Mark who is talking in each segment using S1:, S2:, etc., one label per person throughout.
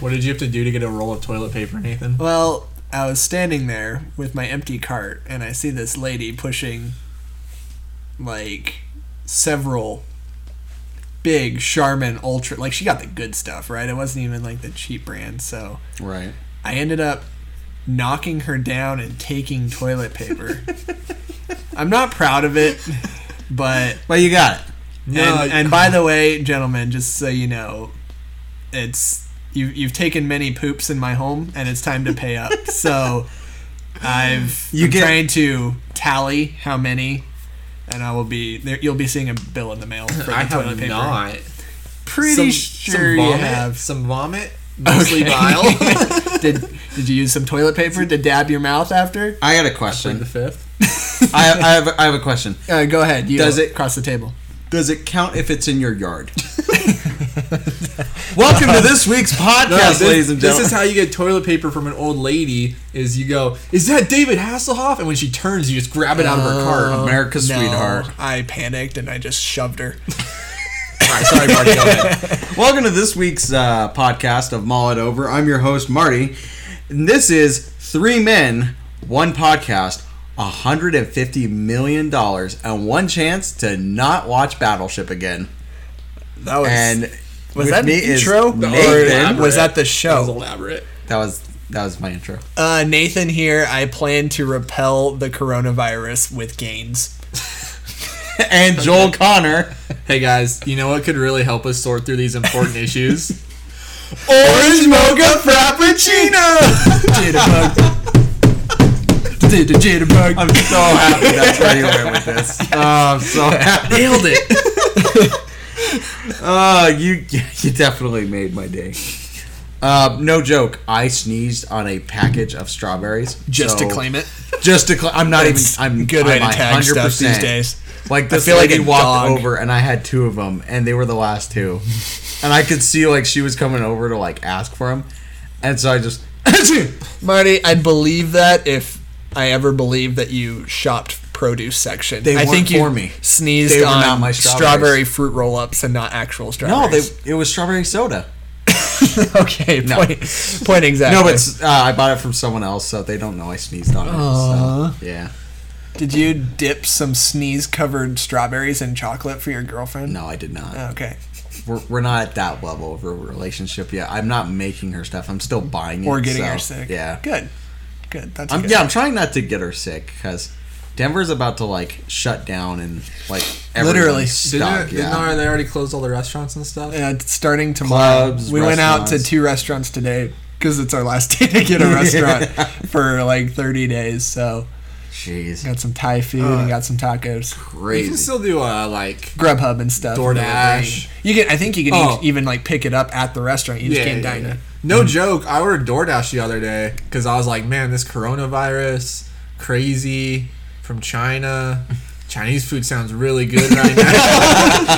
S1: What did you have to do to get a roll of toilet paper, Nathan?
S2: Well, I was standing there with my empty cart, and I see this lady pushing like several big Charmin Ultra. Like she got the good stuff, right? It wasn't even like the cheap brand. So
S3: Right.
S2: I ended up knocking her down and taking toilet paper. I'm not proud of it, but
S3: Well, you got it.
S1: No,
S2: and, and by the way, gentlemen, just so you know, it's you, you've taken many poops in my home, and it's time to pay up. so I've
S3: You
S2: I'm
S3: get-
S2: trying to tally how many, and I will be there. You'll be seeing a bill in the mail for the
S1: I
S2: toilet
S1: have
S2: paper.
S1: not.
S2: Pretty
S1: Some-
S2: sure
S1: some
S2: you
S1: vomit,
S2: have.
S1: some vomit, mostly
S2: Okay.
S1: bile.
S2: did Did you use some toilet paper to dab your mouth after?
S3: I got
S1: Played
S3: a
S1: the
S3: question.
S1: fifth.
S3: I have, I have I have a question.
S2: Uh, go ahead. You
S3: Does it-
S2: across the table?
S3: Does it count if it's in your yard? Welcome to this week's podcast,
S1: this,
S3: ladies and
S1: this
S3: gentlemen.
S1: is how you get toilet paper from an old lady. Is you go, is that David Hasselhoff? And when she turns, you just grab it out of her cart.
S3: America's
S2: No,
S3: sweetheart.
S2: I panicked and I just shoved her.
S3: Alright, sorry, Marty. Go ahead. Welcome to this week's uh, podcast of Mull It Over. I'm your host, Marty. And this is Three Men, One Podcast, $150 million, and one chance to not watch Battleship again.
S2: That was
S3: And
S2: was
S3: with
S2: that an
S3: me is
S2: intro
S3: Nathan.
S2: or was that the show?
S1: That was elaborate.
S3: That was, that was my intro.
S2: Uh, Nathan here. I plan to repel the coronavirus with gains.
S3: and Joel Connor.
S1: Hey guys, you know what could really help us sort through these important issues?
S3: Orange Mocha Frappuccino!
S2: Jitterbug. Did a jitterbug.
S3: I'm so happy that's where you went with this. Oh, I'm so happy.
S1: Nailed it.
S3: Oh, you, you definitely made my day. Uh, no joke. I sneezed on a package of strawberries.
S2: Just
S3: so-
S2: to claim it.
S3: Just to claim. I'm not even.
S2: It's
S3: I'm
S2: good
S3: I'm
S2: way to tag stuff
S3: 100%.
S2: these days.
S3: Like
S2: I
S3: this
S2: feel like
S3: lady
S2: a
S3: walked
S2: dog.
S3: over, and I had two of them, and they were the last two, and I could see like she was coming over to like ask for them, and so I just
S2: Marty, I'd believe that if I ever believed that you shopped produce section.
S3: They
S2: I
S3: weren't
S2: think you
S3: for me.
S2: sneezed
S3: They were
S2: on
S3: not my strawberries.
S2: strawberry fruit roll-ups and not actual
S3: no, they
S2: strawberries.
S3: it was strawberry soda.
S2: they okay.
S3: No.
S2: Point, point exactly.
S3: No, but it's, uh, I bought it from someone else, so they don't know I sneezed on it.
S2: Aw.
S3: So, yeah.
S2: did you dip some sneeze-covered strawberries in chocolate for your girlfriend?
S3: No, I did not.
S2: Okay.
S3: We're, we're not at that level of a relationship yet. I'm not making her stuff. I'm still buying it.
S2: or getting
S3: so,
S2: her sick.
S3: Yeah.
S2: Good. Good. That's
S3: I'm,
S2: good.
S3: yeah, I'm trying not to get her sick because Denver's about to like shut down and like everyone's
S2: Literally.
S3: stuck.
S1: Didn't,
S3: yeah.
S1: they already closed all the restaurants and stuff?
S2: Uh, it's starting tomorrow.
S3: Clubs,
S2: we went out to
S3: restaurants.
S2: two restaurants today because it's our last day to get a restaurant for like 30 days. So
S3: Jeez,
S2: got some Thai food
S3: Uh,
S2: and got some tacos,
S1: You can
S3: crazy.
S1: still do uh, like
S2: Grubhub and stuff.
S1: DoorDash.
S2: You can. I think you can
S1: Oh.
S2: e- even like pick it up at the restaurant. You just can't Mm-hmm. dine it.
S1: No joke, I ordered DoorDash the other day because I was like, man, this coronavirus, crazy from China. Chinese food sounds really good right now.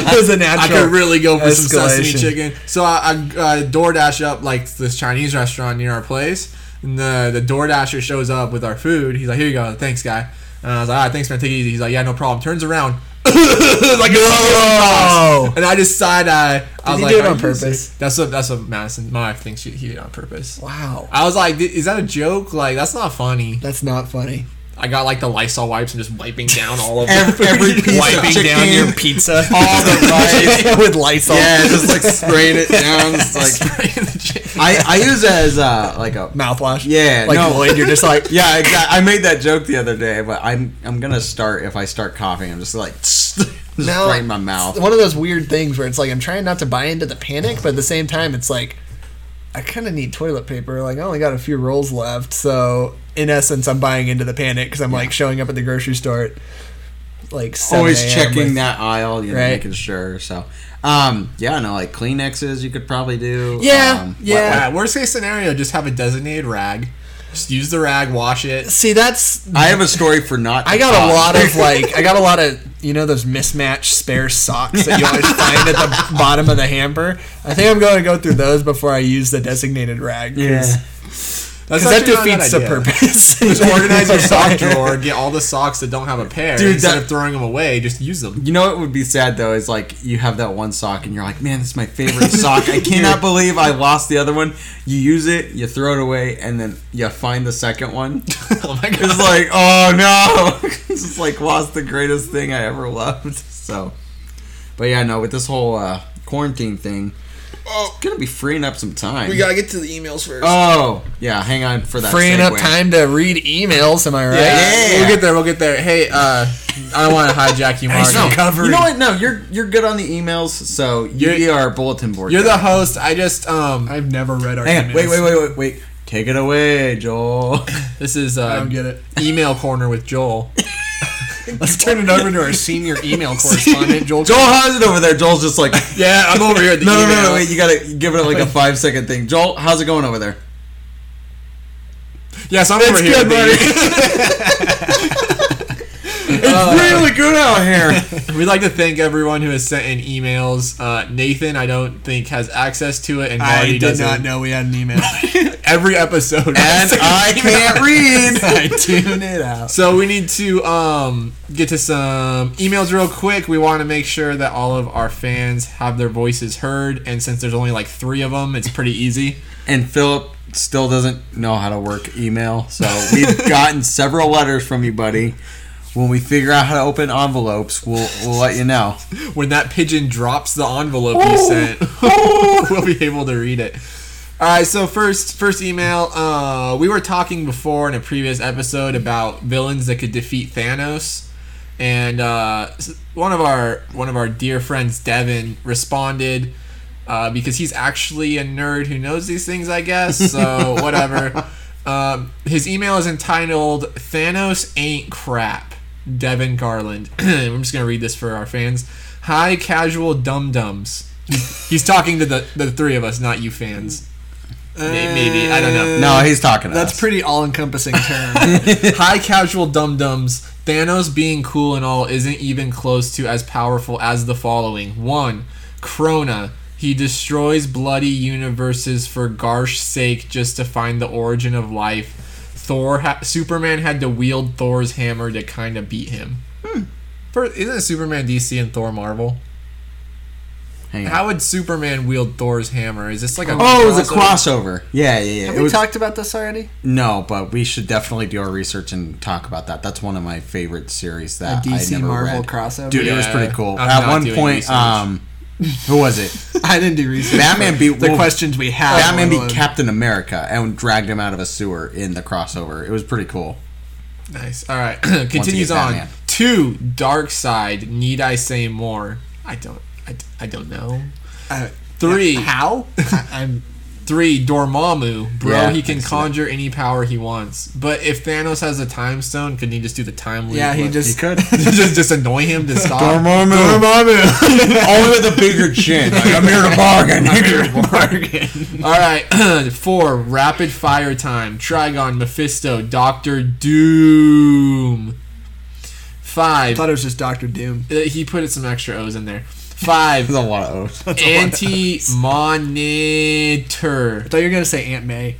S2: it was a
S1: I
S2: natural.
S1: could really go for some sesame
S2: Escalation.
S1: chicken. So I, I uh, DoorDash up like this Chinese restaurant near our place, and the the DoorDasher shows up with our food. He's like, "Here you go, thanks, guy." And I was like, "All right, thanks, man, take it easy." He's like, "Yeah, no problem." Turns around, like
S3: Oh.
S2: No!
S1: and I just side eye. I was
S2: he
S1: like,
S2: do it
S1: "Are
S2: on
S1: you
S2: purpose?"
S1: serious?" That's what that's what Madison, my wife thinks she, he did on purpose.
S2: wow.
S1: I was like, "Is that a joke? Like, that's not funny."
S2: That's not funny.
S1: I got like the Lysol wipes and just wiping down all of
S3: Every, every piece of
S1: Wiping
S3: chicken,
S1: down your
S2: Pizza.
S3: all the rice.
S2: With Lysol.
S3: yeah, just like spraying it down. It's like
S1: Spraying the chicken.
S3: I, I use it as uh, like a
S2: Mouthwash.
S3: Yeah,
S2: Like
S3: no.
S2: Lloyd, you're just like.
S3: Yeah, exactly. I made that joke the other day, but I'm I'm gonna start if I start coughing. I'm just like just
S2: No.
S3: spraying my mouth.
S2: one of those weird things where it's like I'm trying not to buy into the panic, but at the same time, it's like I kind of need toilet paper. Like I only got a few rolls left, so in essence, I'm buying into the panic because I'm like showing up at the grocery store, at, like 7
S3: Always
S2: a.m.
S3: checking
S2: with-
S3: that aisle, you know,
S2: Right.
S3: making sure. So, um, yeah, no, like Kleenexes you could probably do.
S2: Yeah,
S3: um, wet
S2: yeah.
S3: wipe-
S1: Uh, worst case scenario, just have a designated rag. Just use the rag, wash it.
S2: See, that's
S3: I have a story for not.
S2: I got
S3: cough.
S2: a lot of like I got a lot of you know those mismatched spare socks that you always find at the bottom of the hamper. I think I'm going to go through those before I use the designated rag. 'cause
S3: Yeah.
S1: That's
S2: Because that
S1: actually not a bad
S2: defeats the
S1: idea.
S2: purpose.
S1: Just organize your sock drawer, get all the socks that don't have a pair.
S3: Dude,
S1: instead
S3: that-
S1: of throwing them away, just use them.
S3: You know what would be sad though is like you have that one sock and you're like, man, this is my favorite sock. I cannot believe I lost the other one. You use it, you throw it away, and then you find the second one.
S1: oh my god.
S3: It's like, oh no, it's just like lost the greatest thing I ever loved. So, but yeah, no, with this whole uh, quarantine thing,
S2: Oh.
S3: it's gonna be freeing up some time.
S2: get to the emails first.
S3: oh yeah, hang on for that.
S2: Uh, Freeing up
S3: segue.
S2: time to read emails, am I right?
S1: Yeah,
S3: Yeah.
S1: We'll get there. We'll get there. Hey, uh, I don't want to hijack you, Marty.
S3: No,
S2: Recovery.
S3: you know what? No, you're you're good on the emails, so you
S1: You're-
S3: are a bulletin board.
S1: You're
S3: guy.
S1: the host. I just um,
S2: I've never read our
S3: Hang on,
S2: emails.
S3: wait, wait, wait, wait, wait. Take it away, Joel.
S1: this is
S2: I
S1: uh,
S2: don't get it.
S1: email corner with Joel.
S2: Let's turn it over to our senior email correspondent, Joel.
S3: Joel how's it over there. Joel's just like,
S1: Yeah, I'm over here. At the
S3: no, no,
S1: email.
S3: no, no, wait. You gotta give it like a five second thing. Joel, how's it going over there?
S1: Yes, I'm over here.
S3: good,
S1: at the
S3: buddy.
S1: email.
S3: really good out here.
S1: We'd like to thank everyone who has sent in emails. Uh, Nathan, I don't think has access to it, and
S2: I
S1: Marty
S2: did
S1: doesn't.
S2: not know we had an email.
S1: Every episode,
S3: And I can't read.
S2: I tune it out.
S1: So we need to um, get to some emails real quick. We want to make sure that all of our fans have their voices heard, and since there's only like three of them, it's pretty easy.
S3: And Philip still doesn't know how to work email, so we've gotten several letters from you, buddy. When we figure out how to open envelopes, we'll we'll let you know.
S1: When that pigeon drops the envelope you sent, we'll be able to read it. All right, so first, first email. Uh, we were talking before in a previous episode about villains that could defeat Thanos, and uh, s- one of our one of our dear friends, Devin, responded uh, because he's actually a nerd who knows these things, I guess. So whatever. um, his email is entitled "Thanos Ain't Crap." Devin Garland. I'm just gonna read this for our fans. Hi, casual dum dums. He's talking to the the three of us, not you fans. May- Maybe I don't know.
S3: No, he's talking to
S2: That's
S3: us.
S2: pretty all-encompassing term.
S1: Hi, casual dum dums. Thanos being cool and all isn't even close to as powerful as the following. One, Krona. He destroys bloody universes for Garsh's sake just to find the origin of life. Thor, ha- Superman had to wield Thor's hammer to kind of beat him. For, isn't Superman DC and Thor Marvel?
S3: Hang on.
S1: How would Superman wield Thor's hammer? Is this like a
S3: Oh, it was a crossover. Yeah, yeah, yeah.
S2: Have
S3: It
S2: we
S3: was,
S2: talked about this already?
S3: no, but we should definitely do our research and talk about that. That's one of my favorite series
S2: A
S3: that I
S2: DC
S3: never
S2: Marvel
S3: read.
S2: crossover.
S3: Dude, it was
S1: Yeah,
S3: pretty cool.
S1: I'm
S3: At
S1: not
S3: one
S1: doing
S3: point,
S1: research.
S3: um, who was it?
S2: I didn't do research.
S3: Batman beat
S2: the
S3: Wolver-
S2: questions we have.
S3: Batman
S2: were-
S3: beat Captain America and dragged him out of a sewer in the crossover. It was pretty cool.
S1: Nice. All right. Continues
S3: again,
S1: on.
S3: Batman.
S1: Two Dark Side. Need I say more? I don't. I, I don't know.
S2: Uh,
S1: Three.
S2: How? I, I'm.
S1: Three Dormammu. Bro,
S3: Yeah,
S1: he
S3: I
S1: can
S3: see that.
S1: conjure any power he wants. But if Thanos has a time stone, couldn't he just do the time loop?
S2: Yeah, he
S1: Like-
S2: just.
S3: could.
S1: just just annoy him to stop.
S3: Dormammu. Only with a bigger chin. Like, I'm here to bargain.
S1: All right. Four Rapid Fire Time. Trigon, Mephisto, Doctor Doom.
S2: I
S1: Five.
S2: thought it was just Doctor Doom.
S1: uh, he put some extra O's in there. Five.
S3: There's a lot of O's.
S1: anti monitor.
S2: I thought you were gonna say Aunt May.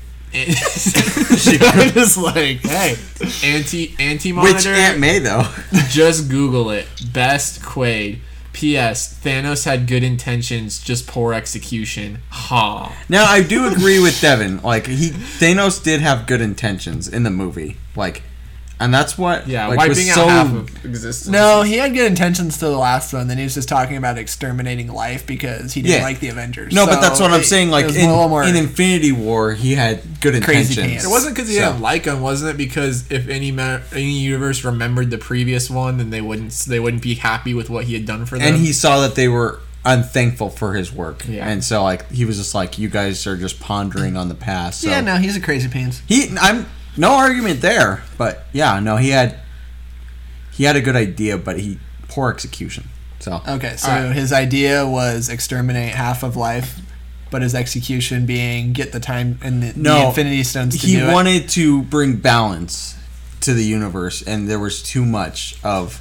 S1: anti
S2: just like, hey,
S1: anti
S3: Which
S1: monitor.
S3: Aunt May though?
S1: just Google it. Best Quaid. P.S. Thanos had good intentions, just poor execution. Ha.
S3: Now I do agree with Devin. Like he Thanos did have good intentions in the movie. Like, and that's what
S1: Yeah,
S3: like, was
S1: wiping out
S3: so-
S1: half of existence.
S2: no, he had good intentions to the last one. Then he was just talking about exterminating life because he didn't
S3: Yeah.
S2: like the Avengers.
S3: No,
S2: So
S3: but that's what I'm
S2: it-
S3: saying.
S2: it
S3: Like
S2: was a
S3: in,
S2: little more.
S3: in Infinity War, he had good
S2: Crazy
S3: intentions.
S2: pants.
S1: It wasn't because he
S3: So-
S1: didn't like him, wasn't it? Because if any ma- any universe remembered the previous one, then they wouldn't they wouldn't be happy with what he had done for them.
S3: and he saw that they were unthankful for his work,
S1: Yeah.
S3: and so like he was just like, "You guys are just pondering on the past." So.
S2: yeah, no, he's a crazy pants.
S3: He, I'm no argument there, but yeah, no, he had he had a good idea, but he poor execution.
S1: Uh,
S3: So
S2: Okay, so
S1: All right.
S2: his idea was exterminate half of life, but his execution being get the time and the,
S3: No,
S2: the Infinity Stones to
S3: he
S2: do it.
S3: wanted to bring balance to the universe, and there was too much of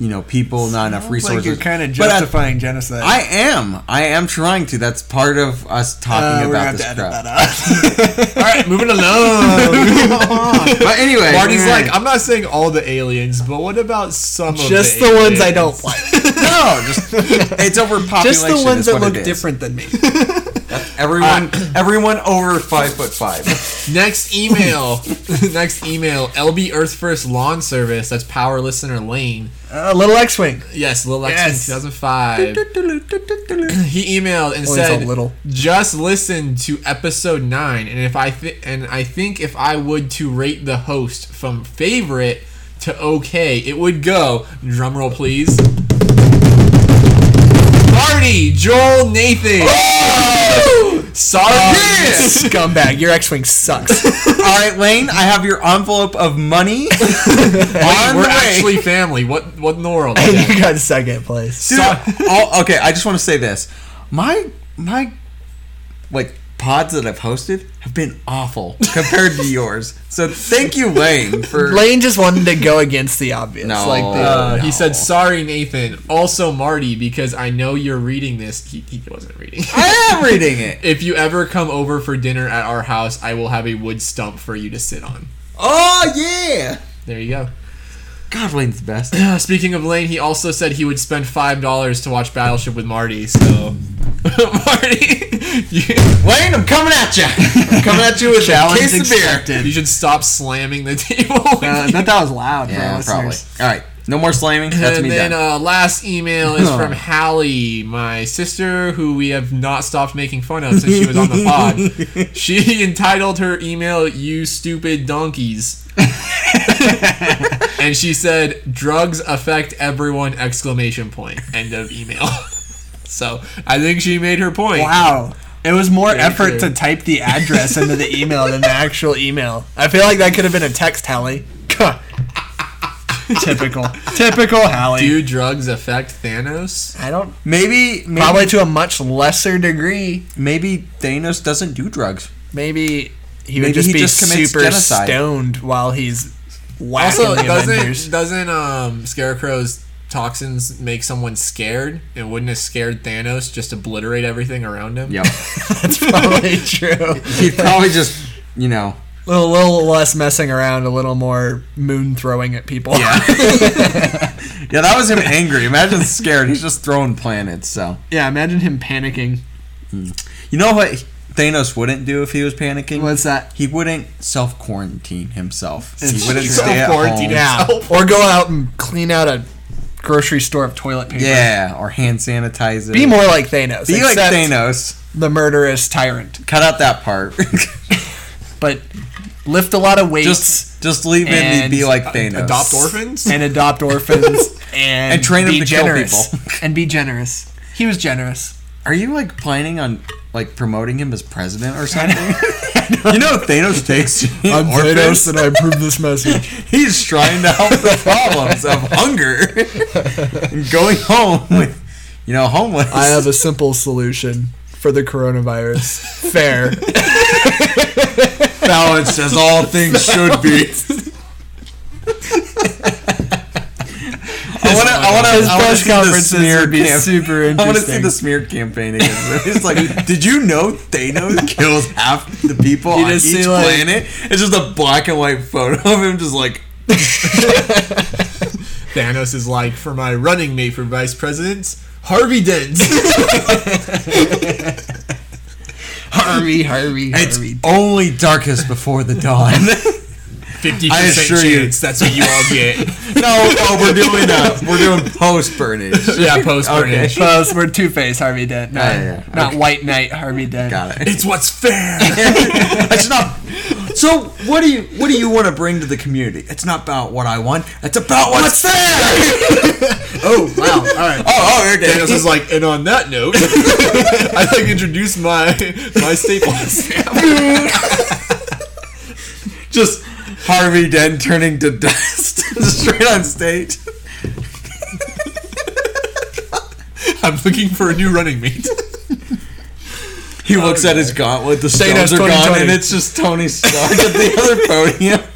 S3: you know people, not enough
S2: It's Like
S3: resources.
S2: you're kind of
S3: But at-
S2: justifying genocide.
S3: I am. I am trying to. That's part of us
S2: Uh,
S3: talking
S2: we're gonna have
S3: about this
S2: to edit
S3: crap.
S2: that out.
S1: All right, moving along.
S3: but anyway,
S1: Marty's like, I'm not saying all the aliens, but what about some of
S2: Just
S1: the,
S2: the ones I
S1: aliens?"
S2: don't like.
S3: no, just it's overpopulation.
S2: Just the ones
S3: is
S2: that
S3: what
S2: look
S3: it is.
S2: different than me.
S3: Everyone, everyone over five foot five.
S1: Next email. Next email. LB Earth First Lawn Service. That's Power Listener Lane.
S2: A little X-wing.
S1: Yes, Lil X
S2: Yes.
S1: in 2005. he emailed and
S2: Always
S1: said,
S2: a little.
S1: "Just listen to episode nine, and if I thi- and I think if I would to rate the host from favorite to okay, it would go drumroll please." Marty, Joel, Nathan, Sarah, Pierce.
S2: Scumbag, your X-wing sucks.
S3: All right, Lane, I have your envelope of money.
S1: Wait,
S3: on
S1: we're
S3: the way.
S1: actually family. What what in the world?
S2: and you got second place.
S3: Dude, all- okay, I just want to say this. My my like pods that I've hosted have been awful compared to yours. So thank you, Lane, for
S2: Lane just wanted to go against the obvious.
S3: No.
S2: Like the,
S1: Uh,
S3: No.
S1: He said, "Sorry, Nathan. Also, Marty, because I know you're reading this. He, he wasn't reading.
S3: I am reading it.
S1: if you ever come over for dinner at our house, I will have a wood stump for you to sit on."
S3: Oh yeah.
S1: There you go.
S3: God, Lane's the best.
S1: Uh, speaking of Lane, he also said he would spend five dollars to watch Battleship with Marty. So, Marty, you,
S3: Lane, I'm coming at you. I'm coming at you with a
S2: Challenge
S3: case of beer.
S2: accepted.
S1: you should stop slamming the table.
S2: Uh, I thought that was loud. for our
S3: Yeah, probably.
S2: listeners.
S3: All right, no more slamming. That's
S1: and
S3: me
S1: then
S3: done.
S1: uh, last email is from Hallie, my sister, who we have not stopped making fun of since she was on the pod. She entitled her email "You Stupid Donkeys," and she said, "Drugs affect everyone!" Exclamation point. End of email. so I think she made her point.
S2: Wow. It was more effort
S1: you.
S2: to type the address into the email than the actual email. I feel like that could have been a text, Hallie. Typical. Typical Hallie.
S1: Do drugs affect Thanos?
S2: I don't.
S3: maybe, maybe,
S2: Probably to a much lesser degree.
S3: maybe Thanos doesn't do drugs.
S2: Maybe he
S3: Maybe
S2: would just
S3: he
S2: be
S3: just commits
S2: super
S3: genocide.
S2: stoned while he's whacking
S1: Also,
S2: the
S1: doesn't
S2: Avengers.
S1: doesn't um, Scarecrow's toxins make someone scared? And wouldn't have scared Thanos just obliterate everything around him?
S3: Yep.
S2: That's probably true.
S3: He'd probably just, you know,
S2: A little, little less messing around, a little more moon throwing at people. Yeah.
S3: yeah. That was him angry. Imagine scared. He's just throwing planets. So.
S2: yeah, imagine him panicking.
S3: You know what Thanos wouldn't do if he was panicking?
S2: What's that?
S3: He wouldn't self quarantine himself.
S2: It's
S3: he wouldn't
S2: true.
S3: stay at
S1: Self-quarantine
S3: home.
S1: himself.
S2: Yeah. Or go out and clean out a grocery store of toilet paper.
S3: Yeah, or hand sanitizer.
S2: Be more like Thanos.
S3: Be like
S2: except
S3: Thanos.
S2: The murderous tyrant.
S3: Cut out that part.
S2: But lift a lot of weights
S3: just just leave it and
S2: And
S3: be like
S1: A-
S3: Thanos.
S1: Adopt orphans?
S2: and adopt orphans and,
S3: And train 'em
S2: be
S3: to kill
S2: generous.
S3: people.
S2: and be generous. He was generous.
S3: Are you like planning on like promoting him as president or something? you know Thanos takes orphans.
S2: and I approve this message.
S3: He's trying to help the problems of hunger. and going home with you know, homeless.
S2: I have a simple solution for the coronavirus. Fair.
S3: balanced as all things should be. I want to. I want to.
S2: His
S3: I want to
S2: press
S3: see the
S2: conferences
S3: smear
S2: would be
S3: cam-
S2: super
S3: I want to see
S2: interesting.
S3: the smear campaign again. It's like, did you know Thanos kills half the people
S2: You
S3: on each
S2: just see, like-
S3: planet? It's just a black and white photo of him, just like
S1: Thanos is like, for my running mate for vice president, Harvey Dent.
S2: Harvey, Harvey,
S3: it's
S2: Harvey.
S3: only darkest before the dawn.
S1: 50%
S3: I assure you.
S1: chance, that's what you all get.
S3: no, no, we're doing that. We're doing post burnage.
S1: yeah, post
S3: Okay.
S1: British.
S2: Close. We're Two Face Harvey Dent. No,
S3: Yeah, yeah, yeah.
S2: Not
S3: Okay.
S2: White Knight Harvey Dent.
S3: Got it.
S1: It's what's fair.
S3: it's not. So what do you what do you want to bring to the community? It's not about what I want. It's about what's there.
S1: oh, wow. All right.
S3: Oh, oh, okay.
S1: Thanos is like, and on that note, I'd like to introduce my my staple.
S3: just Harvey Dent turning to dust straight on stage.
S1: I'm looking for a new running mate.
S3: He looks at his gauntlet. The stones
S2: Thanos
S3: are gone,
S2: 2020.
S3: and it's just Tony Stark at the other podium.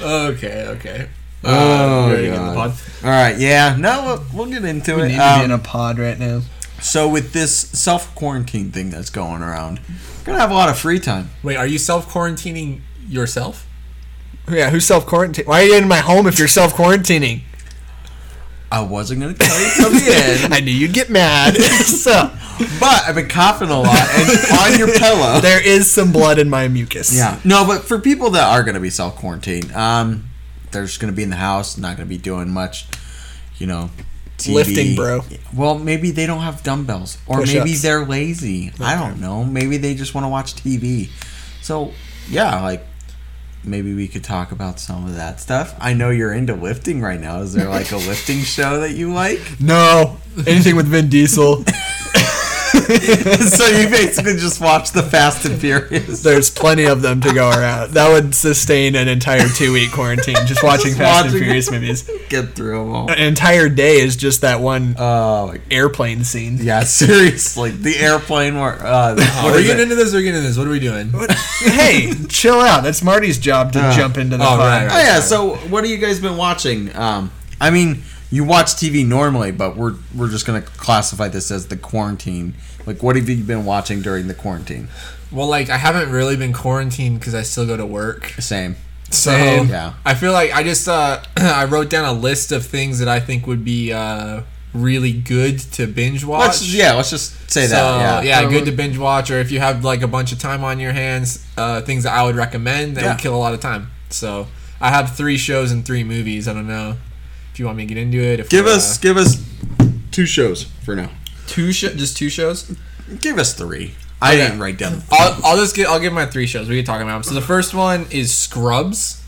S1: Okay, okay.
S3: Oh,
S1: Uh, very good, the
S3: God.
S1: pod.
S3: All right, yeah. No, we'll, we'll get into
S2: We
S3: it.
S2: need to be
S3: Um,
S2: in a pod right now.
S3: So with this self quarantine thing that's going around, we're gonna have a lot of free time.
S1: Wait, are you self quarantining yourself?
S2: Yeah, who's self quarantine? Why are you in my home if you're self quarantining?
S3: I wasn't gonna tell you till the end,
S2: I knew you'd get mad. so
S3: but I've been coughing a lot and on your pillow.
S2: there is some blood in my mucus.
S3: Yeah. No, but for people that are going to be self quarantined, um, they're just going to be in the house, not going to be doing much, you know. TV.
S2: Lifting, bro.
S3: Well, maybe they don't have dumbbells, or
S2: Push-ups.
S3: maybe they're lazy. I don't know. Maybe they just want to watch TV. So, yeah, like maybe we could talk about some of that stuff. I know you're into lifting right now. Is there like a lifting show that you like?
S2: No, anything with Vin Diesel.
S3: so you basically just watch the Fast and Furious.
S2: There's plenty of them to go around. That would sustain an entire two week quarantine just watching
S3: Just
S2: Fast
S3: watching.
S2: and Furious movies.
S3: Get through them all.
S2: An entire day is just that one
S3: Oh my
S2: airplane scene.
S3: Yeah, seriously. The airplane or uh,
S1: Oh,
S3: what
S1: are
S3: is
S1: you getting
S3: it?
S1: into this? Or are you getting into this? What are we doing?
S2: hey, chill out. That's Marty's job to
S3: Uh,
S2: jump into the
S1: oh,
S2: fun.
S1: right,
S3: Oh yeah. So what have you guys been watching? Um, I mean, you watch TV normally, but we're we're just gonna classify this as the quarantine. Like, what have you been watching during the quarantine?
S1: Well, like I haven't really been quarantined because I still go to work.
S3: Same.
S1: So
S2: Same.
S3: Yeah.
S1: I feel like I just uh, I wrote down a list of things that I think would be uh, really good to binge watch.
S3: Let's yeah. Let's just say
S1: so,
S3: that. Yeah.
S1: yeah, good to binge watch, or if you have like a bunch of time on your hands, uh, things that I would recommend that
S3: Yeah.
S1: would kill a lot of time. So I have three shows and three movies. I don't know if you want me to get into it. If
S3: Give
S1: we're,
S3: us give us two shows for now.
S1: uh, two, sho just two shows.
S3: Give us three. I
S1: Okay.
S3: didn't write down.
S1: I'll, I'll just get I'll give my three shows. We can talk about them. So the first one is Scrubs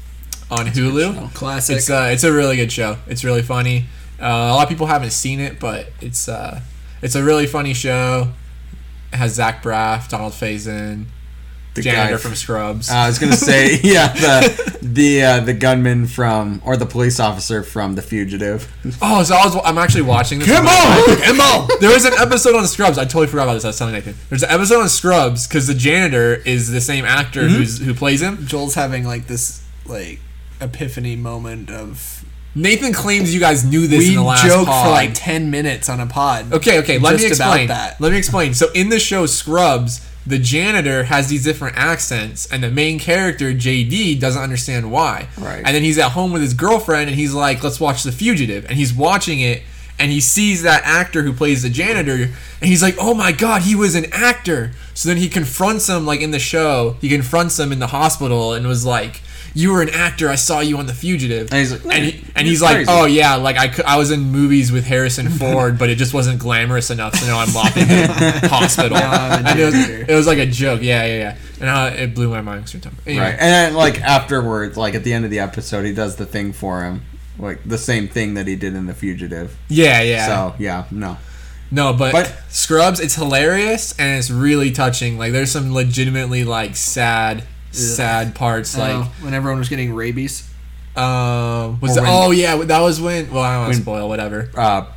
S1: on Hulu.
S2: Classic.
S1: It's uh, it's a really good show. It's really funny. Uh, a lot of people haven't seen it, but it's uh, it's a really funny show. It has Zach Braff, Donald Faison,
S3: The
S1: janitor
S3: guy-
S1: from Scrubs.
S3: Uh, I was gonna say, yeah, the the uh, the gunman from or the police officer from The Fugitive.
S1: oh, so I was, I'm actually watching this.
S3: Come on! Come on!
S1: There was an episode on Scrubs. I totally forgot about this. I was telling Nathan. There's an episode on Scrubs because the janitor is the same actor
S2: Mm-hmm.
S1: who's who plays him.
S2: Joel's having like this like epiphany moment of
S1: Nathan claims you guys knew this
S2: we
S1: in the last
S2: joke
S1: pod.
S2: for like ten minutes on a pod.
S1: Okay, okay. Let me
S2: Just about
S1: explain.
S2: that.
S1: Let me explain. So in the show Scrubs, the janitor has these different accents, and the main character JD doesn't understand why.
S3: Right.
S1: And then he's at home with his girlfriend, and he's like, "Let's watch The Fugitive," and he's watching it, and he sees that actor who plays the janitor, and he's like, "Oh my god, he was an actor!" So then he confronts him, like in the show, he confronts him in the hospital, and was like. You were an actor. I saw you on The Fugitive.
S3: And he's like,
S1: and, he- and
S3: "You're
S1: he's like,
S3: crazy."
S1: oh Oh, yeah, like I, cou- I was in movies with Harrison Ford, but it just wasn't glamorous enough, so now I'm mopping a hospital.
S2: I'm a
S1: And it, was,
S2: janitor.
S1: it was like a joke, yeah, yeah, yeah. And uh, it blew my mind. Anyway,
S3: Right. And then, like, afterwards, like, at the end of the episode, he does the thing for him. Like, the same thing that he did in The Fugitive.
S1: Yeah, yeah.
S3: So, yeah, no.
S1: No, but,
S3: But-
S1: Scrubs, it's hilarious and it's really touching. Like there's some legitimately like sad, sad parts.
S2: Like
S1: Like,
S2: when everyone was getting rabies.
S1: um, was
S3: Oh. Or
S1: the-
S3: when-
S1: oh yeah, that was when. Well, I don't want to
S3: When-
S1: spoil whatever.
S3: Uh, yeah.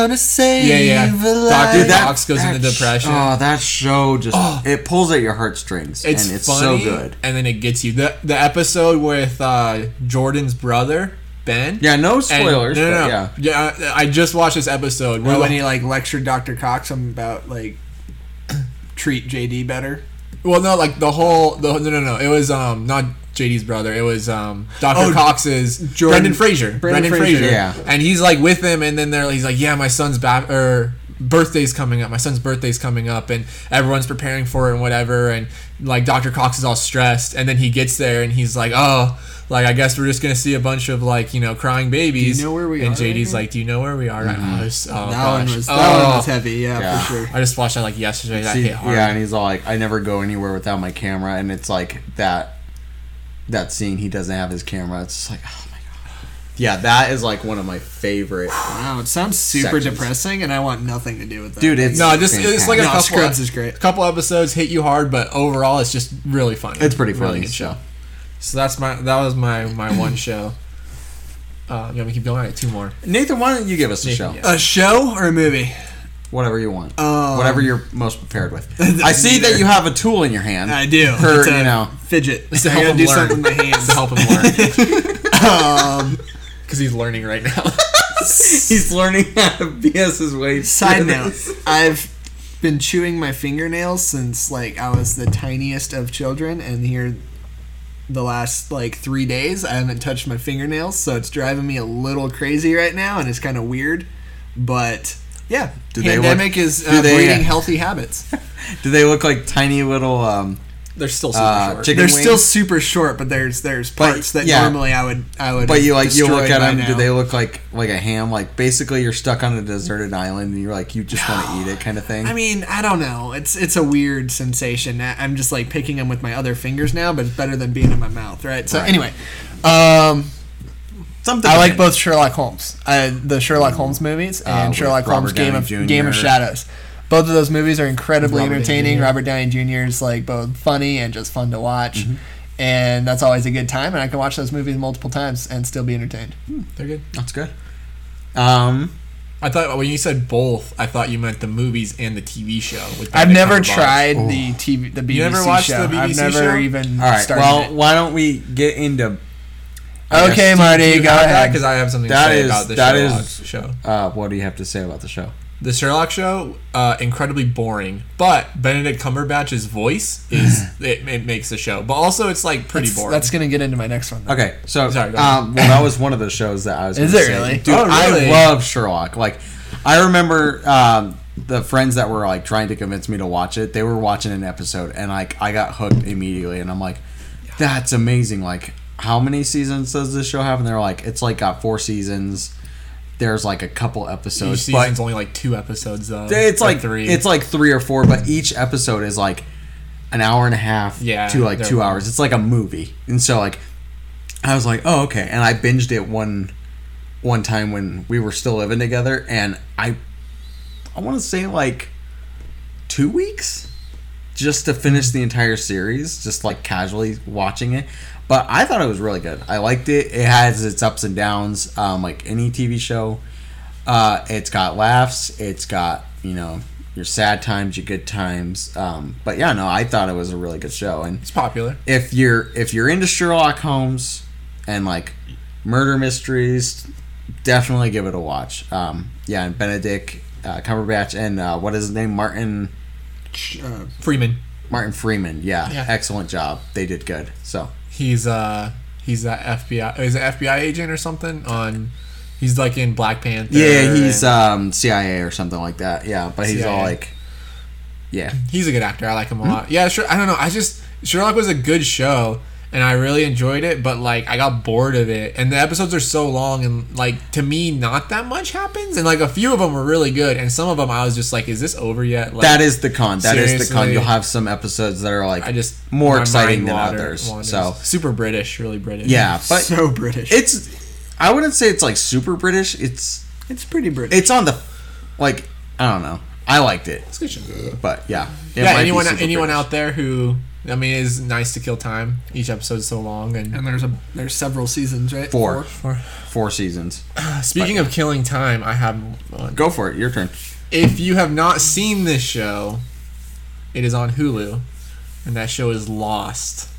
S2: How to save
S1: Yeah, yeah.
S2: a life.
S1: Doctor
S3: Dude, that-
S1: Cox goes into
S3: that sh-
S1: depression. Oh.
S3: Oh, that show just, it pulls at your heartstrings.
S1: it's,
S3: and it's
S1: funny,
S3: so good.
S1: and then it gets you. The the episode with uh, Jordan's brother Ben.
S3: Yeah, no
S1: And-
S3: spoilers,
S1: no, no,
S3: but
S1: no.
S3: yeah.
S1: yeah. I I just watched this episode. Where
S2: Or Oh, when
S1: the-
S2: he like lectured Dr. Cox about like treat JD better.
S1: well, no, like the whole the no no no. It was um not JD's brother. It was um Dr.
S2: Oh,
S1: Cox's
S2: Jordan-
S1: Brendan Fraser.
S2: Brendan
S1: Brendan
S2: Fraser.
S1: Fraser.
S3: Yeah.
S1: and he's like with him, and then they're he's like, yeah, my son's back or birthday's coming up. My son's birthday's coming up, and everyone's preparing for it and whatever. And like Dr. Cox is all stressed, and then he gets there and he's like, oh. Like I guess we're just gonna see a bunch of like you know crying babies.
S2: know where we
S1: and
S2: are right
S1: JD's
S2: now? Mm-hmm.
S1: like, do you know where we are right now? It's- Oh,
S2: that
S1: gosh.
S2: one was that
S1: Oh.
S2: one was heavy, yeah,
S3: Yeah.
S2: for sure.
S1: I just watched that like yesterday. That
S3: See,
S1: hit hard.
S3: yeah, and he's all like, I never go anywhere without my camera. And it's like that, that scene, he doesn't have his camera. It's just like, oh my God. Yeah, that is like one of my favorite.
S2: Wow, it sounds super
S3: Sections.
S2: depressing and I want nothing to do with that.
S3: Dude, it's
S1: No, just it's like a
S2: No,
S1: couple.
S2: Scrubs is great.
S1: Couple episodes hit you hard, but overall, it's just really funny.
S3: It's pretty
S1: Really
S3: funny
S1: good
S3: show.
S1: So that's my that was my my one show. Uh, you want me to keep going? I got two more.
S3: Nathan, why don't you give us a
S1: Nathan,
S3: show?
S1: yeah.
S2: a show or a movie?
S3: Whatever you want.
S2: Um,
S3: Whatever you're most prepared with. I see that you have a tool in your hand.
S2: I do.
S3: For,
S2: It's a
S3: you know.
S2: fidget.
S1: It's to
S2: I
S1: help
S2: gotta
S1: him
S2: do
S1: learn.
S2: something with my hands.
S1: to help him learn
S2: um,
S1: because he's learning right now.
S3: He's learning how to BS his way. through
S2: Side note:
S3: this.
S2: I've been chewing my fingernails since like I was the tiniest of children, and here the last like three days I haven't touched my fingernails, so it's driving me a little crazy right now, and it's kind of weird. But yeah,
S3: Do they
S2: pandemic is
S3: do
S2: uh,
S3: they-
S2: breeding healthy habits.
S3: Do they look like tiny little? Um,
S1: They're still super
S3: Uh,
S1: short.
S3: chicken-
S2: They're
S3: wings?
S2: still super short, but there's there's
S3: But,
S2: parts that
S3: yeah.
S2: normally I would I would.
S3: but you like you look at them.
S2: them?
S3: Do they look like like a ham? Like basically, you're stuck on a deserted island, and you're like you just want to eat it, kind of thing.
S2: I mean, I don't know. It's it's a weird sensation. I- I'm just like picking them with my other fingers now, but it's better than being in my mouth, right? So
S3: Right.
S2: anyway, um,
S3: Something
S2: I like both Sherlock Holmes, I, the Sherlock Holmes movies, and
S3: with
S2: Sherlock
S3: Robert
S2: Holmes Game
S3: Downey
S2: of Game of
S3: Jr..
S2: Shadows. Both of those movies are incredibly
S1: Robert Downey
S2: entertaining.
S1: Jr..
S2: Robert Downey Jr. is like both funny and just fun to watch.
S3: Mm-hmm.
S2: And that's always a good time, and I can watch those movies multiple times and still be entertained.
S1: They're good.
S3: That's good. Um,
S1: I thought when you said both, I thought you meant the movies and the TV show. With
S2: I've
S1: Benedict
S2: never
S1: Cumberbatch.
S2: tried the TV, the BBC
S1: You never watched
S2: show.
S1: the
S2: I've
S1: BBC
S2: never
S1: show?
S2: even
S3: all right.
S2: started.
S3: Well,
S2: it.
S3: why don't we get into I
S2: Okay,
S3: guess-
S1: Do
S2: Marty,
S1: you
S2: go
S1: have
S2: ahead.
S1: because I have something
S3: That
S1: to say
S3: is-
S1: about the
S3: that
S1: Sherlock
S3: is-
S1: show.
S3: uh, what do you have to say about the show?
S1: The Sherlock show, uh, incredibly boring, but Benedict Cumberbatch's voice is it, it makes the show. But also, it's like pretty
S2: that's,
S1: boring.
S2: That's gonna get into my next one. Though.
S3: Okay, so
S1: Sorry, go ahead.
S3: um, well, that was one of the shows that I was.
S2: Is
S3: gonna
S2: it
S3: say.
S2: really?
S3: Dude,
S1: Oh, really?
S3: I love Sherlock. Like, I remember um, the friends that were like trying to convince me to watch it. They were watching an episode, and like I got hooked immediately. And I'm like, that's amazing. Like, how many seasons does this show have? And they're like, it's like got four seasons. There's like a couple
S1: Each
S3: episodes, but
S1: season's only like two episodes though.
S3: it's
S1: or
S3: like
S1: three.
S3: It's like three or four, but each episode is like an hour and a half
S1: Yeah,
S3: to like
S1: they're-
S3: two hours. It's like a movie, and so like I was like, oh okay, and I binged it one one time when we were still living together, and I I want to say like two weeks just to finish the entire series, just like casually watching it. But I thought it was really good. I liked it. It has its ups and downs, um, like any TV show. Uh, it's got laughs. It's got you know your sad times, your good times. Um, but yeah, no, I thought it was a really good show. And
S1: it's popular.
S3: if you're if you're into Sherlock Holmes and like murder mysteries, definitely give it a watch. Um, yeah, and Benedict uh, Cumberbatch and uh, what is his name, Martin
S2: Uh,
S1: Freeman,
S3: Martin Freeman. Yeah,
S1: Yeah.
S3: excellent job. They did good. So
S1: he's uh he's that FBI he's an FBI agent or something on. He's like in Black Panther.
S3: yeah, he's
S1: and
S3: um, CIA or something like that. Yeah, but he's all
S1: CIA.
S3: like, yeah,
S1: he's a good actor. I like him a
S3: Hmm?
S1: lot. Yeah, sure. I don't know. I just Sherlock was a good show. And I really enjoyed it, but like I got bored of it, and the episodes are so long, and like to me, not that much happens, and like a few of them were really good, and some of them I was just like, "Is this over yet?" Like,
S3: that is the con. That is the con.
S1: seriously.
S3: You'll have some episodes that are like
S1: I just
S3: more
S1: my
S3: exciting
S1: mind
S3: than
S1: water-
S3: others.
S1: wanders.
S3: So
S1: super British, really British.
S3: yeah, but
S2: so British.
S3: it's I wouldn't say it's like super British. It's
S2: it's pretty British.
S3: it's on the like I don't know. I liked it,
S1: it's good. show.
S3: but yeah. It
S1: Yeah,
S3: might be
S1: anyone
S3: super
S1: anyone
S3: British.
S1: out there who I mean, it is nice to kill time. Each episode's so long, and
S2: and there's a there's several seasons, right?
S3: Four. Four seasons.
S1: speaking of killing time, I have one.
S3: Go for it. Your turn.
S1: If you have not seen this show, it is on Hulu, and that show is Lost.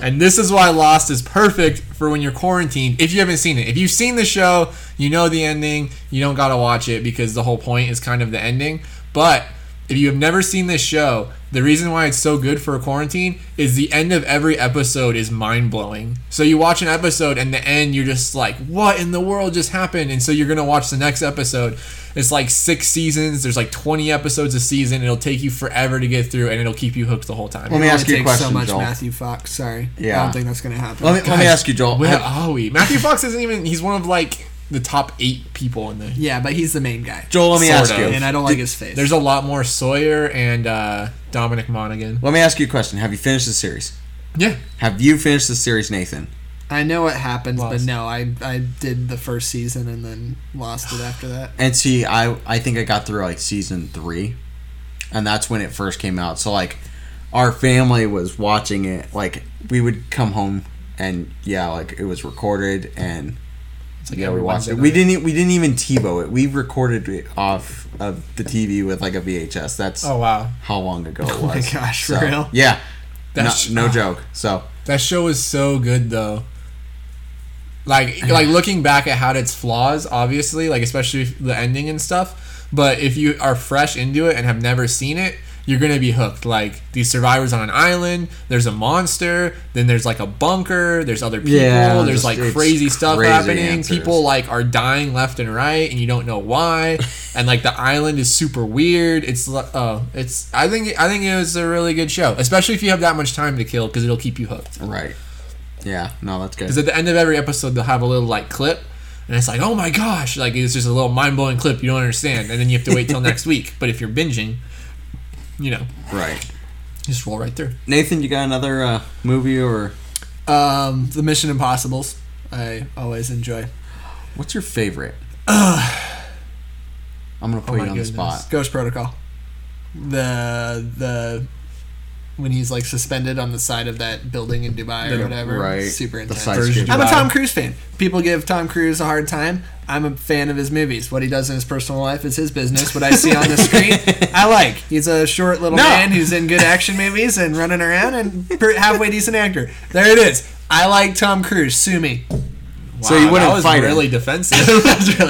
S1: And this is why Lost is perfect for when you're quarantined. If you haven't seen it, if you've seen the show, you know the ending. You don't gotta watch it because the whole point is kind of the ending. But if you have never seen this show, the reason why it's so good for a quarantine is the end of every episode is mind blowing. So you watch an episode and the end, you're just like, what in the world just happened? And so you're gonna watch the next episode. It's like six seasons. There's like 20 episodes a season. It'll take you forever to get through, and it'll keep you hooked the whole time.
S3: Let me
S2: It
S3: ask you a
S2: takes
S3: question,
S2: so much
S3: Joel.
S2: Matthew Fox. Sorry,
S3: Yeah.
S2: I don't think that's gonna happen.
S3: Let me, let me
S1: Guys,
S3: ask you, Joel.
S1: Where
S3: have-
S1: are we? Matthew Fox isn't even. He's one of like the top eight people in the.
S2: yeah, but he's the main guy,
S3: Joel, let me
S1: Sort
S3: ask
S1: of.
S3: you.
S2: and I don't like his face.
S1: There's a lot more Sawyer and uh, Dominic Monaghan.
S3: Let me ask you a question. Have you finished the series?
S1: Yeah,
S3: Have you finished the series, Nathan?
S2: I know what happens, but
S1: Lost.
S2: no, I I did the first season and then lost it after that.
S3: And see, I I think I got through like season three, and that's when it first came out. So like, our family was watching it. Like we would come home, and yeah, like it was recorded, and
S1: it's like
S3: yeah,
S1: every
S3: we watched
S1: Wednesday
S3: it. We
S1: night.
S3: didn't e, we didn't even TiVo it. We recorded it off of the TV with like a VHS. That's
S1: Oh wow,
S3: how long ago it was.
S2: Oh my gosh, for
S3: So,
S2: real?
S3: Yeah,
S1: That's-
S3: no, no
S1: ah.
S3: joke. So
S1: that show is so good though. Like like looking back at how its flaws, obviously, like especially the ending and stuff. But if you are fresh into it and have never seen it, you're gonna be hooked. Like these survivors on an island, there's a monster, then there's like a bunker, there's other people,
S3: Yeah,
S1: there's
S3: just-
S1: like
S3: it's
S1: crazy stuff
S3: crazy
S1: happening.
S3: answers.
S1: People like are dying left and right, and you don't know why. and like the island is super weird. It's li- oh, it's I think I think it was a really good show, especially if you have that much time to kill because it'll keep you hooked.
S3: Right. Yeah. No, that's good.
S1: Because at the end of every episode, they'll have a little like clip, and it's like, oh my gosh, like it's just a little mind blowing clip you don't understand, and then you have to wait till next week. But if you're binging, you know,
S3: right.
S1: just roll right through.
S3: Nathan, you got another uh, movie or
S2: Um, the Mission Impossibles, I always enjoy.
S3: what's your favorite? I'm gonna put
S1: my
S3: you on
S1: goodness.
S3: the spot.
S2: Ghost Protocol. The the when he's like suspended on the side of that building in Dubai or whatever.
S3: Right.
S2: Super
S3: The
S2: intense.
S3: side
S1: Version
S3: scoop.
S1: of
S2: I'm a
S1: Dubai.
S2: Tom Cruise fan. People give Tom Cruise a hard time. I'm a fan of his movies. What he does in his personal life is his business. What I see on the screen, I like. He's a short little
S3: No.
S2: man who's in good action movies and running around and per- halfway decent actor. There it is. I like Tom Cruise. Sue me.
S3: So you wouldn't
S1: that was
S3: fight him.
S1: really defensive.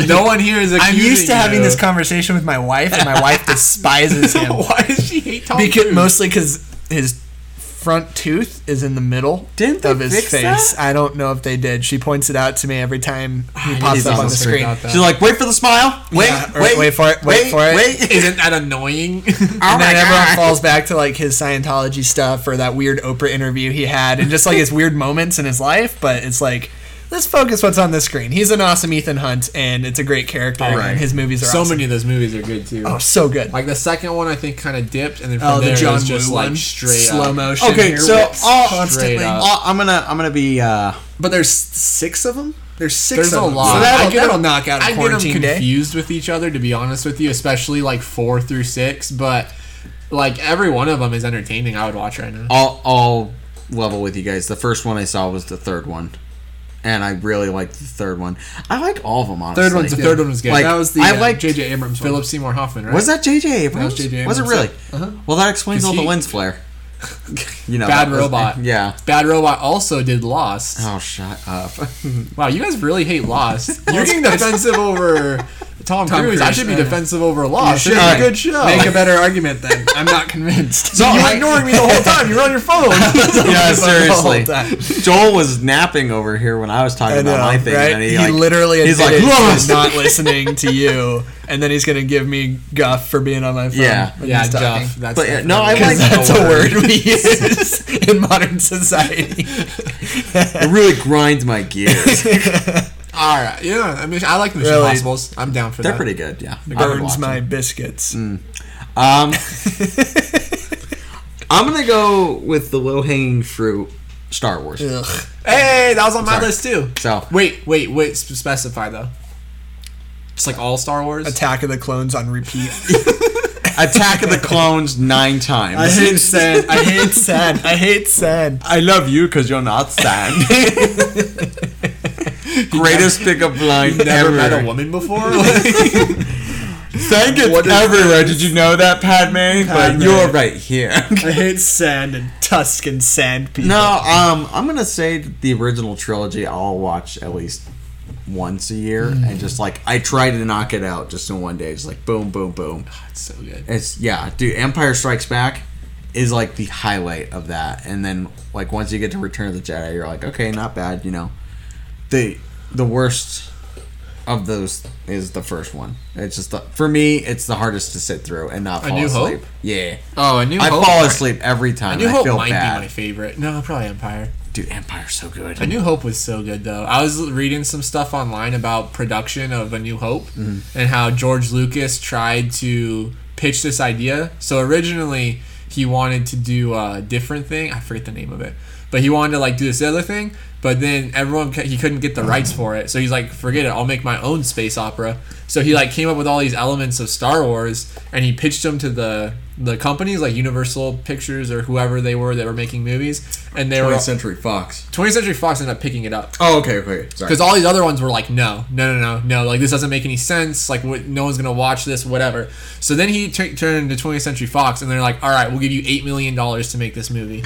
S1: no one here is.
S2: I'm
S1: accusing
S2: used to having
S1: you.
S2: this conversation with my wife, and my wife despises him.
S1: Why does she hate Tom
S2: Because
S1: Cruise?
S2: mostly because his front tooth is in the middle
S3: Didn't they
S2: of his
S3: fix
S2: face.
S3: that?
S2: I don't know if they did. She points it out to me every time he
S3: I
S2: pops
S3: didn't
S2: up
S3: even
S2: on the
S3: think
S2: screen.
S1: about that.
S3: She's like, wait for the smile. Wait,
S2: Yeah, or
S3: wait,
S2: wait for it, wait for it.
S3: Wait.
S1: Isn't that annoying?
S3: Oh
S2: And then
S3: my
S2: everyone
S3: God.
S2: falls back to like his Scientology stuff or that weird Oprah interview he had, and just like his weird moments in his life. But it's like. Let's focus what's on the screen. He's an awesome Ethan Hunt, and it's a great character.
S3: Right.
S2: And his movies are
S1: so
S2: awesome.
S1: many of those movies are good too.
S2: Oh, so good.
S1: Like the second one, I think kind of dipped, and then from
S2: Oh,
S1: there
S2: the John
S1: it was just
S2: Woo
S1: like
S2: one.
S1: straight
S2: slow
S1: up. Oh,
S2: motion.
S3: Okay,
S2: hair
S3: so
S2: whips
S3: all-
S1: Straight
S2: constantly.
S1: up.
S3: Uh, I'm gonna, I'm gonna be. Uh,
S2: But there's six of them. There's six.
S1: There's
S2: of
S1: a
S2: them.
S1: lot.
S2: So
S1: I
S2: that'll,
S1: get
S2: that'll
S1: them-
S2: knock out a
S1: I get them
S2: quarantine day.
S1: confused with each other, to be honest with you, especially like four through six. But like every one of them is entertaining. I would watch right now.
S3: I'll, I'll level with you guys. The first one I saw was the third one, and I really liked the third one. I liked all of them. Honestly,
S1: Third one's the third one was good.
S3: Like,
S1: that was the
S3: I
S1: uh,
S3: liked-
S1: J.J. Abrams,
S2: one.
S1: Philip Seymour Hoffman, right?
S3: Was that J.J. Abrams?
S1: was J.J.
S3: Was it
S1: Abrams,
S3: really? Well, that explains
S1: 'Cause
S3: all the
S1: he-
S3: lens flare. you know,
S1: Bad
S3: that was-
S1: Robot.
S3: Yeah.
S1: Bad Robot also did Lost.
S3: Oh, shut up.
S1: Wow, you guys really hate Lost. You're getting defensive over Tom, Cruise. I
S2: Cruise,
S1: should be
S2: I know.
S1: defensive over Lost.
S2: You
S1: It's a
S3: should.
S1: good show.
S2: Make a better argument then. I'm not convinced.
S1: you were
S3: I-
S1: ignoring me the whole time. You're on your phone.
S3: yeah, seriously.
S2: The whole time.
S3: Joel was napping over here when I was talking
S2: I know,
S3: about my thing,
S2: right?
S3: and he,
S2: he
S3: like,
S2: literally
S3: he's like,
S2: admitted to
S3: "Lost."
S2: not listening to you, and then he's gonna give me guff for being on my phone.
S3: Yeah.
S2: when
S1: yeah,
S2: he's talking.
S1: Jeff. That's
S3: But, yeah, no, I
S2: Because
S3: like
S2: that's a word we use in modern society.
S3: it really grinds my gears.
S1: All right. Yeah, I mean, I like the Mission
S2: Really?
S1: Impossibles. I'm down for
S3: They're
S1: that.
S3: pretty good. Yeah, I would watch
S2: Burns my
S3: them.
S2: biscuits.
S3: Mm. Um, I'm gonna go with the low hanging fruit, Star Wars.
S2: Ugh.
S1: Hey, that was on my
S3: Sorry.
S1: list too.
S3: So
S1: Wait, wait, wait. sp- Specify though. It's like all Star Wars.
S2: Attack of the Clones on repeat.
S3: Attack of the Clones nine times.
S2: I hate sand. I hate sand. I hate sand.
S3: I love you because you're not sand. Greatest pickup line
S1: Never
S3: ever.
S1: met a woman before. Like,
S3: Sand gets
S1: What is
S3: everywhere. Did you know that, Padme? But
S2: Padme.
S3: you're right here.
S2: I hate sand and tusk and sand people.
S3: no, um, I'm gonna say that the original trilogy. I'll watch at least once a year,
S1: Hmm.
S3: and just like I try to knock it out just in one day. Just like boom, boom, boom.
S1: it's so good.
S3: It's yeah, dude. Empire Strikes Back is like the highlight of that, and then like once you get to Return of the Jedi, you're like, okay, not bad. You know, the the worst of those is the first one. It's just the, for me, it's the hardest to sit through and not
S1: A
S3: fall
S1: New Hope?
S3: asleep. Yeah,
S1: Oh, a new.
S3: I
S1: hope.
S3: fall asleep every time.
S1: A
S3: and
S1: new
S3: I
S1: hope
S3: feel
S1: might
S3: bad,
S1: be my favorite. No, probably Empire.
S3: dude. Empire's so good.
S1: A New Hope was so good though. I was reading some stuff online about production of A New Hope and how George Lucas tried to pitch this idea. So originally he wanted to do a different thing. I forget the name of it, but he wanted to like do this other thing. But then everyone ca- he couldn't get the rights for it, so he's like, "Forget it. I'll make my own space opera." So he like came up with all these elements of Star Wars and he pitched them to the the companies like Universal Pictures or whoever they were that were making movies, and they were
S3: 20th Century Fox.
S1: 20th Century Fox ended up picking it up
S3: Oh, okay, okay. Sorry.
S1: because all these other ones were like, no, no, no, no, no, like this doesn't make any sense. Like, what, no one's gonna watch this, whatever. So then he t- turned into 20th Century Fox, and they're like, all right, we'll give you eight million dollars to make this movie.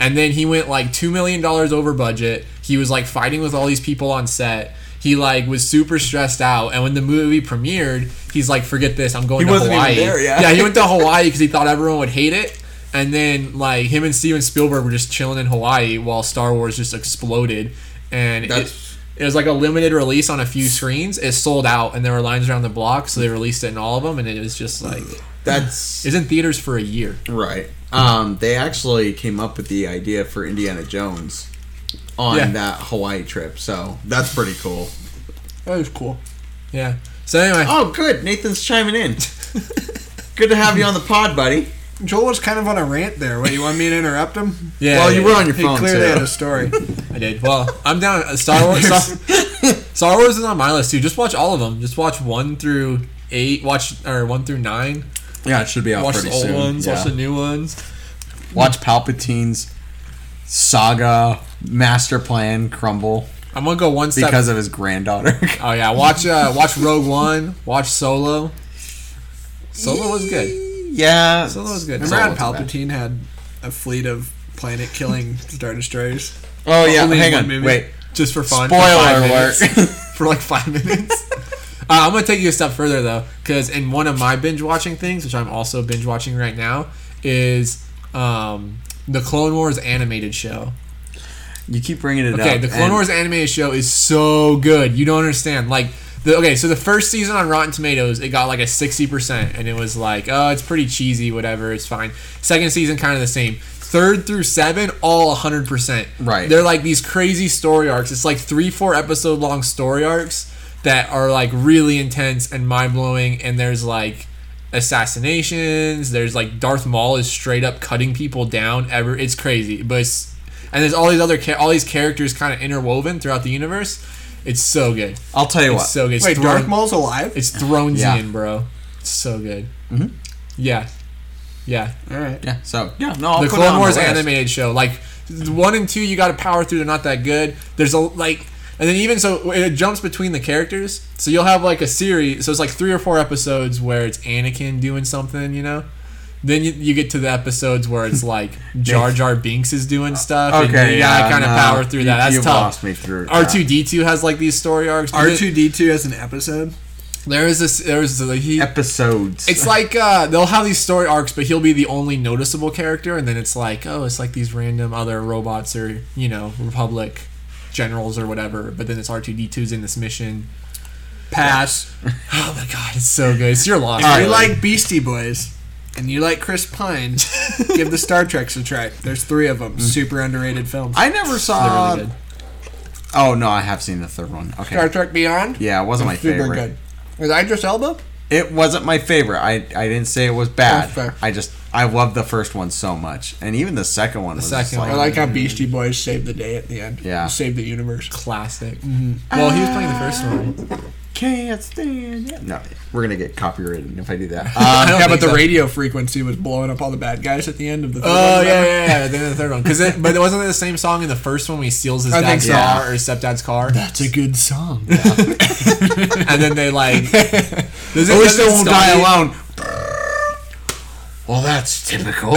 S1: And then he went like two million dollars over budget. He was like fighting with all these people on set. He like was super stressed out, and when the movie premiered, he's like, "Forget this, I'm going
S3: He
S1: to
S3: wasn't even
S1: Hawaii."
S3: there, yeah.
S1: yeah, he went to Hawaii because he thought everyone would hate it. And then like him and Steven Spielberg were just chilling in Hawaii while Star Wars just exploded, and it,
S3: That's-
S1: it was like a limited release on a few screens. It sold out, and there were lines around the block, so they released it in all of them, and it was just like
S3: That's
S1: it's in theaters for a year.
S3: right. Um, they actually came up with the idea for Indiana Jones on
S1: Yeah.
S3: that Hawaii trip, so that's pretty cool.
S2: That was cool.
S1: Yeah. So anyway,
S3: Oh, good. Nathan's chiming in. good to have you on the pod, buddy.
S2: Joel was kind of on a rant there. What, you want me to interrupt him?
S1: yeah.
S3: well, you
S1: yeah,
S3: were on your
S2: He
S3: phone,
S2: clearly had
S3: too.
S2: a story.
S1: I did. Well, I'm down. uh, Star Wars. Star, Star Wars is on my list too. Just watch all of them. Just watch one through eight. Watch or one through nine.
S3: Yeah, it should be out
S1: watch
S3: Oh, pretty
S1: the old
S3: soon.
S1: ones.
S3: yeah.
S1: Watch the new ones.
S3: Watch Palpatine's saga master plan crumble
S1: I'm gonna go one step.
S3: because of his granddaughter.
S1: oh yeah, watch uh, watch Rogue One. Watch Solo. Solo was good.
S3: yeah.
S1: Solo was good.
S2: Remember
S3: Solo
S2: how
S3: wasn't
S2: Palpatine
S3: bad.
S2: had a fleet of planet killing Star Destroyers?
S3: Oh, yeah.
S2: Only
S3: Hang
S2: one
S3: on.
S2: movie.
S3: Wait.
S1: Just for fun. for
S3: Spoiler
S1: five
S3: alert.
S1: minutes. for like five minutes. uh, I'm gonna take you a step further though, because in one of my binge watching things, which I'm also binge watching right now, is um, the Clone Wars animated show.
S3: you keep bringing it up.
S1: Okay, the Clone
S3: and-
S1: Wars animated show is so good. You don't understand. Like the okay, so the first season on Rotten Tomatoes, it got like a sixty percent, and it was like, oh, it's pretty cheesy, whatever, it's fine. Second season, kind of the same. Third through seven, all hundred percent.
S3: Right.
S1: They're like these crazy story arcs. It's like three, four episode long story arcs that are like really intense and mind blowing. And there's like assassinations. There's like Darth Maul is straight up cutting people down. Ever, it's crazy. But it's, and there's all these other cha- all these characters kind of interwoven throughout the universe. It's so good.
S3: I'll tell you what.
S1: It's so good. It's
S2: Wait,
S1: thrown-
S2: Darth Maul's alive?
S1: It's Thronesian,
S3: Yeah. Mm-hmm.
S1: bro. It's so good. Yeah, yeah.
S2: All right.
S3: yeah. So yeah. No. I'll
S1: the
S3: put it on
S1: Clone
S3: my
S1: Wars
S3: list.
S1: animated show. Like one and two, you got to power through. They're not that good. There's a like, and then even so, it jumps between the characters. So you'll have like a series. So it's like three or four episodes where it's Anakin doing something, you know. Then you, you get to the episodes where it's like Jar Jar Binks is doing stuff. and
S3: Okay.
S1: you
S3: yeah.
S1: gotta kind of
S3: no,
S1: power through
S3: you-
S1: that. That's
S3: you've
S1: tough.
S3: Lost me through.
S1: R
S3: that.
S1: two D two has like these story arcs. but
S2: R two D two as an episode.
S1: There is this. There is the he.
S3: episodes.
S1: It's like uh, they'll have these story arcs, but he'll be the only noticeable character, and then it's like, oh, it's like these random other robots or you know Republic generals or whatever. But then it's R two D 2s in this mission.
S2: Pass.
S1: Oh my god, it's so good. It's your loss.
S2: If you
S1: really.
S2: like Beastie Boys and you like Chris Pine, give the Star Treks a try. There's three of them. Super underrated films.
S3: Mm. I never saw.
S1: They're really good.
S3: oh no, I have seen the third one. Okay.
S2: Trek Beyond.
S3: yeah, it wasn't my
S2: Super
S3: favorite.
S2: good. With Idris Elba.
S3: It wasn't my favorite. I I didn't say it was
S2: That's
S3: bad.
S2: fair.
S3: I just I loved the first one so much, and even the second one. The was just
S1: second
S3: like,
S2: I like how Beastie Boys saved the day at the end.
S3: Yeah.
S2: Saved the universe.
S1: classic. Well, he was playing the first one.
S3: Can't stand it. No, we're gonna get copyrighted if I do that. Um,
S1: I don't
S2: yeah, but
S1: think
S2: Um, the
S1: so.
S2: radio frequency was blowing up all the bad guys at the end of the. third
S1: Oh
S2: one,
S1: yeah, yeah,
S2: remember?
S1: yeah, yeah. Then the third one, because it, but it wasn't the same song in the first one when he steals his
S2: I think
S1: dad's
S2: so.
S1: car or his stepdad's car,
S2: That's a good song.
S1: and then they like. Does it-
S3: I wish
S1: doesn't
S3: they won't die
S1: Scotty-
S3: alone. Well, that's typical.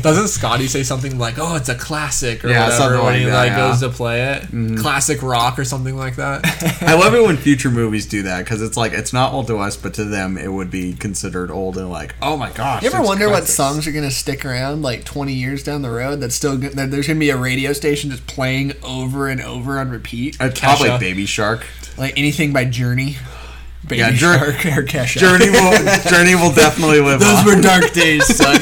S1: Doesn't Scotty say something like, "Oh, it's a classic" or
S3: Yeah,
S1: whatever
S3: something
S1: when
S3: like
S1: he
S3: that,
S1: like
S3: yeah.
S1: goes to play it? Classic rock or something like that.
S3: I love it when future movies do that because it's like it's not old to us, but to them it would be considered old and like, oh my gosh.
S2: You ever
S3: it's
S2: wonder what
S3: classics.
S2: songs are gonna stick around like 20 years down the road? That's still good. That there's gonna be a radio station just playing over and over on repeat.
S3: Uh, probably
S1: Kesha.
S3: Baby Shark.
S2: Like anything by Journey, Baby
S3: Yeah, Jour-
S2: Shark, or Kesha.
S3: Journey will Journey will definitely live
S2: Those
S3: on.
S2: were dark days, son.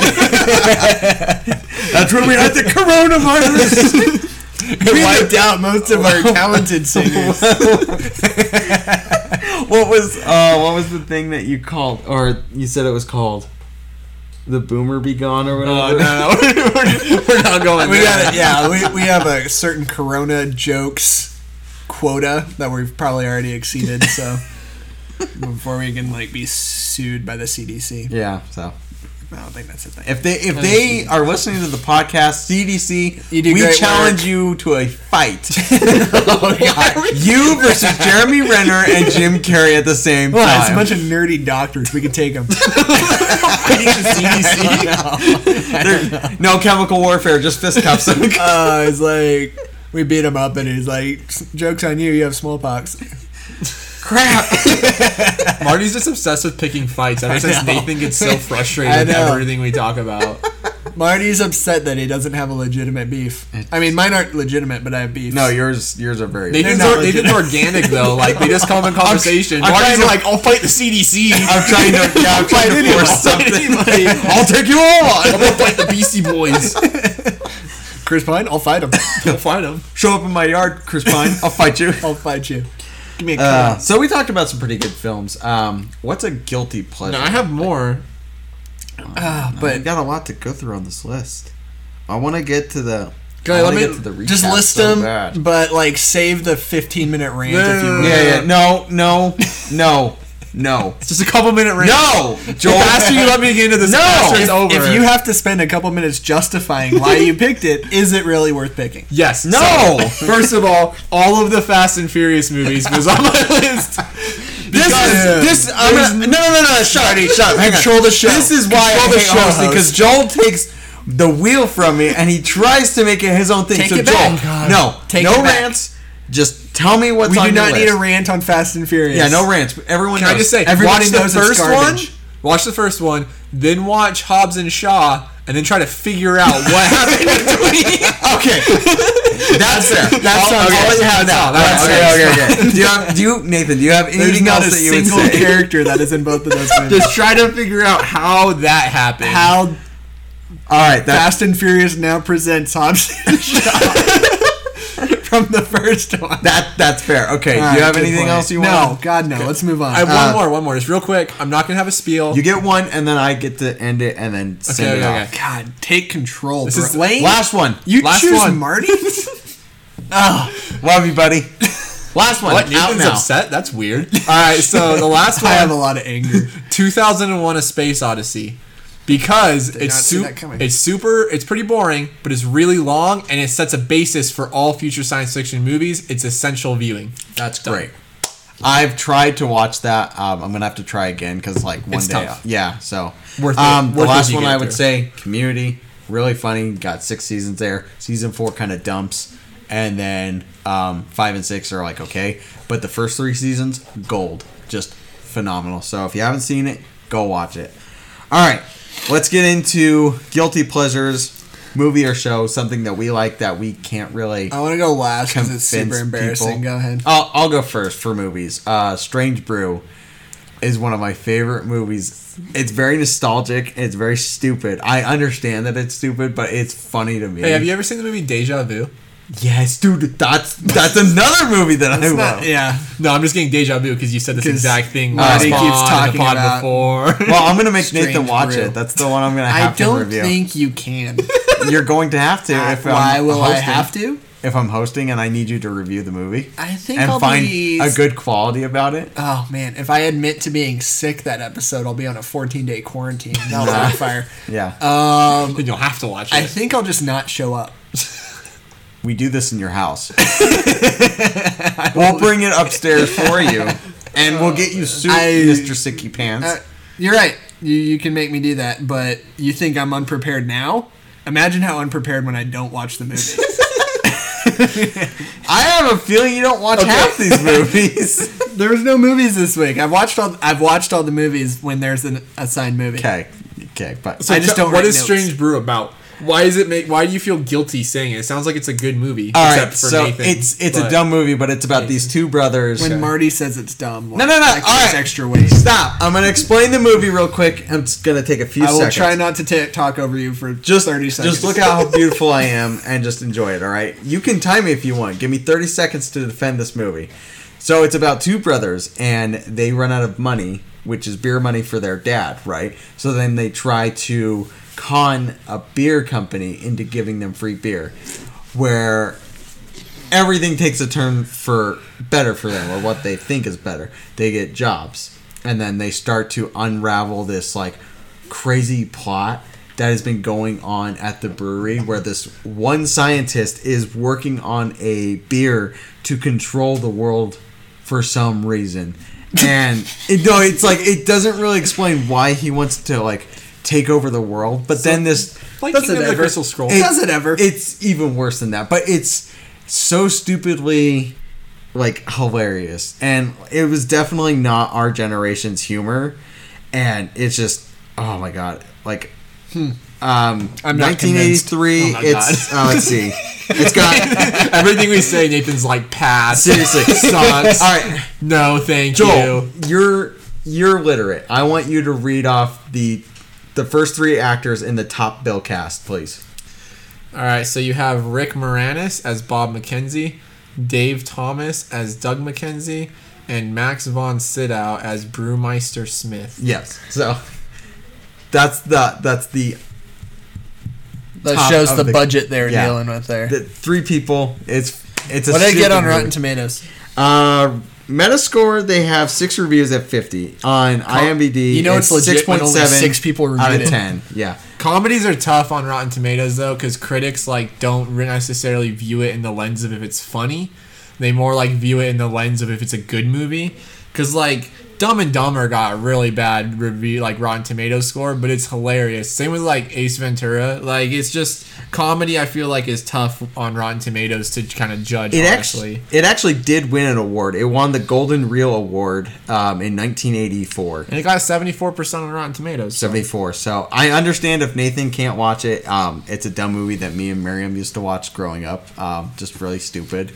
S3: That's when we had the coronavirus.
S2: it wiped out most of our talented singers.
S3: what was uh, what was the thing that you called or you said it was called? The boomer be gone or whatever.
S1: no, we're, we're not going
S2: we
S1: there.
S2: got it. Yeah, we, we have a certain Corona jokes quota that we've probably already exceeded. So before we can like be sued by the CDC,
S3: Yeah, so
S2: I don't think that's a thing.
S3: If they if they are listening to the podcast, CDC,
S1: You do
S3: we
S1: great
S3: challenge you to a fight. Oh, you versus Jeremy Renner and Jim Carrey at the same
S2: Well, it's a
S3: time.
S2: bunch of nerdy doctors. We could take them.
S3: There- no chemical warfare, just fistcuffs.
S2: uh, it's like we beat him up, and he's like, "Jokes on you. You have smallpox."
S3: Crap.
S1: Marty's just obsessed with picking fights ever since Nathan gets so frustrated
S2: I
S1: with
S2: know.
S1: everything we talk about.
S2: Marty's upset that he doesn't have a legitimate beef. I mean, mine aren't legitimate, but I have beef.
S3: No, yours yours are very.
S1: Nathan's,
S2: not
S1: or, Nathan's organic though. Like they just come in conversation.
S3: I'm
S1: Marty's
S3: trying to-
S1: like, I'll fight the CDC.
S3: I'm trying to, yeah, I'm trying to force something. I'll take you all
S1: I'm
S3: on.
S1: gonna fight the Beastie Boys.
S2: Chris Pine, I'll fight him.
S1: Go fight them.
S3: Show up in my yard, Chris Pine. I'll fight you.
S2: I'll fight you. Give me a
S3: Uh,
S2: cut.
S3: so we talked about some pretty good films. Um, what's a guilty pleasure?
S1: No, I have more.
S2: Ah,
S3: but
S2: but
S3: got a lot to go through on this list. I want to get to the.
S1: Okay,
S3: I
S1: let
S3: wanna
S1: me-
S3: get to the
S2: just
S3: recap
S2: list
S3: so
S2: them,
S3: bad.
S2: but like save the 15 minute rant
S1: No,
S2: if
S1: no,
S2: you
S1: no,
S2: want.
S3: Yeah, yeah. No, no, no, no,
S1: It's just a couple minute rant.
S3: no.
S1: The
S3: Joel,
S1: faster you let me get into this,
S3: No!
S1: no. faster it's
S2: If,
S1: over.
S2: if you have to spend a couple minutes justifying why you picked it, is it really worth picking?
S1: yes,
S3: No!
S1: So, first of all, all of the Fast and Furious movies was on my list.
S3: this
S1: Because-
S3: is this. I'm
S1: There's
S3: gonna, no, no, no, no. Shut up, shut up. Hang on.
S2: Control the show.
S3: This is why
S2: Control
S3: I
S2: the
S3: hate
S2: show,
S3: honestly
S2: host.
S3: because Joel takes the wheel from me and he tries to make it his own thing.
S2: Take
S3: so
S2: it
S3: Joel,
S2: back. God.
S3: no,
S2: Take
S3: no
S2: it back.
S3: rants. Just tell me what's
S2: We
S3: on
S2: do
S3: your
S2: not need
S3: list.
S2: a rant on Fast and Furious.
S3: Yeah, no rants. Everyone
S1: Can I
S3: knows.
S1: just say,
S2: Everybody
S1: watch the
S2: knows it's
S1: first one.
S2: garbage.
S1: Watch the first one, then watch Hobbs and Shaw, and then try to figure out what happened between.
S3: Okay, that's it.
S1: That's
S3: all,
S1: okay.
S3: all you have now.
S1: No, that's
S3: okay, okay, okay. Do you, have, do you, Nathan? Do you have
S2: There's
S3: anything
S2: not
S3: else
S2: a
S3: that you would
S2: single
S3: say?
S2: character that is in both of those movies.
S1: Just try to figure out how that happened.
S2: How
S3: All right, that,
S2: Fast and Furious now presents Hobbs and Shaw from the first one.
S3: that that's fair. Okay, do you have anything else you
S2: No,
S3: want?
S2: God no. Let's move on.
S1: I have one
S3: Uh,
S1: more, one more, just real quick. I'm not gonna have a spiel.
S3: You get one, and then I get to end it, and then send
S1: okay,
S3: it
S1: okay.
S3: off.
S2: oh, God, take control, bro.
S1: is-
S2: Lane,
S3: Last one.
S2: you
S1: last
S2: choose
S1: one.
S2: Marty.
S3: Love you, buddy. Last one.
S1: what?
S3: out
S1: Nathan's
S3: now.
S1: upset. That's weird. All right, so the last
S2: I have a
S1: one,
S2: lot of anger.
S1: 2001: A Space Odyssey, because it's
S2: not see
S1: su-
S2: that coming.
S1: it's super, it's pretty boring, but it's really long, and it sets a basis for all future science fiction movies. It's essential viewing. That's
S3: Great. I've tried to watch that. Um, I'm gonna have to try again because like one
S1: It's
S3: day,
S1: tough.
S3: yeah. So
S1: Worth it.
S3: um, the
S1: Worth it
S3: last
S1: if you
S3: one
S1: get
S3: I would
S1: through.
S3: say, Community, really funny. Got six seasons there. Season four kind of dumps, and then um, five and six are like okay, but the first three seasons, gold, just phenomenal. So if you haven't seen it, go watch it. All right, let's get into guilty pleasures, movie or show, something that we like that we can't really.
S2: I want to go last because it's super
S3: convince
S2: embarrassing.
S3: people.
S2: Go ahead.
S3: I'll, I'll go first for movies. Uh, Strange Brew is one of my favorite movies. It's very nostalgic. It's very stupid. I understand that it's stupid, but it's funny to me.
S1: Hey, have you ever seen the movie Deja Vu?
S3: yes, dude. That's that's another movie that I
S2: It's
S3: love.
S2: not- yeah,
S1: No, I'm just getting deja vu because you said this
S2: 'Cause
S1: exact thing last
S2: Marty
S1: pod,
S2: keeps
S1: keeps
S2: talking
S1: talking pod
S2: about-
S1: before.
S3: Well, I'm gonna make
S2: Strange
S3: Nathan watch
S2: Brew.
S3: it. That's the one I'm gonna
S2: I
S3: have to
S2: don't
S3: review.
S2: think you can.
S3: You're going to have to. if
S2: Why
S3: I'm
S2: will I
S3: hosting-
S2: have to?
S3: If I'm hosting and I need you to review the movie
S2: I think
S3: and
S2: I'll
S3: find
S2: be.
S3: a good quality about it.
S2: oh man, if I admit to being sick that episode, I'll be on a 14 day quarantine. That'll be on fire.
S3: Yeah,
S2: Um,
S1: then you'll have to watch it.
S2: I think I'll just not show up.
S3: We do this in your house. we'll bring it upstairs for you, and we'll get you soup,
S2: I-
S3: Mister Sicky Pants.
S2: Uh, you're right. You you can make me do that, but you think I'm unprepared now? Imagine how unprepared when I don't watch the movie.
S3: I have a feeling you don't watch half these movies.
S2: there was no movies this week. I've watched all I've watched all the movies when there's an assigned movie.
S3: okay, okay, but
S1: so
S2: I just
S1: tell-
S2: don't
S1: What
S2: write
S1: is
S2: notes.
S1: Strange Brew about? Why is it make? Why do you feel guilty saying it? It sounds like it's a good movie.
S3: all right. So it's it's a
S1: but-
S3: dumb movie, but it's about these two brothers.
S2: When Marty says it's dumb,
S3: no, no, no!
S2: that
S3: All
S2: takes
S3: right,
S2: extra weight.
S3: Stop! I'm gonna explain the movie real quick. I'm just gonna take a few
S2: I will
S3: seconds.
S2: try not to ta talk over you for
S3: just
S2: just 30 seconds.
S3: Just look at how beautiful I am and just enjoy it. All right, you can time me if you want. Give me thirty seconds to defend this movie. So it's about two brothers and they run out of money, which is beer money for their dad, right? So then they try to con a beer company into giving them free beer, where everything takes a turn for better for them or what they think is better. They get jobs and then they start to unravel this like crazy plot that has been going on at the brewery where this one scientist is working on a beer to control the world for some reason. And it, no, it's like it doesn't really explain why he wants to like take over the world, but then this
S1: Like
S2: Does it
S1: Kingdom of the
S2: ever?
S1: Crystal Scroll.
S2: It- Does ever?
S3: it's even worse than that, but it's so stupidly like hilarious, and it was definitely not our generation's humor, and it's just oh my god, like. Um,
S2: Hmm. I'm not convinced. Oh
S3: 1983.
S2: my
S3: it's uh, let's see. It's got
S1: Everything we say, Nathan's like pass.
S3: seriously
S1: Sucks.
S3: All right,
S1: No, thank
S3: Joel,
S1: you.
S3: you're you're literate. I want you to read off the the first three actors in the top bill cast, please.
S1: All right, so you have Rick Moranis as Bob McKenzie, Dave Thomas as Doug McKenzie, and Max von Sydow as Brewmeister Smith.
S3: Yes. So that's the that's the
S2: That
S3: Top
S2: shows
S3: of
S2: the,
S3: the-
S2: budget they're
S3: yeah.
S2: dealing with there.
S3: the three people. It's it's a
S2: what did I get
S3: stupid
S2: on
S3: movie.
S2: Rotten Tomatoes?
S3: Uh, Metascore they have six reviews at fifty on IMDb.
S2: you know it's legit when
S3: point
S2: only
S3: seven
S2: six people reviewed
S3: out of
S2: it.
S3: ten. Yeah.
S1: Comedies are tough on Rotten Tomatoes though, because critics like don't re- necessarily view it in the lens of if it's funny. They more like view it in the lens of if it's a good movie. Because like Dumb and Dumber got a really bad review, like Rotten Tomatoes score, but it's hilarious. Same with like Ace Ventura. Like it's just comedy. I feel like is tough on Rotten Tomatoes to kind of judge.
S3: It
S1: honestly.
S3: actually it actually did win an award. It won the Golden Reel Award um, in 1984.
S1: and it got seventy four percent on Rotten Tomatoes. so-
S3: 74. So I understand if Nathan can't watch it. Um, it's a dumb movie that me and Miriam used to watch growing up. Um, just really stupid.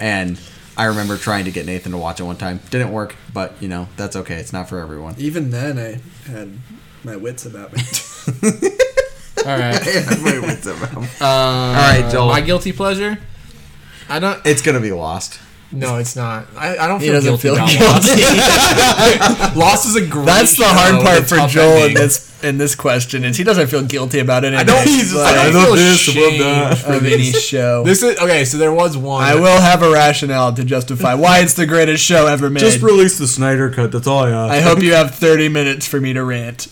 S3: And I remember trying to get Nathan to watch it one time. Didn't work, but you know, that's okay. It's not for everyone.
S2: Even then, I had my wits about me.
S1: All right.
S3: it's
S1: Uh, All
S3: right, Joel.
S1: My guilty pleasure. I don't.
S3: going to be lost.
S1: No, it's not. I, I don't
S2: He
S1: feel
S2: doesn't
S1: guilty
S2: feel
S1: about Lost. Lost is a great.
S2: That's the hard
S1: show
S2: part
S1: with a
S2: for
S1: tough
S2: Joel
S1: ending.
S2: in this in this question is he doesn't feel guilty about it.
S1: I don't.
S2: He's
S1: I don't feel
S2: like,
S3: this, I love
S1: ashamed
S3: that.
S1: for
S2: of any
S1: this.
S2: show.
S1: This is okay. So there was one.
S2: I will have a rationale to justify why it's the greatest show ever made.
S3: release the Snyder cut. That's all I ask.
S2: I hope you have 30 minutes for me to rant.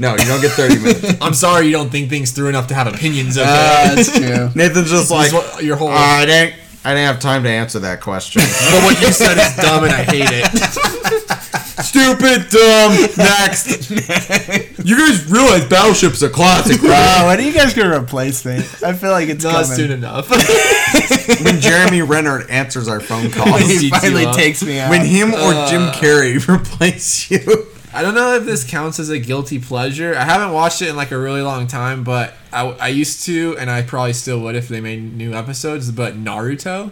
S3: No, you don't get 30 minutes.
S1: I'm sorry you don't think things through enough to have opinions. Okay.
S2: that's true.
S3: Uh, Nathan's
S1: This
S3: just like,
S1: is what your whole.
S3: I didn't. I didn't have time to answer that question.
S1: but what you said is dumb, and I hate it.
S3: Stupid, dumb. Next. you guys realize Battleship's a classic, right?
S2: Uh, when are you guys gonna replace me? I feel like it's
S1: Not soon enough.
S3: when Jeremy Renner answers our phone
S1: When
S3: calls.
S1: he finally takes Uh.
S2: me
S3: when him or Jim Carrey replace you.
S1: I don't know if this counts as a guilty pleasure. I haven't watched it in like a really long time, but I, I used to, and I probably still would if they made new episodes. But Naruto,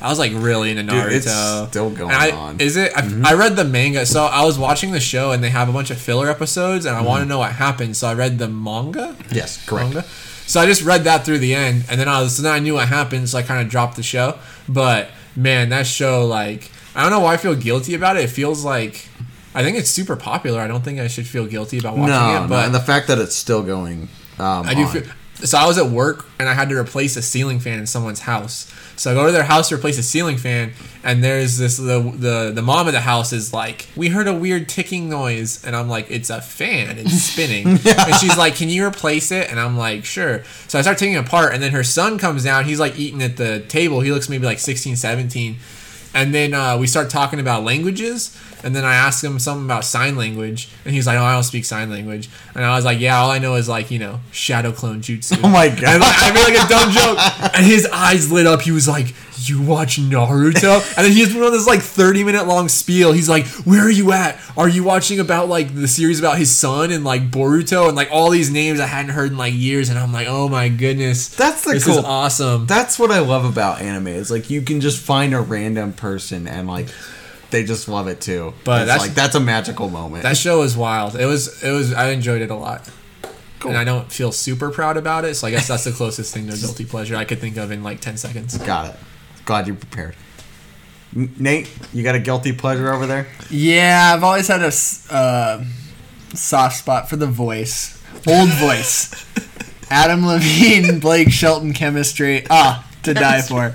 S1: I was like really into Naruto.
S3: Dude, it's still going
S1: And I,
S3: on. Mm-hmm.
S1: Is it? I, I read the manga, so I was watching the show, and they have a bunch of filler episodes, and I want to
S3: Mm-hmm.
S1: know what happened, so I read the manga.
S3: Yes,
S1: Manga. So I just read that through the end, and then I was, so then I knew what happened, so I kind of dropped the show. But man, that show, like, I don't know why I feel guilty about it. It feels like, I think it's super popular. I don't think I should feel guilty about watching
S3: No,
S1: it,
S3: no,
S1: but
S3: and the fact that it's still going. Um,
S1: I do
S3: on.
S1: feel. So I was at work and I had to replace a ceiling fan in someone's house. So I go to their house to replace a ceiling fan, and there's this the the the mom of the house is like, "We heard a weird ticking noise," and I'm like, "It's a fan. It's spinning." And she's like, "Can you replace it?" And I'm like, "Sure." So I start taking it apart, and then her son comes down. He's like eating at the table. He looks maybe like 16, 17. And then uh, we start talking about languages, and then I ask him something about sign language, and he's like, "Oh, I don't speak sign language." And I was like, "Yeah, all I know is like you know shadow clone jutsu."
S3: Oh my God.
S1: And, like, I made like a dumb joke, and his eyes lit up. He was like, "You watch Naruto?" And then he just went on this like thirty minute long spiel. He's like, "Where are you at? Are you watching about like the series about his son and like Boruto and like all these names I hadn't heard in like years?" And I'm like, "Oh my goodness,
S3: That's the
S1: this is
S3: cool-
S1: awesome."
S3: That's what I love about anime. It's like you can just find a random person and like they just love it too.
S1: But
S3: It's
S1: that's-
S3: like that's a magical moment.
S1: That show was wild. It was it was I enjoyed it a lot. And I don't feel super proud about it, so I guess that's the closest thing to guilty pleasure I could think of in like ten seconds.
S3: Got it. Glad you prepared. N- Nate, you got a guilty pleasure over there?
S2: Yeah, I've always had a s- uh, soft spot for the voice, old voice. Adam Levine, Blake Shelton chemistry, ah, to die for.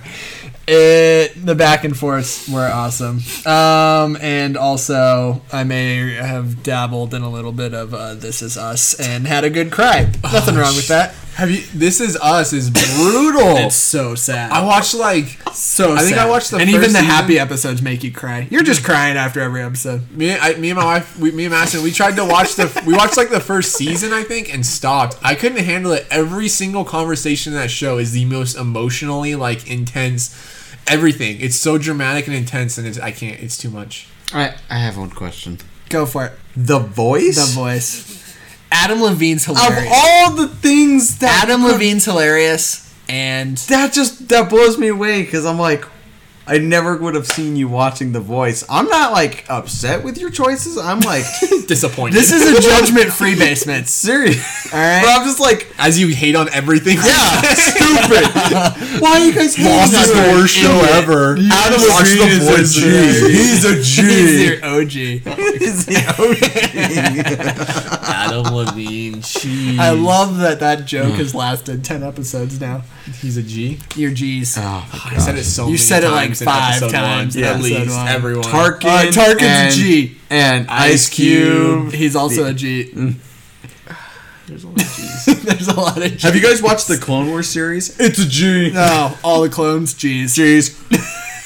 S2: It, the back and forths were awesome. Um, and also, I may have dabbled in a little bit of uh, This Is Us and had a good cry.
S1: Oh,
S2: Nothing wrong with that.
S1: Have you? This is us is brutal.
S2: It's so sad.
S1: I watched like
S2: so
S1: I think
S2: sad.
S1: I watched the
S2: and
S1: first
S2: even the
S1: season.
S2: happy episodes make you cry. You're just crying after every episode.
S1: me, I, me and my wife, we, me and Madison, we tried to watch the, we watched like the first season, I think, and stopped. I couldn't handle it. Every single conversation in that show is the most emotionally like intense. Everything. It's so dramatic and intense, and it's I can't. It's too much.
S3: I, I have one question.
S2: Go for it.
S3: The voice?
S2: The voice. Adam Levine's
S3: Of
S2: hilarious.
S3: all the things that
S2: Adam Levine's hilarious, and
S3: that just that blows me away because I'm like, I never would have seen you watching The Voice. I'm not like upset with your choices. I'm like
S1: Disappointed.
S2: this is a judgment-free basement.
S3: serious.
S2: All right.
S3: But I'm just like,
S1: as you hate on everything.
S3: yeah, stupid. Why are you guys hating
S1: Lost
S3: on
S1: is
S3: her?
S1: the worst show
S2: idiot.
S1: ever.
S3: Adam
S1: Watch
S3: Levine
S1: The
S3: is
S1: Voice.
S3: a G.
S1: He's a
S2: He's
S1: G.
S2: your OG.
S3: Is the OG.
S1: Adam Levine. Jeez.
S2: I love that that joke has lasted ten episodes now.
S1: He's a G.
S2: Your G's.
S3: Oh, my
S1: I said it so.
S2: You
S1: many
S2: said it, like,
S1: times in
S2: five
S1: episode
S2: times
S1: One,
S2: in
S1: at
S2: episode
S1: least
S2: one.
S1: everyone.
S3: Tarkin.
S2: Uh, Tarkin's a
S3: and,
S2: G.
S3: And Ice Cube.
S2: He's also a G. There's a lot of G's.
S3: Have you guys watched the Clone Wars series? It's a G.
S2: No, all the clones G's.
S3: G's.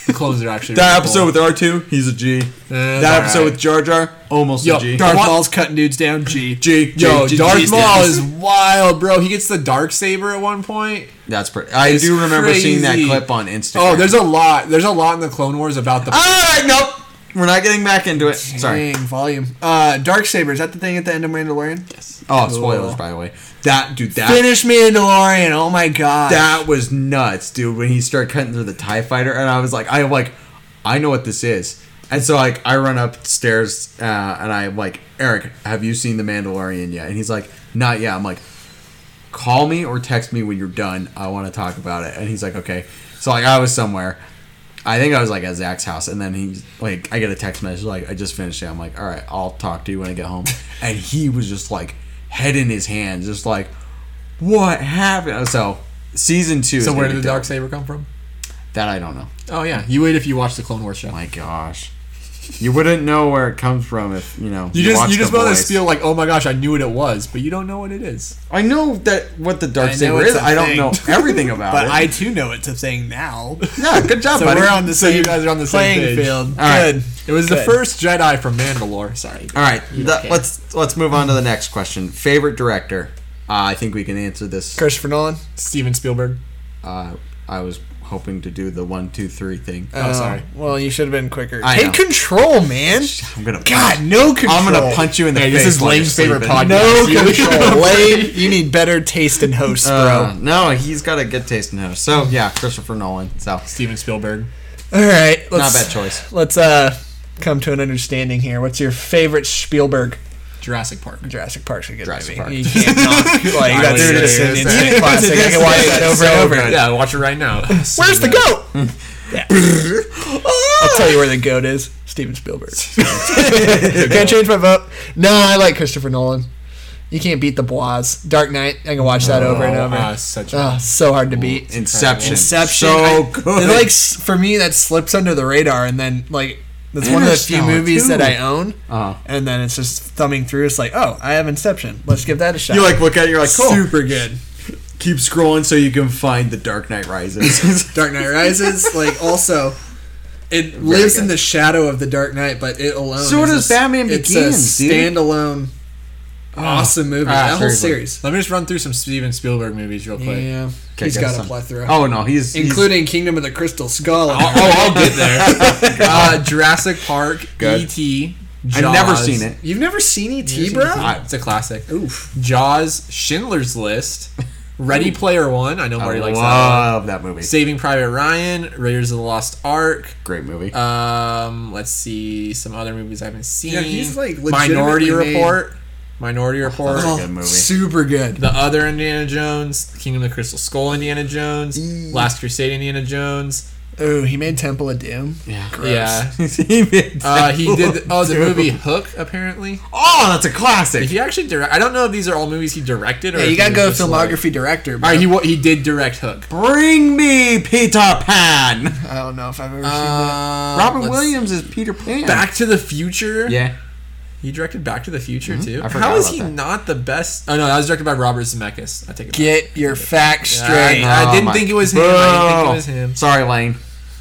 S1: the clones are actually
S3: That
S1: really
S3: episode
S1: cool.
S3: with R2, he's a G.
S1: Eh,
S3: that
S1: alright.
S3: episode with Jar Jar, almost
S1: Yo,
S3: a G.
S2: Darth
S1: What?
S2: Maul's cutting dudes down. G.
S3: G.
S1: Yo,
S3: G, G,
S1: Darth
S3: G's.
S1: Maul is wild, bro. He gets the dark saber at one point.
S3: That's pretty. I
S1: It's
S3: do remember seeing that
S1: crazy.
S3: clip on Instagram.
S1: Oh, there's a lot. There's a lot in the Clone Wars about the.
S3: All right, nope. We're not getting back into it. Sorry.
S2: Dang, volume. Uh, Dark Saber, is that the thing at the end of Mandalorian?
S3: Oh,
S2: Cool.
S3: spoilers, by the way. That dude, that
S2: Finish Mandalorian. Oh my god.
S3: that was nuts, dude. When he started cutting through the Tie Fighter, and I was like, I like, I know what this is. And so like, I run upstairs uh, and I'm like, Eric, have you seen the Mandalorian yet? And he's like, Not yet. I'm like, Call me or text me when you're done. I want to talk about it. And he's like, Okay. So like, I was somewhere. I think I was like at Zach's house, and then he's like, I get a text message like, I just finished it. I'm like, all right, I'll talk to you when I get home. And he was just like, head in his hands, just like, what happened? So season two.
S1: so
S3: is
S1: where
S3: gonna
S1: did
S3: be
S1: the dark
S3: dope.
S1: saber come from?
S3: That I don't know.
S1: Oh yeah, you wait if you watch the Clone Wars show.
S3: My gosh, you wouldn't know where it comes from if you know.
S1: You just
S3: watch
S1: you
S3: The
S1: just want to
S3: Voice.
S1: feel like oh my gosh I knew what it was but you don't know what it is.
S3: I know that what the dark
S2: I know
S3: saber
S2: it's
S3: is.
S2: a
S3: I don't
S2: thing.
S3: know everything about
S2: but
S3: it.
S2: I too know it's a thing now.
S3: yeah, good job,
S2: So
S3: buddy.
S2: we're on the
S1: So
S2: same
S1: you guys are on the same
S2: playing
S1: page.
S2: field.
S3: All right.
S2: Good.
S1: It was the
S2: Good.
S1: first Jedi from Mandalore. Sorry.
S3: All right, th-
S1: okay?
S3: let's let's move on to the next question. Favorite director? Uh, I think we can answer this.
S2: Christopher Nolan.
S1: Steven Spielberg.
S3: Uh, I was hoping to do the one, two, three thing. Uh,
S1: Oh, sorry.
S2: Uh, Well, you should have been quicker.
S3: I
S2: Take
S3: know.
S2: control, man.
S3: I'm gonna.
S2: God, no control.
S3: I'm gonna punch you in the
S1: Hey,
S3: face.
S1: this is
S3: while you're
S1: Lane's favorite
S3: sleeping.
S1: podcast.
S2: No
S1: You-
S2: control, Lane. You need better taste in hosts,
S3: Uh,
S2: bro.
S3: no, he's got a good taste in house. So yeah, Christopher Nolan. So
S1: Steven Spielberg.
S2: All right, let's,
S3: not a bad choice.
S2: Let's uh come to an understanding here. What's your favorite Spielberg?
S1: Jurassic Park.
S2: Jurassic Park's a good
S3: Jurassic
S2: movie.
S3: Park.
S2: You can't knock like that's
S1: Dude, it's-
S2: an
S1: it's-
S2: instant
S1: it's-
S2: classic. I can watch that over and over.
S1: Yeah, I'll watch it right now. So
S2: Where's the
S1: good.
S2: goat? Yeah. I'll tell you where the goat is. Steven Spielberg. Can't change my vote. No, I like Christopher Nolan. You can't beat the Bois. Dark Knight. I can watch that over and
S1: Oh,
S2: over.
S1: uh, such a
S2: oh, so hard to beat.
S3: Inception.
S2: Inception.
S3: So
S2: I-
S3: good.
S2: It, like s- for me, that slips under the radar, and then like that's one of the few
S3: Interstellar,
S2: movies
S3: too.
S2: that I own.
S3: Uh-huh.
S2: And then it's just thumbing through. It's like, oh, I have Inception. Let's give that a shot.
S3: you like look at it, you're like cool.
S2: super good.
S3: Keep scrolling so you can find the Dark Knight Rises.
S2: Dark Knight Rises, like also, it lives in
S3: good.
S2: the shadow of the Dark Knight, but it alone.
S3: So
S2: is a s-
S3: does Batman
S2: it's
S3: Begins,
S2: a
S3: dude.
S2: standalone, awesome movie.
S3: Ah,
S2: that whole
S3: very good.
S2: series.
S1: Let me just run through some Steven Spielberg movies real quick.
S2: Yeah,
S3: Okay,
S2: he's
S3: got
S2: got a
S3: some.
S2: plethora,
S3: oh no, he's he's-
S2: including Kingdom of the Crystal Skull.
S1: Oh, I'll get there. uh, Jurassic Park,
S3: Good.
S1: E.T., Jaws.
S3: I've never seen it.
S2: You've never seen ET,
S3: E
S1: You've
S2: bro?
S3: Ah,
S1: seen it? It's a classic.
S2: Oof.
S1: Jaws, Schindler's List, Ready Player One. I know
S3: I
S1: Marty likes that.
S3: love that movie.
S1: One. Saving Private Ryan, Raiders of the Lost Ark.
S3: Great movie.
S1: Um, let's see some other movies I haven't seen.
S2: Yeah, he's, like,
S1: Minority
S2: legitimately made-
S1: Report. Minority Report.
S3: that's a good movie.
S2: Oh, Super good.
S1: The
S2: E.
S1: other Indiana Jones, Kingdom of the Crystal Skull Indiana Jones, Last Crusade Indiana Jones,
S2: Ooh, he made Temple of Doom.
S3: Yeah.
S2: Gross.
S1: Yeah.
S3: he did.
S1: Uh, he did. Oh, the
S3: Dude.
S1: movie Hook. Apparently,
S3: Oh, that's a classic.
S1: did he actually direct? I don't know if these are all movies he directed. Or
S2: Yeah,
S1: if
S2: you
S1: he
S2: gotta
S1: was
S2: go
S1: just like-
S2: filmography director.
S1: All
S2: But
S1: right, he wa- he did direct Hook.
S3: Bring me Peter Pan.
S2: I don't know if I've ever
S1: Uh,
S3: Robert
S1: let's-
S3: Williams is Peter Pan.
S1: Back to the Future.
S3: Yeah. Mm-hmm.
S1: He directed Back to the Future too.
S3: I forgot
S1: How is
S3: about
S1: he
S3: that.
S1: not the best? Oh no, that was directed by Robert Zemeckis. I take it.
S2: seen it. Get your facts
S1: back.
S2: straight.
S1: I, I
S3: Oh,
S1: didn't
S3: my-
S1: think it was him. I didn't think it
S3: Bro.
S1: was him.
S3: Sorry, Lane.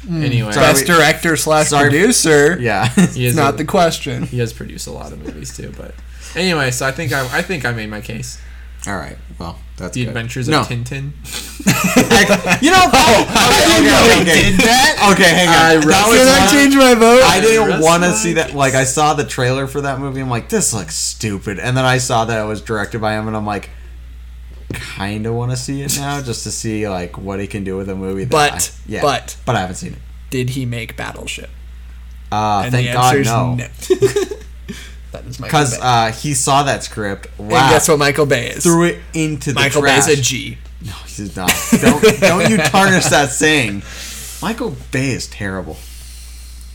S2: Hmm.
S1: Anyway,
S3: Sorry.
S2: Best director slash
S3: Sorry.
S2: producer.
S3: Yeah.
S1: he is
S2: It's
S1: a-
S2: not the question.
S1: He has produced a lot of movies too, but anyway, so I think I, I think I made my case.
S3: All right. Well, that's
S1: The
S3: good.
S1: Adventures
S3: No.
S1: of Tintin.
S3: I- you know,
S2: I
S3: I, okay, okay,
S2: didn't know
S3: okay.
S2: he did that.
S3: Okay, hang on.
S1: I
S3: That
S1: read-
S3: was
S2: Did I
S3: not-
S2: change my vote?
S3: I didn't
S1: Rest
S3: want to
S1: my
S3: see that. Like, I saw the trailer for that movie. I'm like, this looks stupid. And then I saw that it was directed by him, and I'm like, kind of want to see it now just to see like what he can do with a movie. That
S2: But-
S3: I, yeah,
S2: but-
S3: but I haven't seen it.
S2: Did he make Battleship?
S3: Uh,
S2: And
S3: thank
S2: the
S3: God,
S2: answer's
S3: no,
S2: that is Michael
S3: because
S2: Bay.
S3: uh, he saw that script.
S2: and
S3: Wow.
S2: guess what Michael Bay is?
S3: Threw it into the
S2: Michael Bay
S3: trash.
S2: is a G.
S3: No, he's not. Don't, don't you tarnish that saying. Michael Bay is terrible.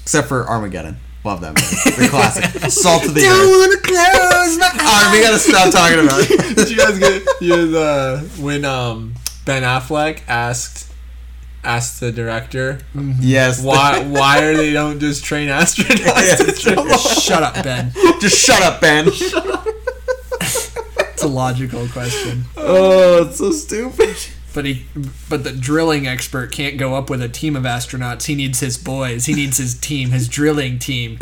S3: Except for Armageddon. Love that movie. The classic. Salt of the earth.
S2: wanna close my
S3: Alright, we gotta stop talking about it.
S1: Did you guys get you guys, uh, when um, Ben Affleck asked asked the director
S3: Yes.
S1: why why are they don't just train astronauts? to travel?
S2: Shut up, Ben.
S3: Just shut up, Ben.
S2: It's a logical question.
S3: oh, it's so stupid.
S2: But he, but the drilling expert can't go up with a team of astronauts. He needs his boys. He needs his team, his drilling team.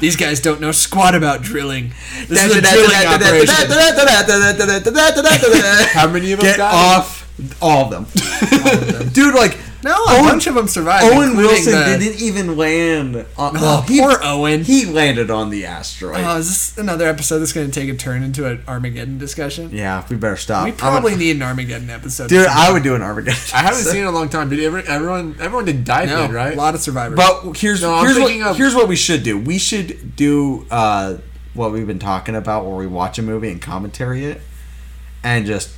S2: These guys don't know squat about drilling. This is a drilling operation.
S1: How many of them
S3: Get
S1: got
S3: off all of them. Dude, like
S2: No, a
S3: Owen-
S2: bunch of them survived.
S3: Owen
S2: including
S3: Wilson
S2: the-
S3: didn't even land on
S2: Oh,
S3: he-
S2: poor Owen.
S3: He landed on the asteroid.
S2: Oh, is this another episode that's going to take a turn into an Armageddon discussion?
S3: Yeah, we better stop.
S2: We
S3: I'm
S2: probably
S3: a-
S2: need an Armageddon episode.
S3: dude, I would do an Armageddon.
S1: I haven't seen it in a long time, but every, everyone everyone did dive
S2: no,
S1: in, right?
S2: A lot of survivors.
S3: But here's
S1: No, I'm
S3: here's what
S1: thinking of-
S3: here's what we should do. We should do uh, what we've been talking about, where we watch a movie and commentary it, and just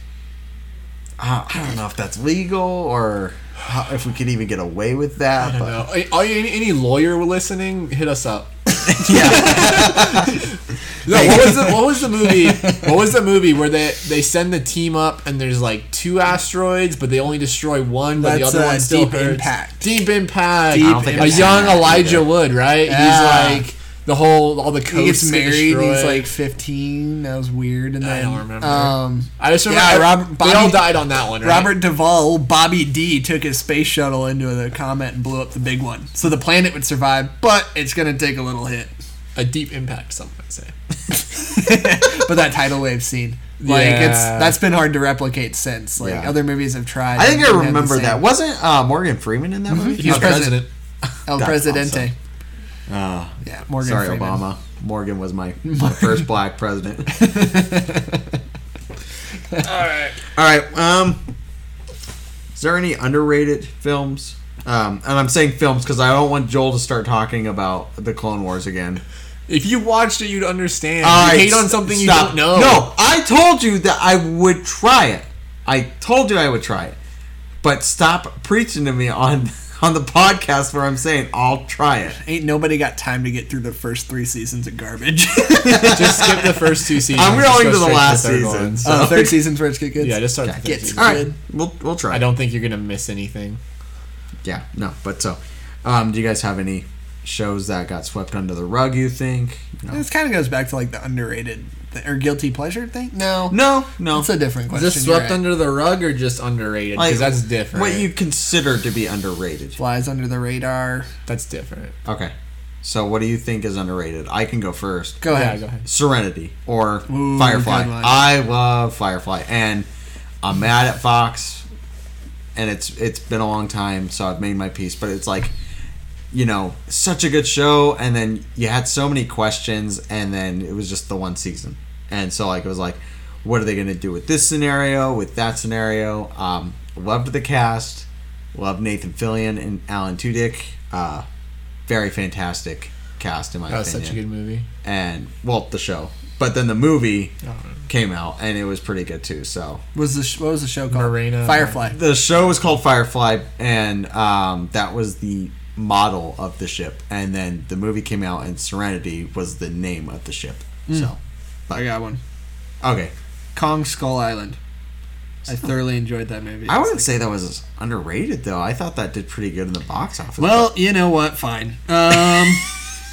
S3: uh, I don't know if that's legal or how, if we could even get away with that. But
S1: No. All you, any, any lawyer listening, hit us up. yeah. no, what was the what was the movie? What was the movie where they they send the team up and there's like two asteroids, but they only destroy one, but
S2: That's,
S1: the other
S2: uh,
S1: one still
S2: Deep
S1: hurts.
S2: Impact.
S1: Deep impact.
S2: Deep I
S3: don't think
S1: a
S3: I've seen
S1: young
S3: that
S1: Elijah
S3: either.
S1: Wood, right?
S2: Yeah.
S1: He's like the whole all the coasts
S2: he gets
S1: get
S2: married. and He's
S1: destroyed.
S2: like 15. That was weird. And
S1: I
S2: then,
S1: don't remember.
S2: Um,
S1: I just remember
S2: Yeah, Robert-
S1: they all
S2: Bobby-
S1: died on that one. Right?
S2: Robert Duvall, Bobby D, took his space shuttle into the comet and blew up the big one. So the planet would survive, but it's going to take a little hit.
S1: a deep impact. Some might say.
S2: But that tidal wave scene, like it's
S1: Yeah.
S2: that's been hard to replicate since. Like
S3: Yeah.
S2: other movies have tried.
S3: I think
S2: and didn't
S3: I
S2: have the
S3: remember
S2: same. Mm-hmm.
S3: that. Wasn't uh, Morgan Freeman in that movie?
S1: He was
S2: Okay.
S1: president.
S2: El
S3: That's
S2: Presidente.
S3: awesome. Uh,
S2: Yeah, Morgan
S3: sorry,
S2: Freeman.
S3: Obama. Morgan was my, my first black president. All right. All right. Um, is there any underrated films? Um, and I'm saying films because I don't want Joel to start talking about the Clone Wars again.
S1: If you watched it, you'd understand.
S3: All
S1: you
S3: right,
S1: hate on
S3: s-
S1: something you
S3: stop.
S1: don't know.
S3: No, I told you that I would try it. I told you I would try it. But stop preaching to me on on the podcast where I'm saying I'll try it.
S2: Ain't nobody got time to get through the first three seasons of garbage.
S1: just skip the first two seasons.
S3: I'm
S1: Just
S3: going
S1: go
S3: to the
S1: straight
S3: last
S1: third
S3: season,
S1: one.
S3: so-
S2: Oh, third season's where it's good.
S1: yeah, just start. the third
S2: Get
S1: season.
S3: All right,
S2: Good.
S3: we'll we'll try.
S1: I don't think you're gonna miss anything.
S3: Yeah, no, but so, um, do you guys have any shows that got swept under the rug? You think? No,
S2: This kind of goes back to like the underrated th- or guilty pleasure thing. No,
S3: no, no.
S2: that's a different
S1: Is
S2: question.
S1: this
S2: you're
S1: swept
S2: right.
S1: under the rug or just underrated? Because
S3: Like,
S1: that's different.
S3: What you consider to be underrated?
S2: flies under the radar.
S1: that's different.
S3: Okay, so what do you think is underrated? I can go first.
S2: Go
S1: yeah,
S2: ahead.
S1: go ahead.
S3: Serenity or
S2: Ooh,
S3: Firefly.
S2: good one.
S3: I love Firefly, and I'm mad at Fox, and it's it's been a long time, so I've made my peace. But it's like, you know, such a good show, and then you had so many questions, and then it was just the one season, and so like it was like, what are they gonna do with this scenario, with that scenario? Um, loved the cast, loved Nathan Fillion and Alan Tudyk. Uh, very fantastic cast in my
S1: That was
S3: opinion
S1: such a good movie.
S3: and well the show But then the movie came out and it was pretty good too. So
S2: Was the sh- what was the show called?
S1: Marina.
S2: Firefly.
S3: the show was called Firefly, and um, that was the model of the ship. And then the movie came out, and Serenity was the name of the ship. So
S2: I got one.
S3: okay,
S2: Kong Skull Island. I thoroughly enjoyed that movie.
S3: I wouldn't say that was underrated though. I thought that did pretty good in the box office.
S2: Well, you know what? Fine. Um,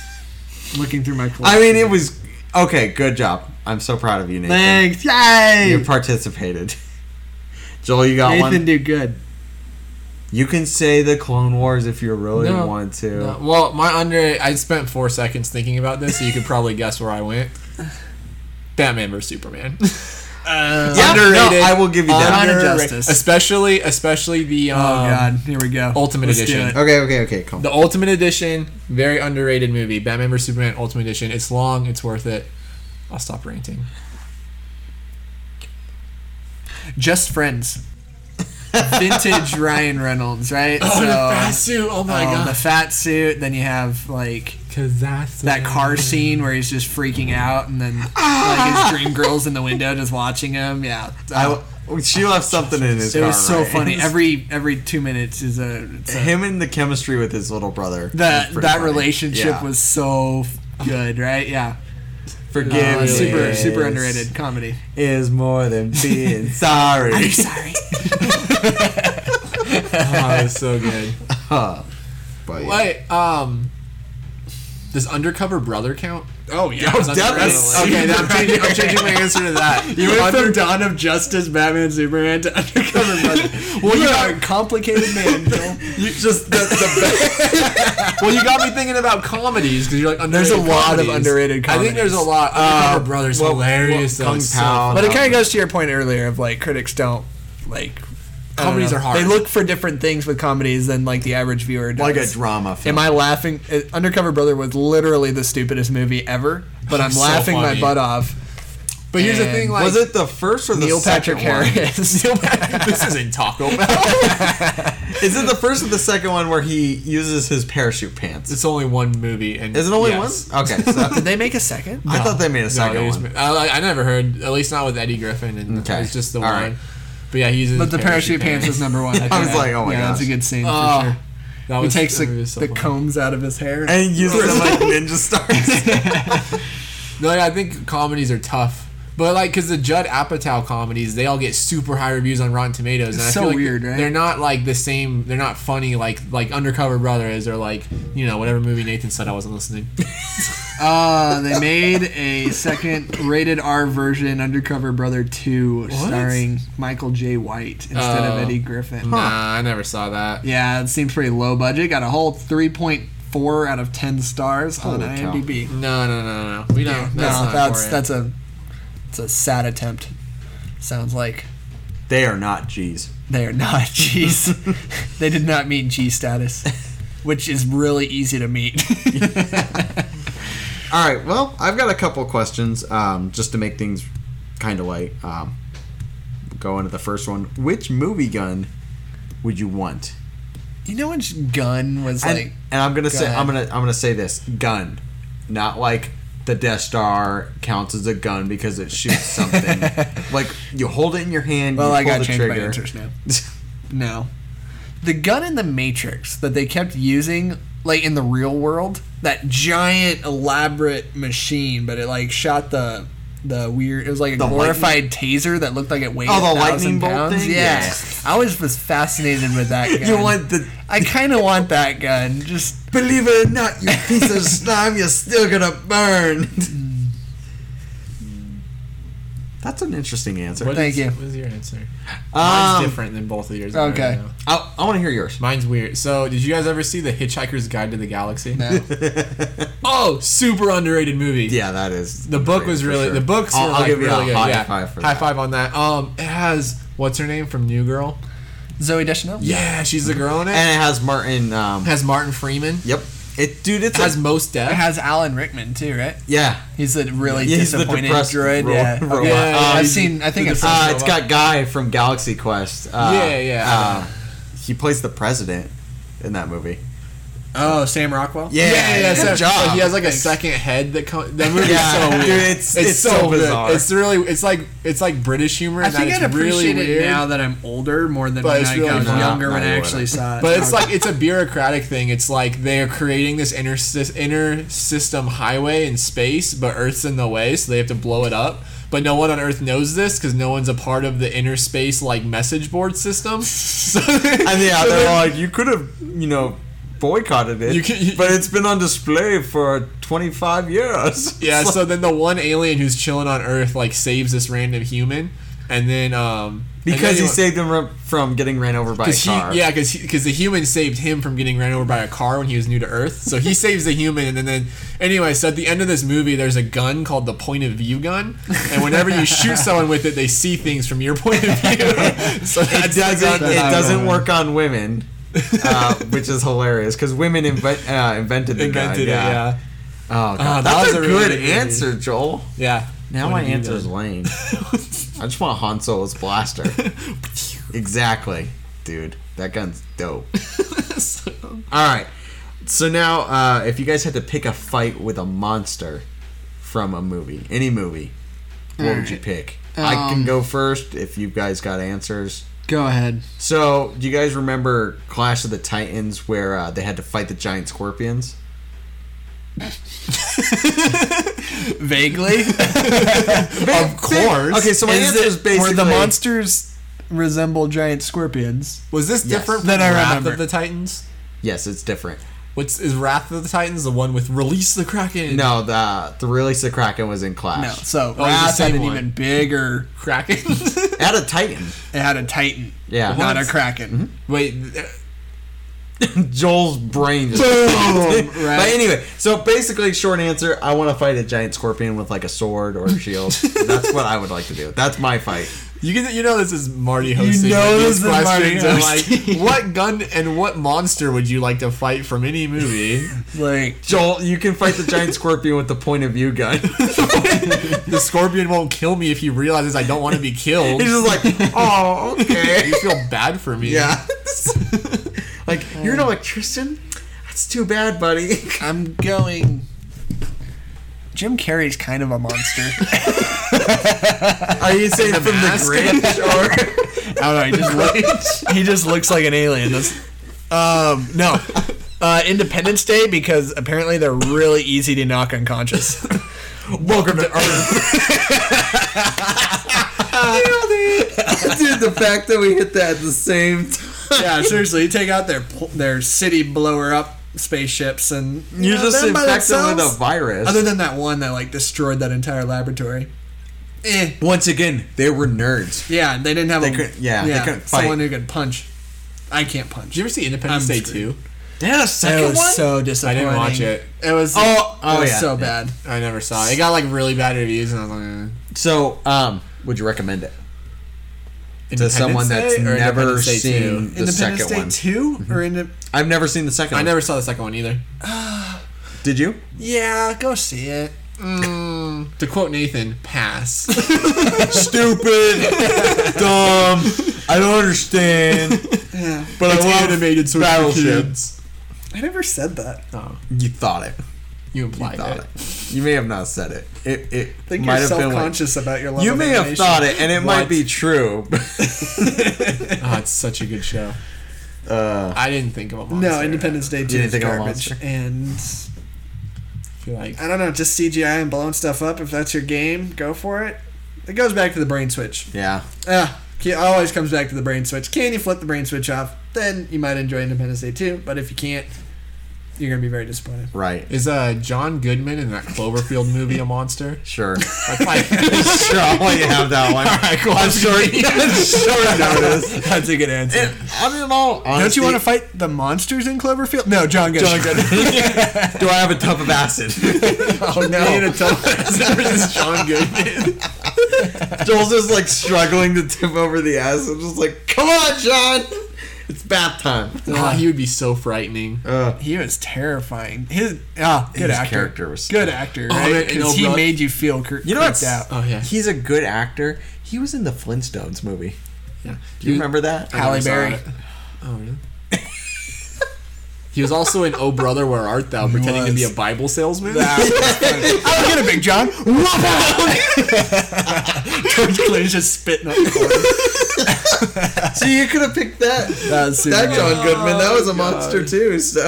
S2: looking through my. Collection.
S3: I mean, it was okay. Good job. I'm so proud of you, Nathan.
S2: Thanks. Yay!
S3: You participated. Joel, you got
S2: Nathan
S3: one.
S2: do good.
S3: You can say the Clone Wars if you really
S1: No.
S3: want to.
S1: No, well, my under I spent four seconds thinking about this, so you could probably guess where I went. Batman vs Superman.
S2: Uh,
S3: Yeah, no,
S1: Underrated.
S3: I will give you that.
S2: Honor
S1: Underrated.
S2: Justice.
S1: especially especially the um,
S2: oh God! Here we go.
S1: Ultimate
S2: Let's
S1: Edition.
S2: Do it.
S3: Okay, okay, okay. Calm.
S1: the Ultimate Edition. Very underrated movie, Batman vs Superman Ultimate Edition. It's long, it's worth it. I'll stop ranting.
S2: Just friends. Vintage Ryan Reynolds, right? so
S1: Oh
S2: oh, the fat suit. Then you have like
S1: Kazasu.
S2: that car scene where he's just freaking out, and then like his dream girl's in the window just watching him. Yeah, Uh,
S3: I, she left something in his
S2: it
S3: car.
S2: was so
S3: right?
S2: funny. Every every two minutes is a, it's a
S3: him and the chemistry with his little brother.
S2: that
S3: was pretty
S2: that
S3: funny.
S2: relationship
S3: Yeah.
S2: was so f- good, right? Yeah, Uh,
S3: forgive
S1: Oh,
S3: me.
S2: super
S1: yes.
S2: super underrated comedy.
S3: is more than being sorry.
S2: sorry.
S1: Oh, it was so good.
S3: Huh. But yeah.
S1: Wait, um, does undercover brother count? Oh yeah,
S3: definitely.
S1: Okay, then I'm changing, I'm changing my answer to that.
S2: You went from Dawn of Justice, Batman, Superman to Undercover Brother. Well, you are a complicated man, Joel.
S3: You just the, the
S1: well, you got me thinking about comedies because you're like
S2: There's a
S1: underrated
S2: lot of
S1: comedies.
S2: underrated
S1: I think there's a
S2: comedies.
S1: lot. Undercover brother's
S3: Uh, well,
S1: hilarious.
S3: well,
S1: though.
S3: Kung
S1: It's so-
S3: Pao.
S2: But it kind of goes to your point earlier of like critics don't like I don't
S1: Comedies
S2: know.
S1: are hard.
S2: They look for different things with comedies than like the average viewer does.
S3: like a drama film.
S2: Am I laughing? Uh, Undercover Brother was literally the stupidest movie ever, but I'm
S1: So
S2: laughing
S1: funny.
S2: my butt off.
S1: But here's the
S2: And
S1: thing, like
S3: was it the first or the
S2: Neil
S3: second
S2: Patrick
S3: one?
S2: Harris. Neil Patrick-
S1: this isn't Taco Bell.
S3: Is it the first or the second one where he uses his parachute pants?
S1: it's only one movie, and
S3: Is it only
S1: yes.
S3: one? Okay, so
S2: Did they make a second?
S3: I thought they made a
S1: No,
S3: second
S1: they just
S3: one.
S1: ma- I, I never heard, at least not with Eddie Griffin, and
S3: Okay.
S1: it's just the
S3: All
S1: one.
S3: right.
S1: But yeah, he uses
S2: But the parachute pants
S1: pants.
S2: was number one.
S3: I was like, oh my
S2: yeah,
S3: gosh.
S2: that's a good scene
S1: Oh,
S2: for sure.
S1: That
S2: He
S1: was,
S2: takes the,
S1: it was so
S2: the
S1: funny.
S2: combs out of his hair.
S3: And he uses them like ninja stars.
S1: No, yeah, I think comedies are tough. But like, because the Judd Apatow comedies, they all get super high reviews on Rotten Tomatoes. And
S2: It's
S1: I
S2: so
S1: feel like
S2: weird, right?
S1: They're not like the same. They're not funny like like Undercover Brother is, or like you know whatever movie Nathan said I wasn't listening.
S2: Uh, they made a second rated R version, Undercover Brother 2, starring Michael J. White instead
S1: Oh.
S2: of Eddie Griffin.
S1: Nah, I never saw that.
S2: Yeah, it seems pretty low budget. Got a whole 3.4 out of 10 stars on
S3: Holy cow.
S2: IMDb.
S1: No, no, no, no. We don't.
S2: no,
S1: that's not
S2: that's
S1: for it.
S2: that's a it's a sad attempt. Sounds like
S3: they are not G's.
S2: they are not G's. they did not meet G status, which is really easy to meet.
S3: All right. Well, I've got a couple questions um, just to make things kind of light. Um, go into the first one. Which movie gun would you want?
S2: you know which gun was
S3: And,
S2: like
S3: and I'm gonna
S2: go
S3: say I'm
S2: ahead.
S3: gonna I'm gonna say this gun, not like the Death Star counts as a gun because it shoots something. like you hold it in your hand.
S2: Well,
S3: you
S2: I
S3: pull
S2: got
S3: the
S2: changed my
S3: trigger.
S2: answers now. no, the gun in the Matrix that they kept using, like in the real world, that giant elaborate machine, but it like shot the the weird. It was like a
S3: The
S2: glorified taser that looked like it weighed.
S3: Oh,
S2: Oh,
S3: the
S2: the
S3: lightning bolt
S2: pounds.
S3: thing?
S2: Yeah,
S3: Yes.
S2: I always was fascinated with that. gun.
S3: You want the
S2: I kind of want that gun. Just
S3: believe it or not, you piece of slime, you're still gonna burn.
S2: Mm.
S3: That's an interesting answer.
S1: What
S2: Thank
S1: is-
S2: you.
S1: What is your answer?
S3: Um,
S1: Mine's different than both of yours. I already
S2: okay.
S1: know.
S3: I, I want to hear yours.
S1: Mine's weird. So, did you guys ever see The Hitchhiker's Guide to the Galaxy?
S2: no.
S1: Oh, super underrated movie.
S3: Yeah, that is.
S1: The book was really the books were
S3: I'll, I'll
S1: like
S3: give you
S1: really
S3: a
S1: good.
S3: high
S1: yeah.
S3: five for
S1: high
S3: that.
S1: five on that. Um, it has what's her name from New Girl?
S2: Zoe Deschanel.
S1: Yeah, she's the girl in it.
S3: And it has Martin. Um,
S1: has Martin Freeman.
S3: yep. It, dude, it's
S1: It has
S3: a,
S1: most
S2: It
S1: death.
S2: has Alan Rickman too, right?
S3: yeah.
S2: He's a really
S3: Yeah, he's the
S2: disappointed
S3: depressed
S2: droid.
S3: ro-
S2: yeah.
S3: robot. Oh, Um,
S2: Okay.
S1: Yeah,
S2: I've
S1: he's
S2: seen. I think
S1: the
S2: it's
S1: depressed-
S3: Uh, it's got guy from Galaxy Quest. Uh,
S1: Yeah, yeah.
S3: uh, he plays the president in that movie.
S2: Oh, Sam Rockwell.
S3: Yeah,
S1: so-
S3: good job.
S1: like, he has like a second head that comes. That movie's so weird.
S3: dude, it's, it's, so,
S1: good.
S3: bizarre.
S1: It's really, it's like, it's like British humor.
S2: I
S1: And
S2: think
S1: that
S2: I'd
S1: it's really
S2: appreciate
S1: weird.
S2: it now that I'm older more than
S1: But
S2: when
S1: it's
S2: I
S1: really
S2: got
S1: not.
S2: younger
S3: Nah,
S2: when I
S3: you
S2: actually
S3: wouldn't.
S2: saw it.
S1: But it's like it's a bureaucratic thing. It's like they are creating this inner sys- inner system highway in space, but Earth's in the way, so they have to blow it up. But no one on Earth knows this because no one's a part of the inner space like message board system. So
S3: and yeah,
S1: so
S3: they're like, you could have, you know, boycotted it,
S1: You can- you-
S3: but it's been on display for 25 years.
S1: Yeah,
S3: It's like-
S1: so then the one alien who's chilling on Earth like saves this random human, and then um and then
S3: because he
S1: wa-
S3: saved them ru- from getting ran over by a
S1: Cause he,
S3: car.
S1: yeah, because because the human saved him from getting ran over by a car when he was new to Earth. So he saves the human, and then, then anyway, so at the end of this movie, there's a gun called the point of view gun, and whenever you shoot someone with it, they see things from your point of view. so
S3: It
S1: that's the gun
S3: doesn't. It
S1: that I
S3: doesn't
S1: remember.
S3: work on women, uh, which is hilarious because women invent, uh, invented the gun,
S1: Invented it. Yeah,
S3: Oh god,
S1: Oh, that
S3: that's
S1: was
S3: a
S1: a
S3: good
S1: really good
S3: answer, Joel.
S1: yeah.
S3: Now
S1: Point
S3: my
S1: of view
S3: answer is lame. I just want Han Solo's blaster. exactly, dude. That gun's dope.
S1: gun. So-
S3: All right. So now, uh, if you guys had to pick a fight with a monster from a movie, any movie, what would you pick? I can
S2: Um,
S3: go first if you guys got answers.
S2: go ahead.
S3: So, do you guys remember Clash of the Titans where uh, they had to fight the giant scorpions?
S2: Vaguely,
S1: of course.
S3: Okay, so my
S2: Is
S3: answer
S2: it-
S3: is basically
S2: were the monsters resemble giant scorpions?
S1: was this
S3: Yes.
S1: different
S2: Then
S1: from
S2: I
S1: Wrath
S2: remember.
S1: of the Titans?
S3: Yes, it's different.
S1: What's is Wrath of the Titans the one with release the Kraken?
S3: No, the the release of Kraken was in
S2: No,
S3: Clash.
S2: so
S1: Oh, it's the
S2: Wrath had
S1: same
S2: an
S1: one.
S2: even bigger.
S1: Kraken.
S3: At a Titan.
S2: It had a Titan,
S3: Yeah.
S2: not a
S1: What?
S2: kraken.
S1: Wait, th-
S3: Joel's brain. Just But anyway, so basically, short answer: I want to fight a giant scorpion with like a sword or a shield. That's what I would like to do. That's my fight.
S1: You can, you know this is Marty hosting
S2: know
S1: like,
S2: this
S1: these
S2: is Marty
S1: questions of like
S2: hosting.
S1: what gun and what monster would you like to fight from any movie?
S2: Like
S3: Joel, you can fight the giant scorpion with the point of view gun. He's
S1: the scorpion won't kill me if he realizes I don't want to be killed.
S3: just like, oh, okay.
S1: you feel bad for me.
S3: Yeah. like you're an electrician. That's too bad, buddy.
S2: I'm going. Jim Carrey's kind of a monster.
S3: Are you saying from
S1: mask?
S3: the Grinch or?
S2: I don't know. He just, look, he just looks like an alien. That's, um, no, uh, Independence Day because apparently they're really easy to knock unconscious.
S3: Welcome to Earth. Dude, the fact that we hit that at the same time.
S2: yeah, seriously, you take out their pl- their city blower up spaceships and
S3: You
S2: know,
S3: just
S2: them by
S3: infected with a
S2: themselves.
S3: virus.
S2: Other than that one that like destroyed that entire laboratory. Eh,
S3: Once again, they were nerds.
S2: yeah, they didn't have
S3: They
S2: a
S3: could- yeah, they couldn't fight.
S2: someone who could punch. I can't punch.
S1: Did you ever see Independence
S2: I'm
S1: Day
S2: screwed.
S1: two?
S3: They had a second
S2: It was so
S1: I
S2: disappointing.
S1: didn't watch it. It was
S3: oh,
S2: Oh,
S3: oh yeah.
S2: so
S3: yeah.
S2: bad.
S1: I never saw it. It got like really bad reviews, and I was like, eh.
S3: So, um, would you recommend it to
S1: Independence
S3: someone that's
S1: Day or
S3: never
S1: Independence Day
S3: seen
S1: 2?
S3: the second
S2: Day
S3: one? Mm-hmm.
S2: two or Independence?
S3: I've never seen the second.
S1: I
S3: one.
S1: never saw the second one either.
S3: Did you?
S2: Yeah, go see it.
S1: Mm, to quote Nathan, pass.
S3: Stupid, dumb. I don't understand. But
S1: It's animated, so it's for kids.
S2: I never said that.
S1: Oh,
S3: You thought it.
S1: you implied
S3: thought
S1: it.
S3: it. You may have not said it. It it
S2: I think
S3: might
S2: you're
S3: have been
S2: self
S3: like,
S2: conscious about your level
S3: you may
S2: of
S3: have
S2: animation.
S3: thought it, and it might
S1: What?
S3: be true.
S1: Oh, it's such a good show.
S3: uh,
S1: I didn't think of a monster.
S2: No, Independence Day two
S3: didn't
S2: is
S3: think of a
S2: garbage,
S3: monster?
S2: and
S1: I feel like
S2: I don't know, just CGI and blowing stuff up. If that's your game, go for it. It goes back to the brain switch.
S3: yeah.
S2: Ah, it always comes back to the brain switch. Can you flip the brain switch off? Then you might enjoy Independence Day two. But if you can't, you're gonna be very disappointed.
S3: Right.
S1: Is uh, John Goodman in that Cloverfield movie a monster?
S3: Sure.
S1: That's like,
S3: sure. I'll let you have that one. I'm sure. I'm sure notice.
S2: That's a good answer.
S3: I mean, in all
S2: Don't
S3: honesty,
S2: you want to fight the monsters in Cloverfield? No, John Goodman.
S3: John Goodman. Do I have a tub of acid?
S2: oh no.
S1: versus John Goodman.
S3: Joel's just like struggling to tip over the acid. Just like, come on, John. It's bath time.
S1: Oh, he would be so frightening.
S3: Uh,
S2: He was terrifying. His ah, good
S3: His
S2: actor.
S3: character was-
S2: good actor,
S1: Oh,
S2: right?
S1: man, and
S2: Because he
S1: Old Blood-
S2: made you feel cre-
S3: you know
S2: creeped
S3: what's?
S2: out.
S1: Oh, yeah.
S3: He's a good actor. He was in the Flintstones movie.
S1: Yeah.
S3: Do you remember that?
S1: I never
S2: Halle
S1: saw
S2: Berry.
S1: it. Oh, really? He was also in Oh Brother Where Art Thou, pretending to be a
S2: was.
S1: Bible salesman.
S2: I don't get it, Big John. George Clooney's just spitting up corn.
S3: See, you could have picked that.
S2: That's super
S3: that John Goodman. That was a
S1: Oh,
S3: monster too. So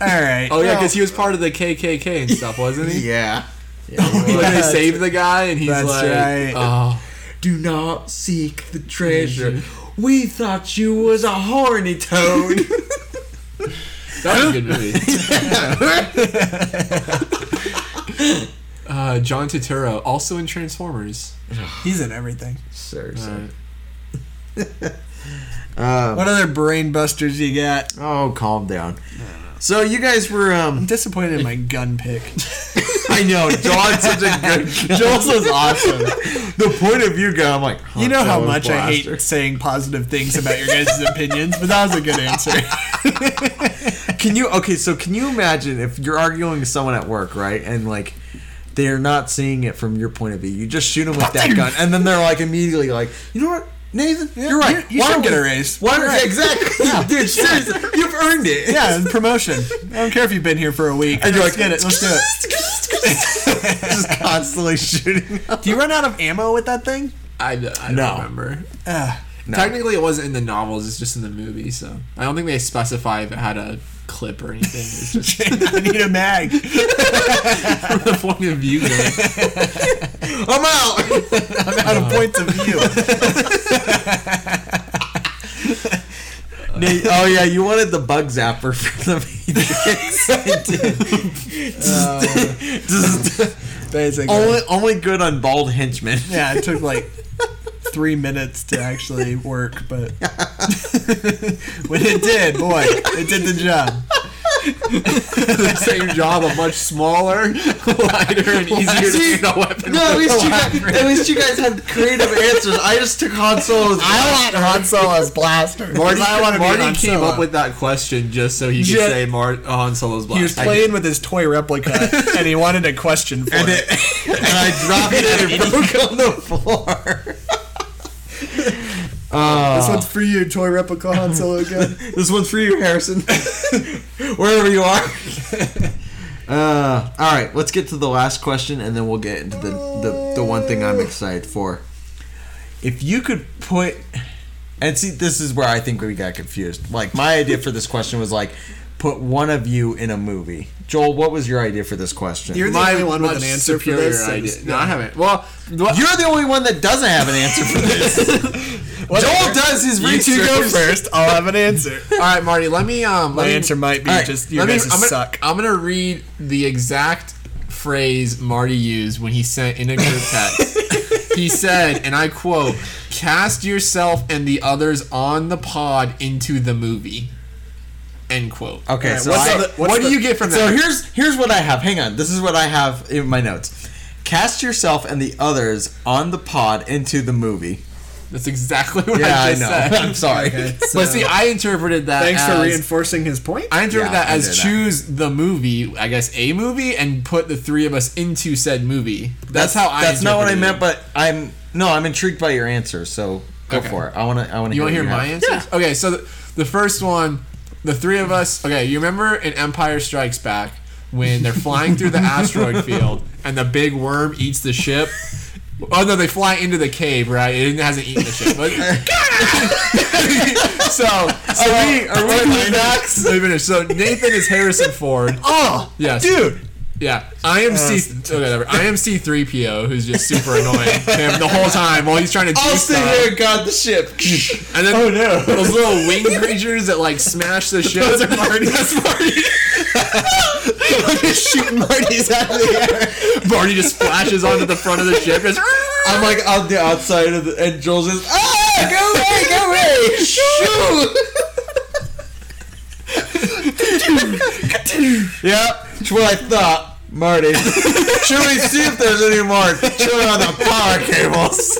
S2: All right.
S1: Oh yeah, because he was part of the KKK and stuff, wasn't he?
S3: yeah.
S1: When they
S2: That's-
S1: saved the guy, and he's
S2: that's
S1: like,
S2: right.
S1: "Oh,
S3: Do not seek the treasure. We thought you was a horny toad.
S1: that was a good movie." uh, John Turturro, also in Transformers. Uh,
S2: he's in everything.
S3: Seriously.
S2: What other brain busters you got?
S3: Um, oh, calm down. So you guys were um
S2: I'm disappointed in my gun pick.
S3: I know, John's such a good
S2: Joel's was awesome.
S3: the point of view guy, I'm like
S2: You know how
S3: Joel's
S2: much I
S3: blaster.
S2: hate saying positive things about your guys' opinions, but that was a good answer.
S3: Can you okay? So can you imagine if you're arguing with someone at work, right, and like they're not seeing it from your point of view? You just shoot them with that gun, and then they're like immediately like, you know what, Nathan, you're right.
S2: you- you should
S3: don't
S2: get
S3: we-
S2: a raise."
S3: Why
S2: You're
S3: don't
S2: right.
S3: exactly, dude? Seriously, you've earned it.
S2: yeah, and promotion. I don't care if you've been here for a week.
S3: And you're
S2: Let's
S3: like,
S2: get it. Let's do it.
S3: just constantly shooting.
S2: Do you run out of ammo with that thing?
S1: I, I don't
S3: No.
S1: remember.
S2: Uh,
S1: Technically, it wasn't in the novels; it's just in the movie. So I don't think they specify if it had a clip or anything. It's just
S2: I need a mag.
S1: from the point of view. Guy.
S3: I'm out.
S2: I'm
S3: Uh-huh.
S2: out of points of view.
S3: Nate, oh yeah, you wanted the bug zapper for the Matrix. I did.
S2: Uh,
S3: Just- just-
S2: Basically.
S3: only, only good on bald henchmen.
S2: Yeah, it took like three minutes to actually work, but when it did, boy, it did the job.
S1: the same job, a much smaller, lighter, and easier to
S3: See?
S1: make a weapon.
S3: No, at
S1: with.
S3: least, you guys, at least you guys had creative answers. I just took Han Solo's.
S2: I want Han Solo's blaster.
S1: Marty,
S2: I want to be
S1: Marty
S2: Han
S1: came
S2: Solo.
S1: up with that question just so he could
S2: Ju-
S1: say Mar- uh, Han Solo's black.
S2: He was playing with his toy replica, and he wanted a question for
S3: and,
S2: it.
S3: it, and I dropped it and it broke on the floor.
S2: This one's for you, toy replica Han Solo gun.
S3: This one's for you, Harrison. Wherever you are. Uh, all right, let's get to the last question, and then we'll get into the, the, the one thing I'm excited for. If you could put, and see, this is where I think we got confused. Like my idea for this question was like, put one of you in a movie. Joel, what was your idea for this question?
S2: You're
S3: You're
S2: the only one with
S1: much
S2: an answer for
S1: superior
S2: this. so
S1: idea.
S2: just-
S1: No, I haven't. Well, what,
S3: the only one that doesn't have an answer for this. Joel does his
S2: You
S3: research.
S2: two go first. I'll have an answer.
S1: all right, Marty. Let me. Um, let
S2: My
S1: me,
S2: answer might be
S3: All right,
S2: just
S1: let
S2: you
S1: me-
S2: guys
S1: I'm gonna,
S2: suck.
S1: I'm gonna read the exact phrase Marty used when he sent in a group text. he said, and I quote: "Cast yourself and the others on the pod into the movie." End quote.
S3: Okay,
S2: Alright,
S3: so
S2: what's
S3: I-
S2: the- what's
S1: what do
S2: the-
S1: you get from
S3: so
S1: that?
S3: here's here's what I have. Hang on, this is what I have in my notes. Cast yourself and the others on the pod into the movie.
S1: That's exactly what
S3: Yeah,
S1: I
S3: I
S1: just
S3: know.
S1: said.
S3: I'm sorry.
S2: Okay.
S1: but
S2: So-
S1: see, I interpreted that.
S2: Thanks for
S1: as-
S2: reinforcing his point.
S1: I interpret
S3: Yeah,
S1: that
S3: I
S1: as
S3: did that.
S1: choose the movie, I guess a movie, and put the three of us into said movie. That's, how I.
S3: That's not what I
S1: interpreted
S3: meant,
S1: it.
S3: but I'm no, I'm intrigued by your answer. So go
S1: Okay.
S3: for it. I want to. I want to.
S1: you want to hear
S3: what
S1: my
S3: have.
S1: answers? Okay, so the, the first one, the three of us. Okay, you remember in Empire Strikes Back when they're flying through the asteroid field and the big worm eats the ship. Oh no, they fly into the cave, right? It hasn't eaten the ship. But, so, so
S3: Are we- are we
S1: Let me
S3: climax?
S1: finish. Let me finish. So Nathan is Harrison Ford.
S2: Oh,
S1: Yes.
S2: dude.
S1: Yeah, I am C. Okay, whatever. I am C three PO, who's just super annoying him the whole time while he's trying to do
S3: I'll sit
S1: stuff.
S3: here and guard the ship.
S1: And then
S2: Oh, no.
S1: those little wing creatures that like smash the ship.
S2: Those are Marty. That's Marty. I'm just shooting Marty's out of the air.
S1: Barney just splashes onto the front of the ship. Just,
S3: I'm like on the outside of the, and Joel's just ah, go away, go away, shoot. yep, it's what I thought, Marty. Should we see if there's any more chewing on the power cables?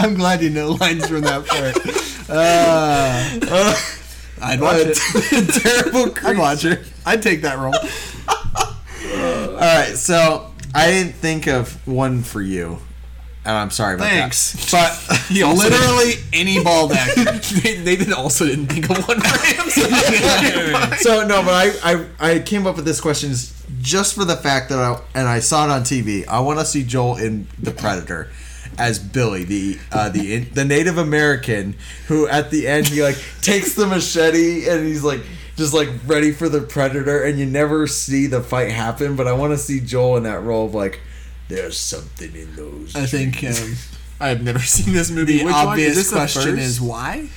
S2: I'm glad you know lines from that part. Uh, I'd watch it.
S3: Terrible
S2: I'd watch
S3: creature.
S2: it. I'd take that role.
S3: All right, so I didn't think of one for you. and I'm sorry about
S2: Thanks.
S3: that. But
S2: He literally any ball back.
S1: Nathan also didn't think of one for himself.
S3: so no, but I, I I came up with this question just for the fact that I and I saw it on TV. I want to see Joel in The Predator as Billy, the uh, the the Native American who at the end he like takes the machete and he's like just like ready for the predator, and you never see the fight happen. But I want to see Joel in that role of like. There's something in those.
S2: I think um,
S1: I have never seen this movie.
S2: the
S1: Which one?
S2: obvious
S1: this the
S2: question
S1: first?
S2: is why.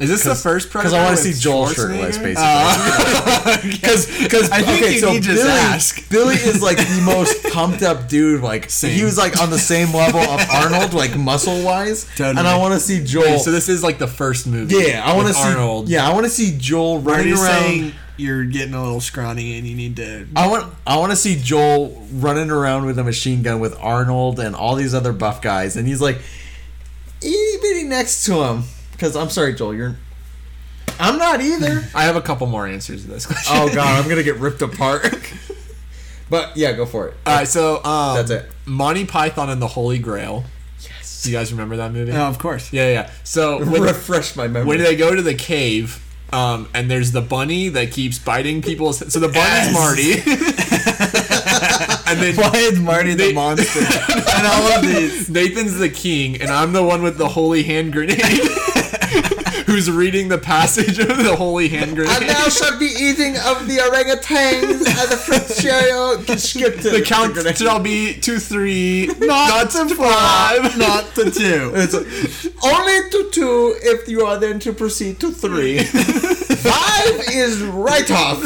S1: Is this the first Predator?
S3: Because I want to
S1: with
S3: see Joel
S1: Schwarzenegger?
S3: shirtless, basically.
S2: Because
S3: Because
S2: I think
S3: okay,
S2: you
S3: so
S2: need
S3: Billy,
S2: just ask.
S3: Billy is like the most pumped up dude. Like he was like on the same level of Arnold, like muscle wise.
S2: Totally.
S3: And I want to see Joel.
S1: Wait, so this is like the first movie.
S3: yeah, I want to
S1: with
S3: see
S1: Arnold.
S3: Yeah, I want to see Joel
S2: Are
S3: running
S2: you
S3: around.
S2: saying you're getting a little scrawny and you need to?
S3: I want I want to see Joel running around with a machine gun with Arnold and all these other buff guys, and he's like itty bitty next to him. Because I'm sorry, Joel, you're. I'm not either.
S1: I have a couple more answers to this question.
S3: oh God, I'm gonna get ripped apart. but yeah, go for it.
S1: All right, so um,
S3: That's it.
S1: Monty Python and the Holy Grail. Yes. Do you guys remember that movie?
S2: Oh, of course.
S1: Yeah, yeah. So when,
S3: Refresh my memory.
S1: when they go to the cave, um, and there's the bunny that keeps biting people. So the bunny's Marty. and then
S3: Why is Marty
S1: They-
S3: the monster?
S1: and all of these. Nathan's the king, and I'm the one with the holy hand grenade. Who's reading the passage of the holy hand grenade?
S3: shall be eating of the orangutans and the fructio
S1: the
S3: conscripted.
S1: count shall be two, three, not, to five.
S2: Not the two.
S3: only to two if you are then to proceed to three. Five is right off.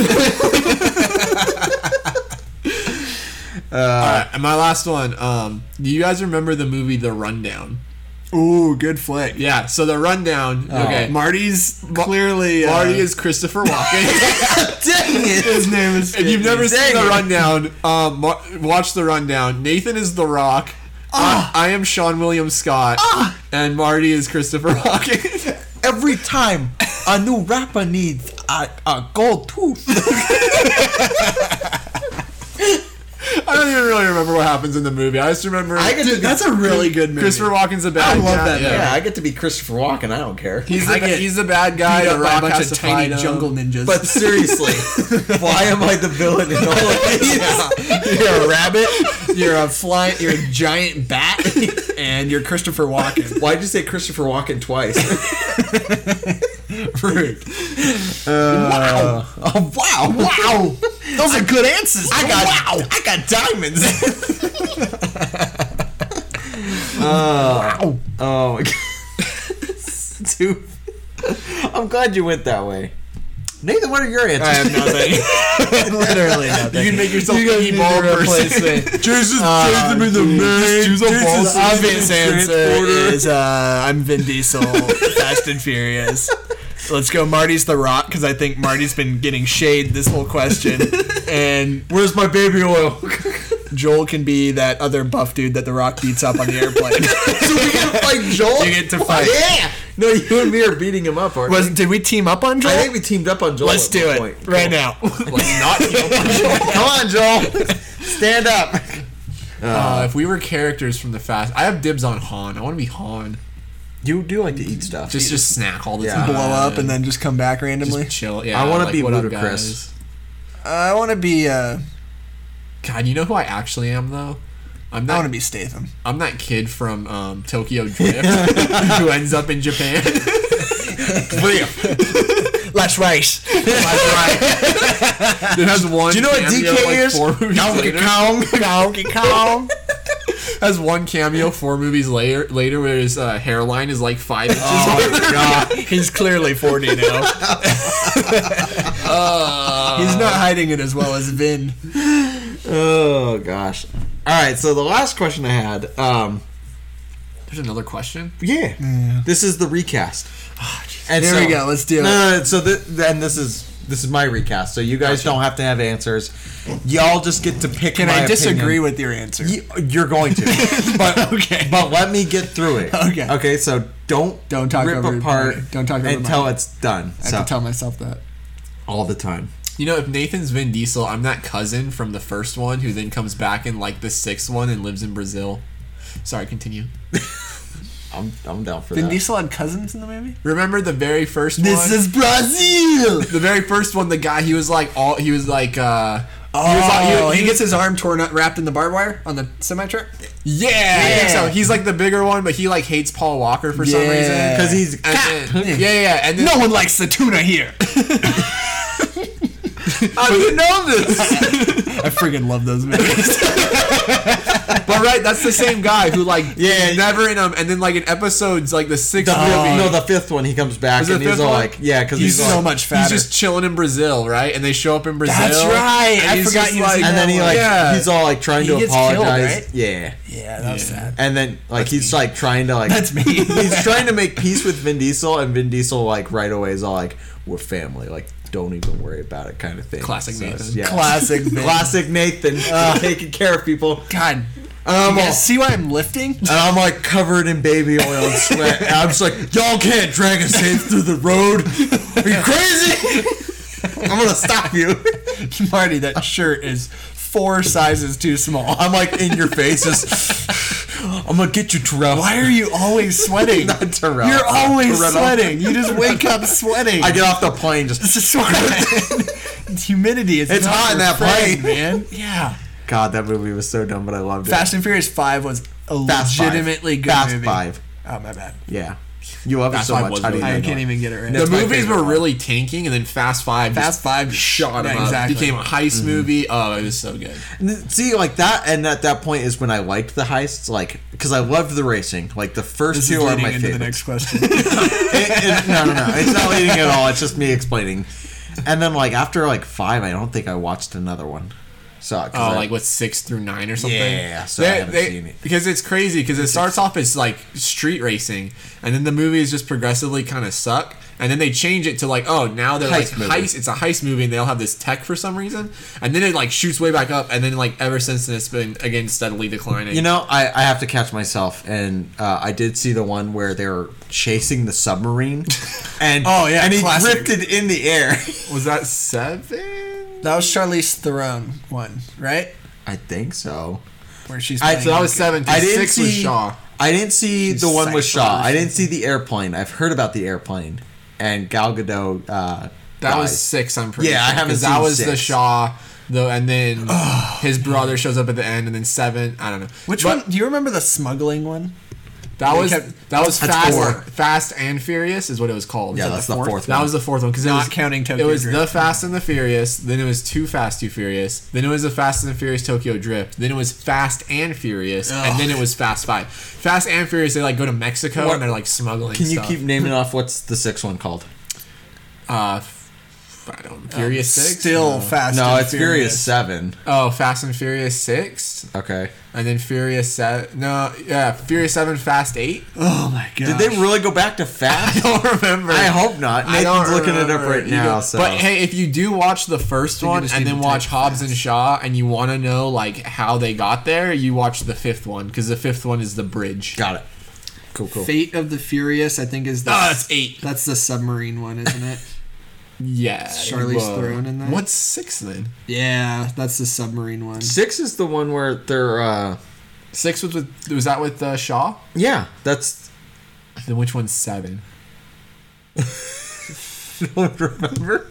S1: All right, and my last one. Um, do you guys remember the movie The Rundown?
S2: Ooh, good flick.
S1: Yeah. So The Rundown. Okay.
S2: Marty's clearly uh,
S1: Marty is Christopher Walken.
S3: Dang it.
S2: His name is.
S1: if you've never seen
S3: Dang
S1: The
S3: it.
S1: Rundown, um, mar- watch The Rundown. Nathan is The Rock.
S2: Ah.
S1: I, I am Sean William Scott, and Marty is Christopher Walken.
S3: Every time a new rapper needs a, a gold tooth.
S1: I don't even really remember what happens in the movie. I just remember
S3: I get to
S2: Dude, that's a really good movie.
S1: Christopher Walken's a bad
S2: I
S1: guy.
S2: love that
S1: Yeah.
S2: movie.
S3: Yeah, I get to be Christopher Walken. I don't care.
S1: He's the,
S2: I get
S1: he's the bad
S2: Beat
S1: guy. The
S2: up by a
S1: rock
S2: bunch
S1: has
S2: of
S1: to fight
S2: tiny
S1: him.
S2: jungle ninjas.
S3: But seriously, why am I the villain in all of these?
S2: you're a rabbit. You're a fly. You're a giant bat, and you're Christopher Walken.
S3: Why'd you say Christopher Walken twice? Rude. wow. Oh, wow. Wow.
S2: Those are good answers.
S3: I got, I got diamonds. wow. Oh, my God. Dude. I'm glad you went that way. Nathan, what are your answers? I have nothing. Literally nothing.
S1: You can make yourself
S3: guys
S1: any
S3: need
S1: ball
S3: to replace
S1: person.
S3: me.
S1: Jason's
S2: Uh,
S1: in the main.
S2: Choose
S1: Jason's
S2: obvious answer
S1: transporter.
S2: is uh, I'm Vin Diesel, Fast and Furious. Let's go, Marty's the Rock, because I think Marty's been getting shade this whole question, and
S3: Where's my baby oil?
S2: Joel can be that other buff dude that the Rock beats up on the airplane.
S3: so we get to fight Joel?
S2: You get to fight.
S3: Yeah. No, you and me are beating him up, aren't we?
S2: Was did we team up on Joel?
S3: I think we teamed up on Joel.
S2: Let's
S3: at
S2: do
S3: one
S2: it
S3: point.
S2: right now.
S3: Come on, Joel. Stand up.
S1: Uh, if we were characters from the fast, I have dibs on Han. I want to be Han.
S3: You do like to eat stuff.
S1: Just just snack all the
S3: Yeah.
S1: time.
S2: Blow up and then just come back randomly.
S1: just chill. Yeah,
S3: I wanna
S1: like,
S3: be
S1: what up,
S3: Ludacris.
S2: I want to be. Uh,
S1: guys? God, you know who I actually am though. I'm
S2: I
S1: that
S2: want to be Statham.
S1: I'm that kid from um, Tokyo Drift who ends up in Japan.
S2: Less rice. Less rice.
S1: It has one.
S3: Do you know what
S1: cameo,
S3: DK
S1: like,
S3: is?
S1: Four movies
S3: Donkey
S1: later.
S3: Kong.
S2: Donkey Kong.
S1: has one cameo four movies later. Later, where his uh, hairline is like five inches.
S2: Oh, He's clearly 40 now. He's not hiding it as well as Vin.
S3: Oh gosh. All right. So the last question I had. Um,
S1: There's another question.
S3: yeah. This is the recast. and
S2: Here Ah, we go, let's do it.
S3: No, no, no, so th- then this is this is my recast. So you guys don't have to have answers. Y'all just get to pick.
S2: Can
S3: my
S2: I disagree
S3: opinion.
S2: with your answer?
S3: Y- You're going to, but
S2: Okay.
S3: But let me get through it.
S2: Okay.
S3: Okay. So don't
S2: Don't talk
S3: rip
S2: over-
S3: apart.
S2: don't talk over
S3: until
S2: mine.
S3: it's done.
S2: I
S3: so
S2: have to tell myself that.
S3: all the time.
S1: You know, if Nathan's Vin Diesel, I'm that cousin from the first one who then comes back in like the sixth one and lives in Brazil. Sorry, continue.
S3: I'm, I'm down for
S2: Vin
S3: that.
S2: Diesel had cousins in the movie.
S1: Remember the very first one?
S2: is Brazil.
S1: the very first one, the guy he was like all he was like uh
S2: Oh,
S1: he was like, he-
S2: he,
S1: he-
S2: gets his arm torn up, wrapped in the barbed wire on the semi truck.
S1: yeah, I think
S2: Yeah.
S1: so he's like the bigger one, but he like hates Paul Walker for some
S2: Yeah.
S1: reason
S2: 'Cause
S3: he's-
S1: and then, yeah, yeah, yeah, and then
S2: No one likes the tuna here.
S1: I didn't know this,
S2: I freaking love those movies.
S1: but right, that's the same guy who like
S3: Yeah.
S1: never in him, and then like in episodes like the sixth
S3: The fifth-
S2: Oh.
S1: movie,
S3: no, the fifth one. He comes back
S1: Is it
S3: and
S1: the
S3: he's
S1: fifth
S3: all
S1: one?
S3: like, yeah, because
S2: He's
S3: he's,
S2: so
S3: like-
S2: much fatter.
S1: He's just chilling in Brazil, right? And they show up in Brazil.
S2: That's right.
S1: And
S2: I
S1: he's
S2: forgot
S1: just
S2: he was in
S3: And then he like
S1: yeah.
S3: he's all like trying
S2: He
S3: to
S2: gets killed,
S3: apologize.
S2: right?
S3: Yeah.
S2: yeah, that was sad.
S3: And then like he's like trying to like
S2: That's me.
S3: he's trying to make peace with Vin Diesel and Vin Diesel like right away is all like we're family like don't even worry about it kind of thing.
S1: Classic
S3: it's-
S1: Nathan.
S3: Yeah.
S2: Classic. Vin.
S3: Classic Nathan uh, taking care of people.
S2: God.
S3: Um,
S2: You guys see why I'm lifting?
S3: And I'm like covered in baby oil and sweat. And I'm just like, y'all can't drag a safe through the road. Are you crazy? I'm gonna stop you.
S2: Marty, that shirt is four sizes too small.
S3: I'm like in your face. Just, I'm gonna get you, Terrell.
S2: Why are you always sweating?
S3: Not Terrell.
S2: You're always
S3: Terrell.
S2: sweating. You just wake up sweating.
S3: I get off the plane. Just
S2: It's just sweating. Humidity is
S3: It's
S2: not
S3: hot in
S2: your
S3: that
S2: friend,
S3: plane.
S2: man. Yeah.
S3: God, that movie was so dumb, but I loved it.
S2: Fast and Furious Five was a
S3: Fast Five.
S2: legitimately good
S3: Fast
S2: movie.
S3: Five.
S2: Oh my bad.
S3: Yeah, you love it
S1: Fast
S3: so
S1: Five
S3: much.
S1: was
S3: How do you
S1: really
S2: I
S3: not
S2: can't
S3: know it?
S2: even get it right.
S1: the
S3: my
S1: movies
S3: favorite
S1: were
S3: one.
S1: really tanking, and then Fast Five. just
S2: Fast Five
S1: shot him
S2: yeah,
S1: up.
S2: exactly.
S1: Became a
S3: Mm-hmm.
S1: heist movie. Oh, it was so good.
S3: And See, like that, and at that point is when I liked the heists, like because I loved the racing. Like the first
S2: This is
S3: two are
S2: leading
S3: my
S2: into
S3: favorite.
S2: the next question.
S3: It- it- no, no, no. It's not leading at all. It's just me explaining. And then, like after like five, I don't think I watched another one. So, 'cause
S1: Oh,
S3: I-
S1: like what six through nine or something.
S3: Yeah, so I haven't seen it.
S1: because it's crazy because it starts off as like street racing, and then the movies just progressively kind of suck, and then they change it to like oh now they're
S3: Heist
S1: like
S3: movie.
S1: heist. It's a heist movie, and they all have this tech for some reason, and then it like shoots way back up, and then like ever since then it's been again steadily declining.
S3: you know, I, I have to catch myself, and uh, I did see the one where they were chasing the submarine, and
S2: Oh, yeah,
S3: and he
S2: classic.
S3: drifted in the air.
S1: was that seven?
S2: that was Charlize Theron one, right?
S3: I think so.
S2: Where she's.
S3: I-
S2: playing-
S1: So that was seven. 'cause
S3: I didn't
S1: six
S3: see
S1: was Shaw.
S3: I didn't see the one with
S2: cycling or
S3: Shaw. I didn't see the airplane. I've heard about the airplane and Gal Gadot. Uh,
S1: That was
S3: dies.
S1: six. I'm pretty.
S3: Yeah, I
S1: sure,
S3: haven't
S1: 'cause that
S3: seen
S1: was the
S3: six.
S1: Shaw though, and then his brother shows up at the end, and then seven. I don't know
S2: Which
S1: But
S2: one? Do you remember the smuggling one?
S1: That
S2: They
S1: was
S2: kept-
S1: that was
S3: That's
S1: fast,
S3: four.
S1: fast and furious is what it was called.
S3: Yeah,
S1: Is that
S3: that's
S1: the
S3: the
S1: fourth?
S3: fourth
S1: That
S3: one.
S1: was the fourth one because
S2: Not
S1: was,
S2: counting Tokyo
S1: It was
S2: Drift.
S1: the Fast and the Furious. Then it was Too Fast, Too Furious. Then it was the Fast and the Furious Tokyo Drift. Then it was Fast and Furious, and then it was Fast Five. Fast and Furious. They like go to Mexico
S3: What-
S1: and they're like smuggling.
S3: Can you
S1: stuff.
S3: keep naming off what's the sixth one called?
S1: Uh, f- I don't. Furious Six.
S2: Still
S1: No.
S2: fast.
S3: no,
S2: and
S3: it's Furious Seven.
S1: Oh, Fast and Furious Six,
S3: Okay.
S1: and then Furious Seven. No, yeah, Furious Seven, Fast Eight.
S2: Oh my god!
S3: Did they really go back to
S1: I
S3: Fast?
S1: don't remember.
S3: I hope not.
S1: I don't
S3: Nathan's looking it up
S1: remember.
S3: right
S1: You
S3: now.
S1: go-
S3: so.
S1: But hey, if you do watch the first
S2: you
S1: one
S2: just
S1: and
S2: need
S1: then
S2: to
S1: watch
S2: type
S1: Hobbs
S2: fast.
S1: and Shaw and you want to know like how they got there, you watch the fifth one because the fifth one is the bridge.
S3: got it. Cool, cool.
S2: Fate of the Furious? I think is the.
S1: Ah, that's eight.
S2: That's the submarine one, isn't it?
S1: Yeah,
S2: Charlize
S1: whoa.
S2: Theron in that?
S1: What's six then?
S2: yeah, that's the submarine one.
S3: Six is the one where they're. uh
S1: Six was with was that with uh, Shaw?
S3: Yeah, that's.
S1: Then which one's seven?
S3: Don't remember.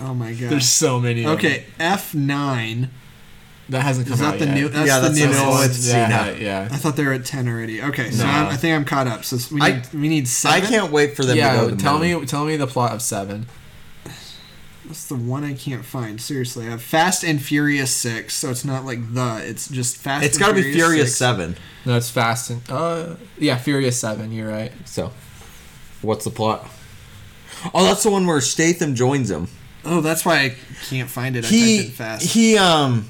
S2: Oh my god.
S1: There's so many. of
S2: okay,
S1: them.
S2: F nine.
S1: that hasn't come
S2: Is that
S1: out
S2: the
S1: yet.
S2: new? That's
S3: Yeah,
S2: the
S3: that's
S2: new
S3: the new
S2: one.
S3: one.
S1: It's- yeah,
S3: Cena.
S1: yeah.
S2: I thought they were at ten already. Okay, so
S1: No.
S2: I'm, I think I'm caught up. So we need,
S3: I-
S2: we need
S3: I
S2: seven.
S3: can't wait for them to go.
S1: Yeah,
S3: to the
S1: tell
S3: moon.
S1: me, tell me the plot of seven.
S2: That's the one I can't find. Seriously, I have Fast and Furious six. So it's not like the. It's just Fast.
S3: It's
S2: got to
S3: gotta be Furious
S2: Seven.
S3: Seven.
S1: No, it's Fast and uh, yeah, Furious Seven. You're right.
S3: So, what's the plot? Oh, that's the one where Statham joins him.
S2: Oh, that's why I can't find it. I
S3: He
S2: typed in fast.
S3: he um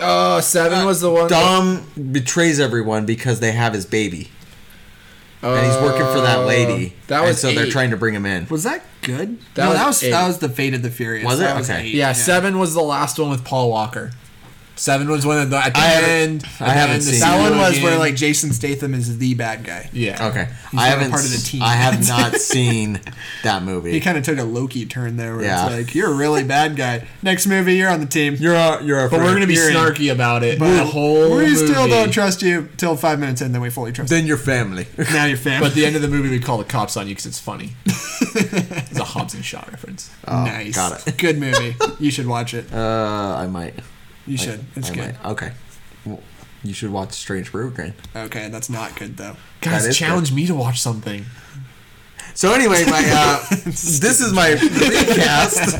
S1: Oh, seven
S3: Uh,
S1: was the one.
S3: Dom betrays everyone because they have his baby and he's working for that lady.
S1: Oh.
S2: Uh,
S1: That
S3: and
S1: was
S3: so they're
S1: eight.
S3: trying to bring him in.
S2: was that good?
S1: That
S2: no,
S1: was
S2: that was
S1: eight.
S2: that was the Fate of the Furious.
S3: Was it?
S2: That
S3: Okay.
S2: eight,
S1: Yeah, seven was the last one with Paul Walker. Seven was one of the at the
S3: I haven't-
S1: end.
S3: I
S1: at the
S3: haven't
S1: end, the
S3: seen it.
S2: That
S1: Silo
S2: one was
S1: again.
S2: where like Jason Statham is the bad guy.
S1: yeah.
S3: Okay,
S2: He's
S3: I
S2: not a
S3: haven't.
S2: part of the
S3: s-
S2: team.
S3: I have not seen that movie.
S2: He kind of took a Loki turn there, where
S3: Yeah.
S2: it's like you're a really bad guy. Next movie, you're on the team.
S3: you're a, you're a.
S1: But we're gonna be
S2: You're in.
S1: snarky about it.
S2: But
S1: the whole
S2: we still
S1: movie.
S2: don't trust you till five minutes in, then we fully trust. you.
S3: then your family.
S2: now you're fam.
S1: But at the end of the movie, we call the cops on you because it's funny. it's a Hobbs and Shaw reference.
S3: Oh,
S2: nice,
S3: Got it.
S2: good movie. You should watch it.
S3: Uh, I might.
S2: You should. It's
S3: I
S2: good.
S3: might. Okay. Well, you should watch Strange Brew Train.
S2: Okay, that's not good though.
S1: Guys,
S3: is
S1: challenge me to watch something.
S3: So anyway, my uh, this is my recast.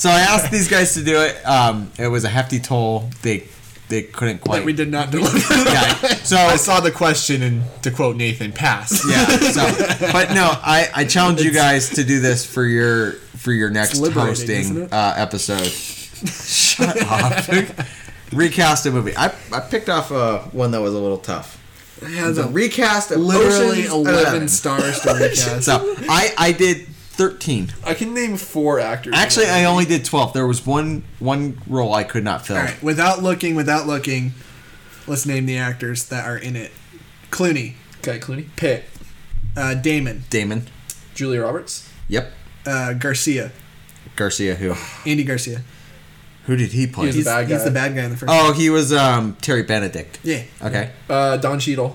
S3: So I asked these guys to do it. Um, it was a hefty toll. They they couldn't quite.
S2: But we did not deliver.
S3: Yeah. So
S1: I saw the question, and to quote Nathan, pass.
S3: yeah. So, but no, I, I challenge you guys to do this for your for your next
S2: liberating,
S3: hosting
S2: isn't it?
S3: uh, episode. Shut up. recast a movie. I, I picked off uh, one that was a little tough.
S2: It has
S3: The
S2: a
S3: recast of
S2: literally
S3: Ocean's
S2: eleven stars to recast.
S3: So I I did thirteen.
S1: I can name four actors.
S3: Actually, I only did twelve. There was one one role I could not fill.
S2: All right, without looking, without looking, let's name the actors that are in it. Clooney,
S1: okay, Clooney, Pitt,
S2: uh, Damon,
S3: Damon.
S1: Julia Roberts,
S3: Yep.
S2: uh, Garcia,
S3: Garcia. Who?
S2: Andy Garcia.
S3: Who did he play?
S1: He's the
S2: He's,
S1: bad
S2: he's
S1: guy.
S2: the bad guy in the first.
S3: oh, he was um, Terry Benedict.
S2: Yeah,
S3: Okay.
S1: uh, Don Cheadle.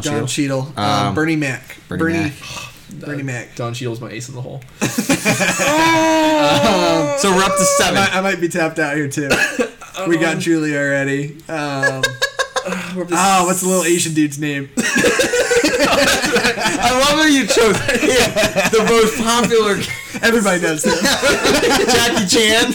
S2: Don
S3: Cheadle.
S2: Cheadle, um,
S3: Um,
S2: Bernie Mac,
S3: Bernie Mac.
S2: Bernie Mac.
S1: Don Cheadle's my ace in the hole.
S3: Uh, so we're up to
S2: I
S3: seven.
S2: might, I might be tapped out here too. we got Julie already. Um, oh, what's the little Asian dude's name?
S3: I love how you chose the most popular
S2: Everybody knows him.
S3: Jackie Chan.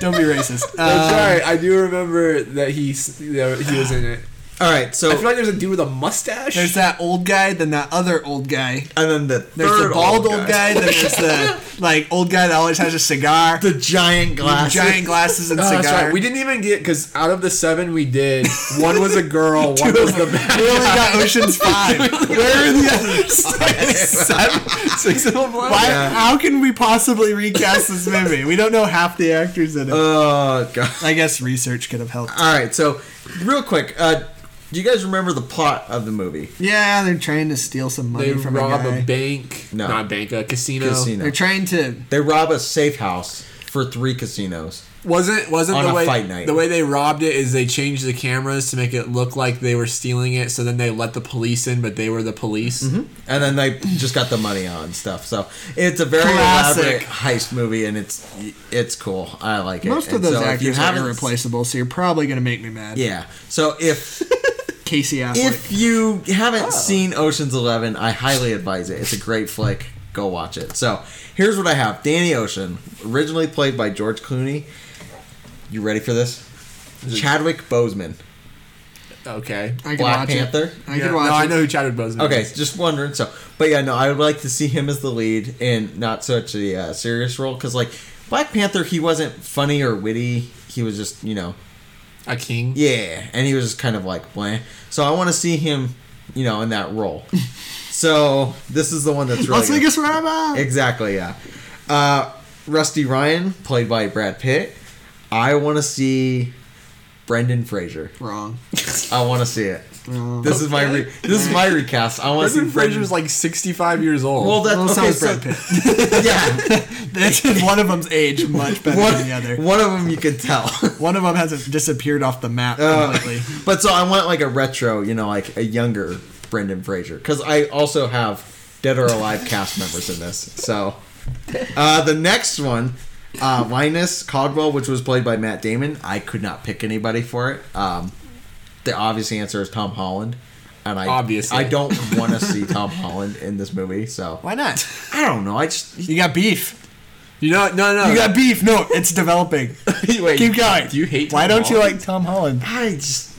S2: Don't be racist.
S1: That's
S2: Um,
S1: right. I do remember that he s- that he was in it.
S3: All right, so
S1: I feel like there's a dude with a mustache.
S2: There's that old guy, then that other old guy.
S3: and then the
S2: There's
S3: third
S2: the bald old guy. then there's the like old guy that always has a cigar,
S3: the giant glass,
S2: giant glasses and
S1: Oh,
S2: cigar.
S1: that's right. We didn't even get because out of the seven we did, one was a girl, one was the
S2: We only got Ocean's Five. Where are the others?
S1: six of them. left.
S2: Why,
S3: Yeah.
S2: How can we possibly recast this movie? We don't know half the actors in it.
S3: Oh god.
S2: I guess research could have helped.
S3: All right, so real quick, uh, do you guys remember the plot of the movie?
S2: Yeah, they're trying to steal some money
S1: They
S2: from
S1: rob
S2: a guy.
S1: a bank,
S3: No.
S1: not bank, a casino.
S3: Casino.
S2: they're trying to.
S3: They rob a safe house for three casinos.
S1: Wasn't wasn't
S3: On
S1: the
S3: a
S1: way
S3: fight night.
S1: the way they robbed it is they changed the cameras to make it look like they were stealing it. So then they let the police in, but they were the police.
S3: And then they just got the money on and stuff. So it's a very
S2: Classic.
S3: elaborate heist movie, and it's it's cool. I like it.
S2: Most of
S3: And
S2: those
S3: so if you
S2: actors are
S3: haven't-
S2: irreplaceable, so you're probably gonna make me mad.
S3: Yeah. So if
S2: Casey Affleck.
S3: if you haven't
S2: Oh.
S3: seen Ocean's Eleven, I highly advise it. It's a great flick. Go watch it. So here's what I have: Danny Ocean, originally played by George Clooney. You ready for this? Chadwick Boseman,
S1: Okay.
S2: I could
S3: Black
S2: watch
S3: Panther.
S2: it. I
S1: Yeah,
S2: could watch
S1: no,
S2: it.
S1: I know who Chadwick Boseman.
S3: Mm-hmm. Okay,
S1: is.
S3: just wondering. So, but yeah, no, I would like to see him as the lead and not such a uh, serious role because, like, Black Panther, he wasn't funny or witty. He was just, you know,
S1: a king.
S3: yeah, and he was just kind of like bland. So I want to see him, you know, in that role. so this is the one that's really
S2: Las
S3: good.
S2: Vegas Rabbi.
S3: exactly yeah. Uh, Rusty Ryan, played by Brad Pitt. I want to see Brendan Fraser.
S2: Wrong.
S3: I want to see it.
S2: Wrong.
S3: This is my re- this is my recast. I want to see
S1: Brendan
S3: Brendan
S1: Fraser's like 65 years old.
S3: Well, that
S2: Well, so
S3: okay,
S2: is
S3: so,
S2: Brad Pitt.
S3: yeah,
S2: That's one of them's age much better
S3: one,
S2: than the other.
S3: one of them you can tell.
S2: One of them hasn't disappeared off the map
S3: Uh,
S2: completely.
S3: but so I want like a retro, you know, like a younger Brendan Fraser because I also have Dead or Alive cast members in this. So uh, the next one, uh, Linus Caldwell, which was played by Matt Damon, I could not pick anybody for it. Um, the obvious answer is Tom Holland. And I,
S1: Obviously.
S3: I don't want to see Tom Holland in this movie, so
S2: Why not?
S3: I don't know. I just
S2: You got beef.
S1: you know, no, no.
S2: You got beef. No, it's developing.
S1: Wait,
S2: Keep going.
S1: Do you hate?
S2: Why
S1: Tom
S2: don't you
S1: Holland?
S2: like Tom Holland?
S3: I just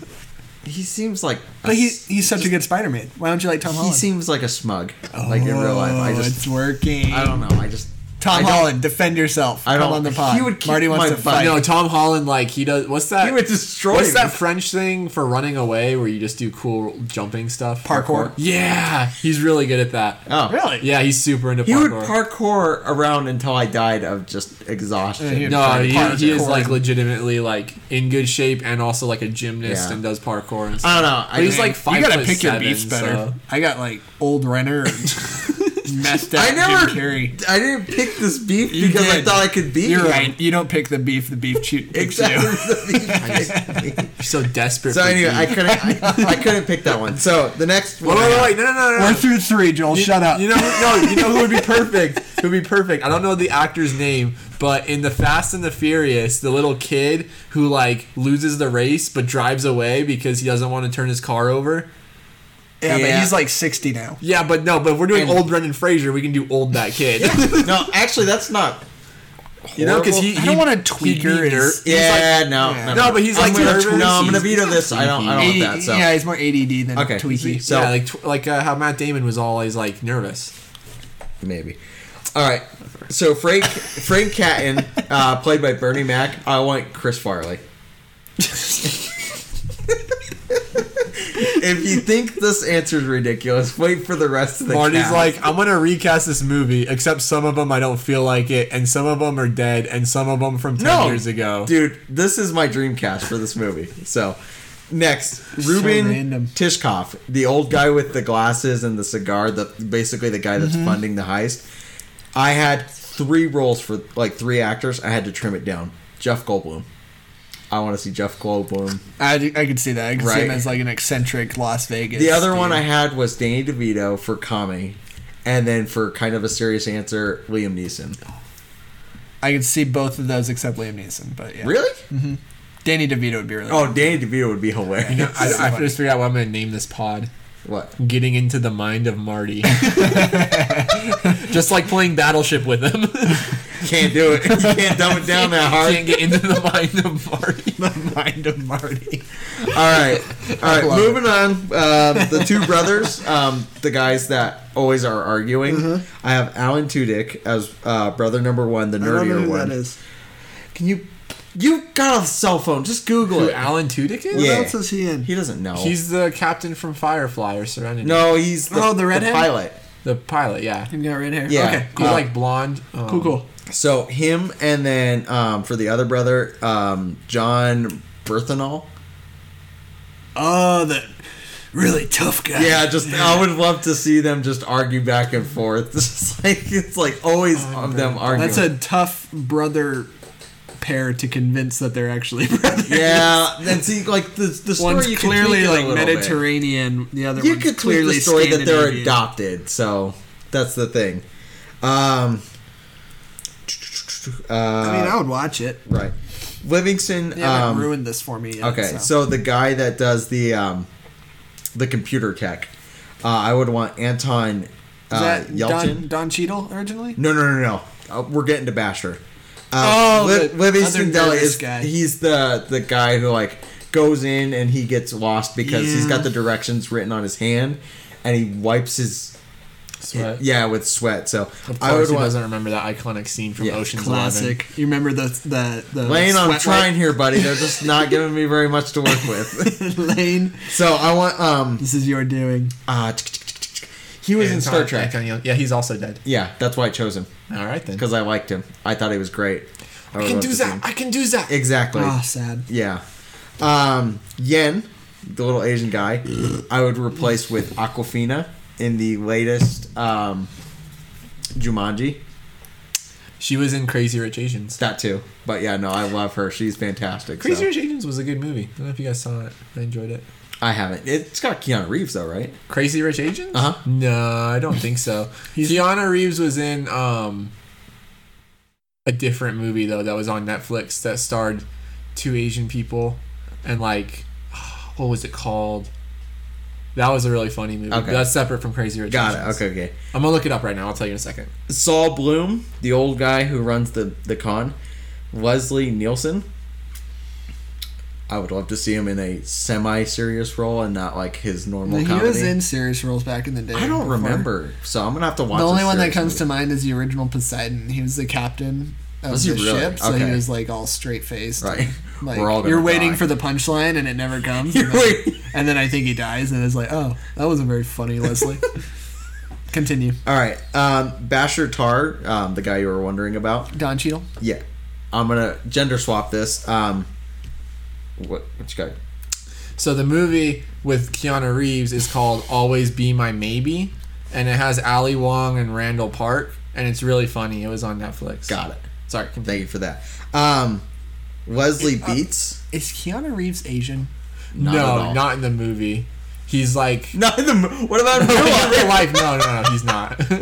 S3: he seems like a
S2: But he,
S3: s-
S2: he's such a good Spider-Man. Why don't you like Tom
S3: he
S2: Holland?
S3: seems like a smug like in real life. I
S2: Oh,
S3: just
S2: it's working.
S3: I don't know. I just
S2: Tom Holland, defend yourself.
S3: I
S2: Come
S3: don't-
S2: on the pod.
S3: he would kick
S2: Marty wants
S3: my
S2: to
S3: butt.
S2: fight.
S1: No, Tom Holland, like he does. What's that?
S3: He would destroy
S1: What's
S3: me.
S1: that French thing for running away where you just do cool jumping stuff?
S2: Parkour.
S1: Yeah, he's really good at that.
S3: Oh.
S2: Really?
S1: Yeah, he's super into
S3: He would
S1: parkour.
S3: parkour around until I died of just exhaustion.
S2: Yeah, he-
S1: no, he, he is
S2: Parkour.
S1: like legitimately like in good shape and also like a gymnast
S3: Yeah.
S1: and does parkour. And stuff.
S3: I don't know. I
S1: But he's
S3: mean,
S1: like five
S2: you gotta
S1: foot
S2: pick
S1: seven,
S2: your beats better.
S1: so-
S2: I got like old Renner, and messed up
S3: I never.
S2: Jim Carrey.
S3: I didn't pick this beef because I
S2: did.
S3: thought I could beat
S2: You're
S3: him.
S2: right. You don't pick the beef. The beef choo- picks you.
S3: Exactly.
S1: He's so desperate.
S3: so
S1: for
S3: anyway, I
S1: beats.
S3: couldn't. I, I couldn't pick that one. So the next
S1: Wait,
S3: one.
S1: wait, wait, no, no, no, no.
S2: We're
S1: no.
S2: through three, Joel.
S1: You-
S2: Shut up.
S1: You know, who- no, you know who would be perfect? Who would be perfect? I don't know the actor's name, but in the Fast and the Furious, the little kid who like loses the race but drives away because he doesn't want to turn his car over.
S2: yeah,
S3: Yeah.
S2: but he's like sixty now.
S1: Yeah, but no, but if we're doing
S3: And-
S1: old Brendan Fraser, we can do old that kid.
S3: No, actually, that's not.
S1: you know, because he,
S2: I
S1: he
S2: don't want a
S1: he'd be
S2: tweaker is-
S1: ner-
S3: Yeah, no,
S2: yeah.
S3: no,
S1: No, but he's
S3: I'm
S1: like
S3: gonna-
S1: nervous.
S3: No, I'm gonna
S1: He's-
S3: veto this. I don't. I don't want that. So
S2: Yeah, he's more ADD than
S3: Okay.
S2: Tweaky.
S3: So-
S1: yeah, like tw- like uh, how Matt Damon was always like nervous.
S3: maybe. All right. So Frank Frank Catton, uh, played by Bernie Mac. I want Chris Farley. if you think this answer is ridiculous, wait for the rest of the.
S1: Marty's
S3: cast.
S1: like, I'm gonna recast this movie, except some of them I don't feel like it, and some of them are dead, and some of them from ten
S3: no,
S1: years ago.
S3: dude. This is my dream cast for this movie. So. Next, Ruben
S2: random.
S3: Tishkoff, the old guy with the glasses and the cigar, the basically the guy that's
S2: Mm-hmm.
S3: funding the heist. I had three roles for like three actors. I had to trim it down. Jeff Goldblum. I want to see Jeff Goldblum.
S2: I, I could see that. I could see him
S3: Right.
S2: as like an eccentric Las Vegas.
S3: The other
S2: dude.
S3: one I had was Danny DeVito for comedy, and then for kind of a serious answer, Liam Neeson.
S2: I could see both of those except Liam Neeson. But yeah,
S3: Really?
S2: Danny DeVito would be really.
S3: Oh, Danny DeVito would be hilarious.
S1: No, I, I just figured out what I'm gonna name this pod.
S3: What?
S1: Getting into the mind of Marty. Just like playing Battleship with him.
S3: Can't do it. You can't dumb it down that hard.
S1: Can't get into the mind of Marty.
S2: the mind of Marty.
S3: All right, all right. Moving on. Um, the two brothers, um, the guys that always are arguing.
S2: Mm-hmm.
S3: I have Alan Tudyk as uh, brother number one, the nerdier one.
S2: is.
S3: Can you? You got a cell phone? Just Google
S1: Who
S3: it.
S1: Alan Tudyk is?
S3: What Yeah.
S2: else is he in?
S3: He doesn't know.
S1: He's the captain from Firefly or Serenity.
S3: no, he's the,
S2: Oh, the redhead?
S3: pilot.
S1: The pilot, yeah.
S2: He's got red hair.
S3: Yeah.
S2: Okay.
S1: He's
S2: Cool.
S3: Uh,
S1: like blonde. um,
S2: cool. Cool.
S3: So him, and then um, for the other brother, um, John Berthenol.
S2: Oh, the really tough guy.
S3: Yeah, just I would love to see them just argue back and forth. It's just like it's like always of them arguing.
S2: Oh, That's a tough brother pair to convince that they're actually brothers.
S3: Yeah, and see, like the the story
S2: One's
S3: you could tweak
S2: clearly
S3: it a
S2: like
S3: little bit.
S2: Mediterranean. The other
S3: You
S2: one's
S3: could tweak
S2: clearly
S3: the story that they're
S2: Scandinavian.
S3: adopted, so that's the thing. Um, uh,
S2: I mean, I would watch it.
S3: right, Livingston.
S2: They haven't
S3: um,
S2: ruined this for me. Yet,
S3: okay, so the guy that does the um, the computer tech, uh, I would want Anton
S2: Is
S3: uh,
S2: that
S3: Yelchin.
S2: Don, Don Cheadle originally?
S3: No, no, no, no. Uh, we're getting to Basher. Uh,
S2: Oh,
S3: Liv-
S2: the
S3: Livingston
S2: other
S3: Deli
S2: nervous
S3: is
S2: guy.
S3: he's the the guy who like goes in and he gets lost because he's
S2: Yeah.
S3: got the directions written on his hand and he wipes his
S1: Sweat.
S3: yeah with sweat. So
S1: Of
S3: I
S1: course,
S3: would
S1: who
S3: want
S1: doesn't remember that iconic scene from
S3: Yeah,
S1: Ocean's Eleven?
S2: Classic. You remember the the, the
S3: Lane. I'm
S2: sweat
S3: trying here, buddy. They're just not giving me very much to work with.
S2: light? Lane,
S3: So I want um
S2: this is your doing.
S3: uh he was in
S1: And
S3: Star
S1: Tom-
S3: Trek.
S1: Antonio- uh, Yeah, he's also dead.
S3: Yeah, that's why I chose him
S1: All right then.
S3: because I liked him. I thought he was great.
S1: I
S3: would
S1: can
S3: love
S1: do
S3: to see him.
S1: that. I can do that.
S3: Exactly.
S2: Ah, sad.
S3: Yeah. Um, Yen, the little Asian guy, I would replace with Aquafina in the latest um, Jumanji.
S1: She was in Crazy Rich Asians.
S3: That too. But yeah, no, I love her. She's fantastic.
S1: Crazy
S3: So.
S1: Rich Asians was a good movie. I don't know if you guys saw it. I enjoyed it.
S3: I haven't. It's got Keanu Reeves though, right?
S1: Crazy Rich Asians?
S3: Uh-huh.
S1: No, I don't think so. Keanu Reeves was in um a different movie though that was on Netflix that starred two Asian people and like what was it called? That was a really funny movie.
S3: Okay.
S1: That's separate from Crazy Rich
S3: Got it.
S1: Asians.
S3: Okay, okay.
S1: I'm gonna look it up right now. I'll tell you in a second.
S3: Saul Bloom, the old guy who runs the the con. Leslie Nielsen. I would love to see him in a semi-serious role and not like his normal
S2: he
S3: comedy.
S2: was in serious roles back in the day.
S3: I don't
S2: before.
S3: remember, so I'm gonna have to watch.
S2: The only
S3: a
S2: one that
S3: serious
S2: comes
S3: movie.
S2: to mind is the original Poseidon. He was the captain of
S3: Was he
S2: the
S3: really?
S2: ship, so
S3: Okay.
S2: he was like all straight faced.
S3: Right.
S2: Like,
S3: We're all gonna
S2: you're waiting
S3: die.
S2: for the punchline and it never comes.
S3: You're
S2: and, then,
S3: waiting-
S2: and then I think he dies, and it's like, oh, that wasn't very funny, Leslie. Continue.
S3: All right, um, Basher Tar, um, the guy you were wondering about.
S2: Don Cheadle.
S3: Yeah, I'm gonna gender swap this. Um, what what you got?
S1: So the movie with Keanu Reeves is called Always Be My Maybe, and it has Ali Wong and Randall Park, and it's really funny. It was on Netflix.
S3: Got it.
S1: Sorry. continue.
S3: Thank you for that. Um, Wesley
S2: Uh,
S3: Beats.
S2: Is Keanu Reeves Asian?
S3: Not at
S1: no,
S3: all.
S1: not in the movie. He's like
S3: Not in the. mo- What about in real
S1: in real life.
S3: life?
S1: No, no, no. He's not.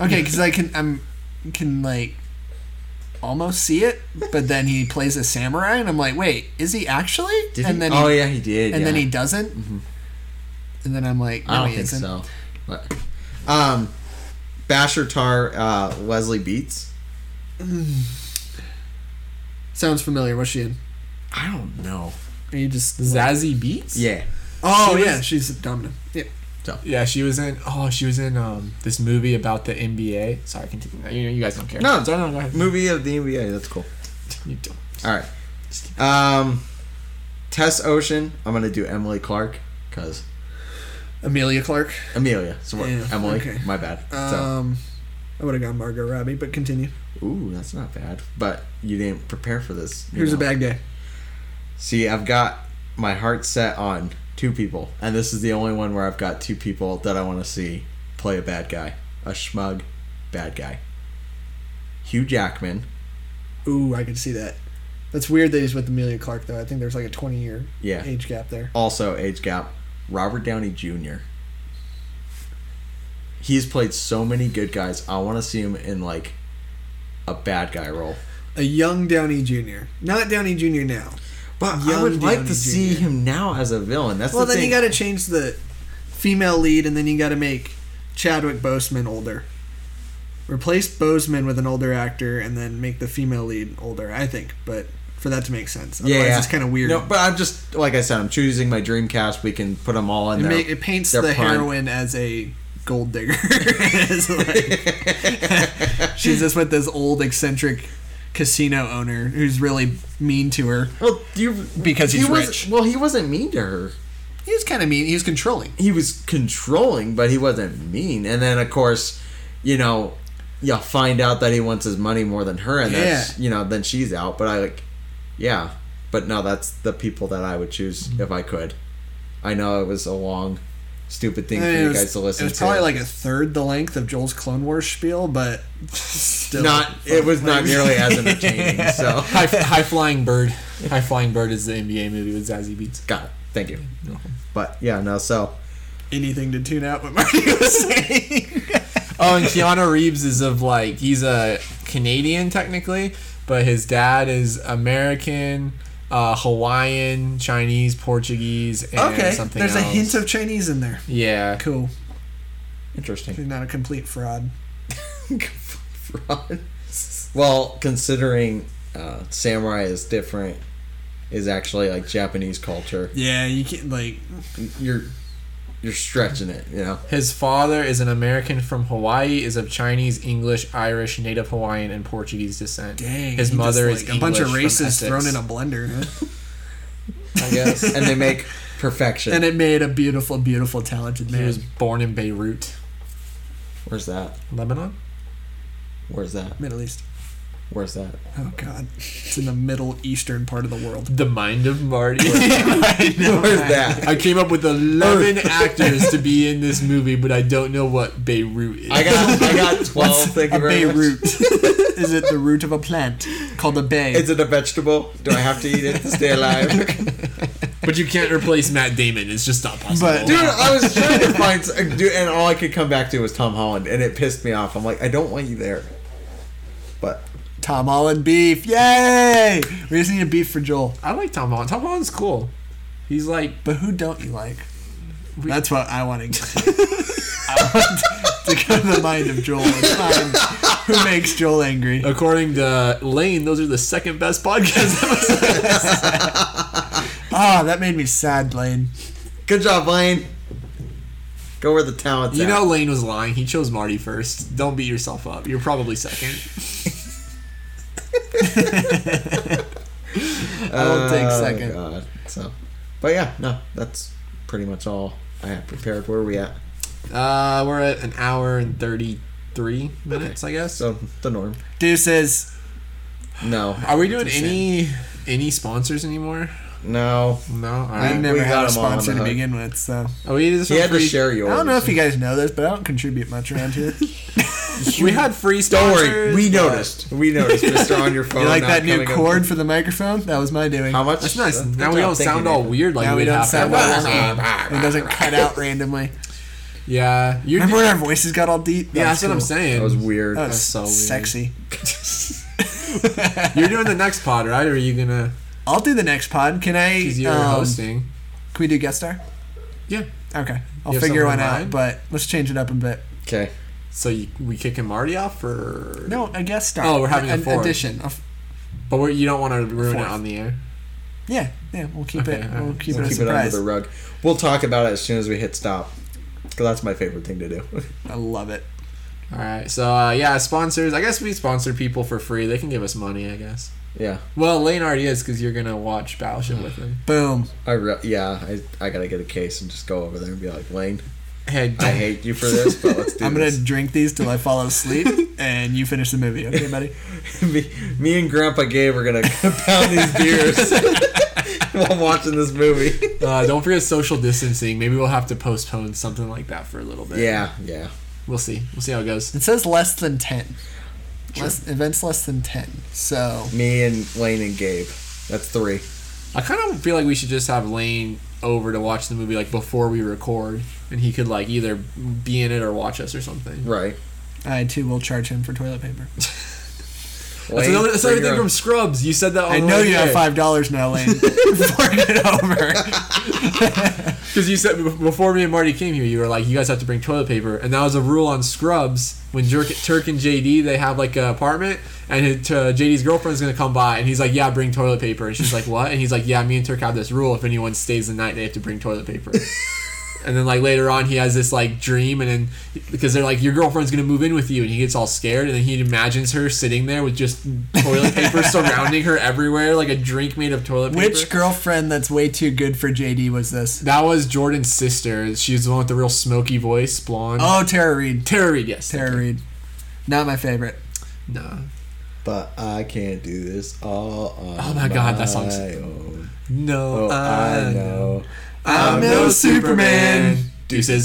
S2: Okay, because I can I'm can like almost see it, but then he plays a samurai, and I'm like, wait, is he actually?
S3: Did
S2: and
S3: he?
S2: then
S3: oh
S2: he,
S3: yeah, he did.
S2: and then
S3: yeah.
S2: he doesn't. And then I'm like, no,
S3: I don't
S2: he
S3: think
S2: isn't.
S3: so. But, um, Basher Tar, uh, Wesley Beats.
S2: Sounds familiar. What's she in?
S1: I don't know.
S2: Are you just
S1: Zazie Beats.
S3: Yeah.
S2: Oh
S1: She
S2: yeah,
S1: was-
S2: she's dominant. Yeah.
S1: Yeah, she was in. Oh, she was in um this movie about the NBA. Sorry, continue. You, you guys don't care.
S3: No,
S1: Sorry, no, go ahead.
S3: Movie of the NBA. That's cool.
S1: You don't.
S3: All right. Um, Tess Ocean. I'm gonna do Emily Clark because
S2: Amelia Clark.
S3: Amelia. So we're-
S2: Yeah,
S3: Emily.
S2: okay.
S3: My bad. So,
S2: Um, I would have gone Margot Robbie, but continue.
S3: ooh, that's not bad. But you didn't prepare for this. you
S2: Here's
S3: know.
S2: a bad guy.
S3: See, I've got my heart set on two people, and this is the only one where I've got two people that I want to see play a bad guy, a schmug, bad guy. Hugh Jackman.
S2: Ooh, I could see that. That's weird that he's with Amelia Clark though. I think there's like a 20 year
S3: Yeah.
S2: age gap there.
S3: also age gap, Robert Downey Jr. He's played so many good guys. I want to see him in like a bad guy role.
S2: A young Downey Jr. Not Downey Jr. now.
S3: But I
S2: Young
S3: would like
S2: Downey
S3: to see
S2: Jr..
S3: him now as a villain. That's
S2: Well,
S3: the
S2: then
S3: thing.
S2: you got to change the female lead, and then you got to make Chadwick Boseman older. Replace Boseman with an older actor, and then make the female lead older. I think, but for that to make sense, otherwise
S3: yeah,
S2: it's kind of weird.
S3: No, but I'm just like I said. I'm choosing my dream cast. We can put them all in
S2: it,
S3: there.
S2: ma- it paints
S3: their
S2: the
S3: prime.
S2: heroine as a gold digger. It's like- she's just with this old eccentric casino owner who's really mean to her.
S3: Well, you
S2: Because he's
S3: he was-
S2: rich.
S3: Well, he wasn't mean to her.
S2: He was kind of mean. He was controlling.
S3: He was controlling, but he wasn't mean. And then, of course, you know, you find out that he wants his money more than her, and that's you know, then she's out. But I like, yeah, but no, that's the people that I would choose if I could. I know it was a long, stupid thing
S2: I mean,
S3: for
S2: it
S3: you
S2: was-
S3: guys to listen
S2: It was
S3: to.
S2: probably like a third the length of Joel's Clone Wars spiel, but still
S3: not, it was not
S2: Like-
S3: nearly as entertaining. So,
S1: High, high flying bird. High flying bird is the NBA movie with Zazie Beats.
S3: got it. Thank you. But yeah, no. So
S2: anything to tune out what Marty was saying.
S1: Oh, and Keanu Reeves is of like he's a Canadian technically, but his dad is American, uh, Hawaiian, Chinese, Portuguese, and
S2: okay,
S1: something
S2: there's a
S1: else.
S2: hint of Chinese in there.
S1: yeah.
S2: Cool.
S3: interesting.
S2: He's not a complete fraud.
S3: fraud. Well, considering uh, samurai is different, is actually like Japanese culture.
S2: Yeah, you can't like.
S3: You're you're stretching it, you know.
S1: His father is an American from Hawaii, is of Chinese, English, Irish, Native Hawaiian, and Portuguese descent.
S2: Dang,
S1: His
S2: he
S1: mother
S2: just,
S1: is
S2: like, a bunch of
S1: English from
S2: races thrown in a
S1: Essex.
S2: blender, huh?
S1: I guess.
S3: And they make perfection.
S2: and it made a beautiful, beautiful, talented
S1: he
S2: man.
S1: was born in Beirut,
S3: Where's that?
S1: Lebanon.
S3: Where's that?
S2: Middle East.
S3: Where's that?
S2: Oh God, it's in the Middle Eastern part of the world.
S1: The mind of Marty.
S3: Where's that?
S1: I came up with 11 actors to be in this movie, but I don't know what Beirut is.
S3: I got I got twelve. Thank you
S2: a bay
S3: very much.
S2: root. is it the root of a plant called a bay?
S3: Is it a vegetable? Do I have to eat it to stay alive?
S1: but you can't replace Matt Damon. It's just not possible.
S2: But-
S3: Dude, I was trying to find, s- dude, and all I could come back to was Tom Holland, and it pissed me off. I'm like, I don't want you there. But
S2: Tom Holland beef. Yay! We just need a beef for Joel.
S1: I like Tom Holland. Tom Holland's cool. He's like,
S2: But who don't you like? That's what I want to I want to go to the mind of Joel and find who makes Joel angry.
S1: according to Lane, those are the second best podcast episodes.
S2: Ah, that made me sad, Lane.
S3: Good job, Lane. Go where the talent's
S1: You
S3: at.
S1: know Lane was lying. He chose Marty first. Don't beat yourself up. You're probably second.
S2: I will take
S3: Oh,
S2: second.
S3: God. So, but yeah, no, that's pretty much all I have prepared. Where are we at?
S1: Uh, we're at an hour and thirty-three minutes, I guess.
S3: So the norm.
S2: Deuces.
S3: No,
S1: Are we doing
S2: That's a shame.
S1: any any sponsors anymore?
S3: no.
S1: No. All
S2: I
S1: right.
S3: I'm-
S2: never
S3: we got
S2: had a
S3: 'em all on
S2: sponsor
S3: the
S2: to
S3: hook.
S2: begin with, so
S1: Are we just
S3: He had to
S1: free-
S3: share
S2: I
S3: yours.
S2: don't know if you guys know this, but I don't contribute much around here.
S1: We had free
S3: Don't
S1: sponsors.
S3: worry, we
S1: but-
S3: noticed. We noticed, Mister, on your phone.
S2: You like
S3: not
S2: that new
S3: coming up-
S2: cord for the microphone? That was my doing.
S3: How much?
S1: That's nice.
S3: Uh,
S1: now
S3: good
S1: we
S3: job.
S1: don't
S3: Thank
S1: sound
S3: you,
S1: all
S3: Nathan.
S1: weird like
S2: now we
S1: we
S2: don't
S1: have
S2: sound
S1: to.
S2: all it doesn't cut out randomly.
S1: Yeah, you.
S2: Remember when our voices got all deep? That
S1: Yeah,
S2: was
S1: that's what I'm
S2: cool.
S1: saying.
S3: That was weird.
S2: That was
S1: That's so weird.
S2: sexy.
S1: You're doing the next pod, right? Or are you gonna?
S2: I'll do the next pod. Can I?
S1: Because you're
S2: um,
S1: hosting.
S2: Can we do guest star?
S1: Yeah.
S2: Okay,
S1: You
S2: I'll
S1: have
S2: figure
S1: someone
S2: one
S1: in
S2: out.
S1: mind?
S2: But let's change it up a bit.
S3: Okay.
S1: So you, we kicking Marty off, or
S2: No, a guest star.
S1: Oh, we're having a
S2: an
S1: fourth.
S2: addition. A f-
S1: But we're, you don't want to ruin
S2: Fourth.
S1: it on the air.
S2: yeah, yeah. We'll keep
S1: Okay,
S2: it.
S1: all
S2: We'll
S1: right.
S2: keep
S3: We'll
S2: it a
S3: keep it under
S2: surprise.
S3: the rug. We'll talk about it as soon as we hit stop. 'Cause that's my favorite thing to do.
S2: I love it.
S1: All right. So uh, yeah, sponsors. I guess we sponsor people for free. They can give us money. I guess.
S3: yeah.
S1: Well, Lane already is because you're gonna watch Battleship with him.
S2: Boom.
S3: I re- yeah. I, I gotta get a case and just go over there and be like, Lane,
S1: Hey,
S3: I hate you for this, but let's do
S2: I'm gonna
S3: this.
S2: drink these till I fall asleep, and you finish the movie. Okay, buddy.
S3: me, me and Grandpa Gabe are gonna pound these beers while watching this movie.
S1: uh, don't forget social distancing. Maybe we'll have to postpone something like that for a little bit.
S3: Yeah, yeah.
S1: We'll see. We'll see how it goes.
S2: It says less than ten. Less, events less than ten. So
S3: Me and Lane and Gabe. That's three.
S1: I kind of feel like we should just have Lane over to watch the movie like before we record, and he could like either be in it or watch us or something.
S3: Right.
S2: I too will charge him for toilet paper.
S1: That's
S3: Lane,
S1: another, that's
S3: bring
S1: another thing
S3: your
S1: from
S3: own-
S1: Scrubs. You said that. On
S2: I know you have five dollars now, Lane. Fork it over.
S1: because you said bef- before me and Marty came here. You were like, you guys have to bring toilet paper, and that was a rule on Scrubs. When Jerk, Turk and JD they have like an apartment, and his, uh, JD's girlfriend's gonna come by, and he's like, yeah, bring toilet paper, and she's like, what? And he's like, yeah, me and Turk have this rule. If anyone stays the night, they have to bring toilet paper. And then like later on, he has this like dream, and then because they're like, your girlfriend's gonna move in with you, and he gets all scared, and then he imagines her sitting there with just toilet paper surrounding her everywhere, like a drink made of toilet paper.
S2: Which girlfriend that's way too good for JD was this?
S1: That was Jordan's sister. She's the one with the real smoky voice, blonde.
S2: Oh, Tara Reed.
S1: Tara Reid, yes.
S2: Tara Reed. Not my favorite.
S1: No.
S3: But I can't do this all on
S1: Oh my God, that song's-
S3: song's. Own.
S1: No.
S3: Oh, I know.
S1: I'm no Superman. Deuces.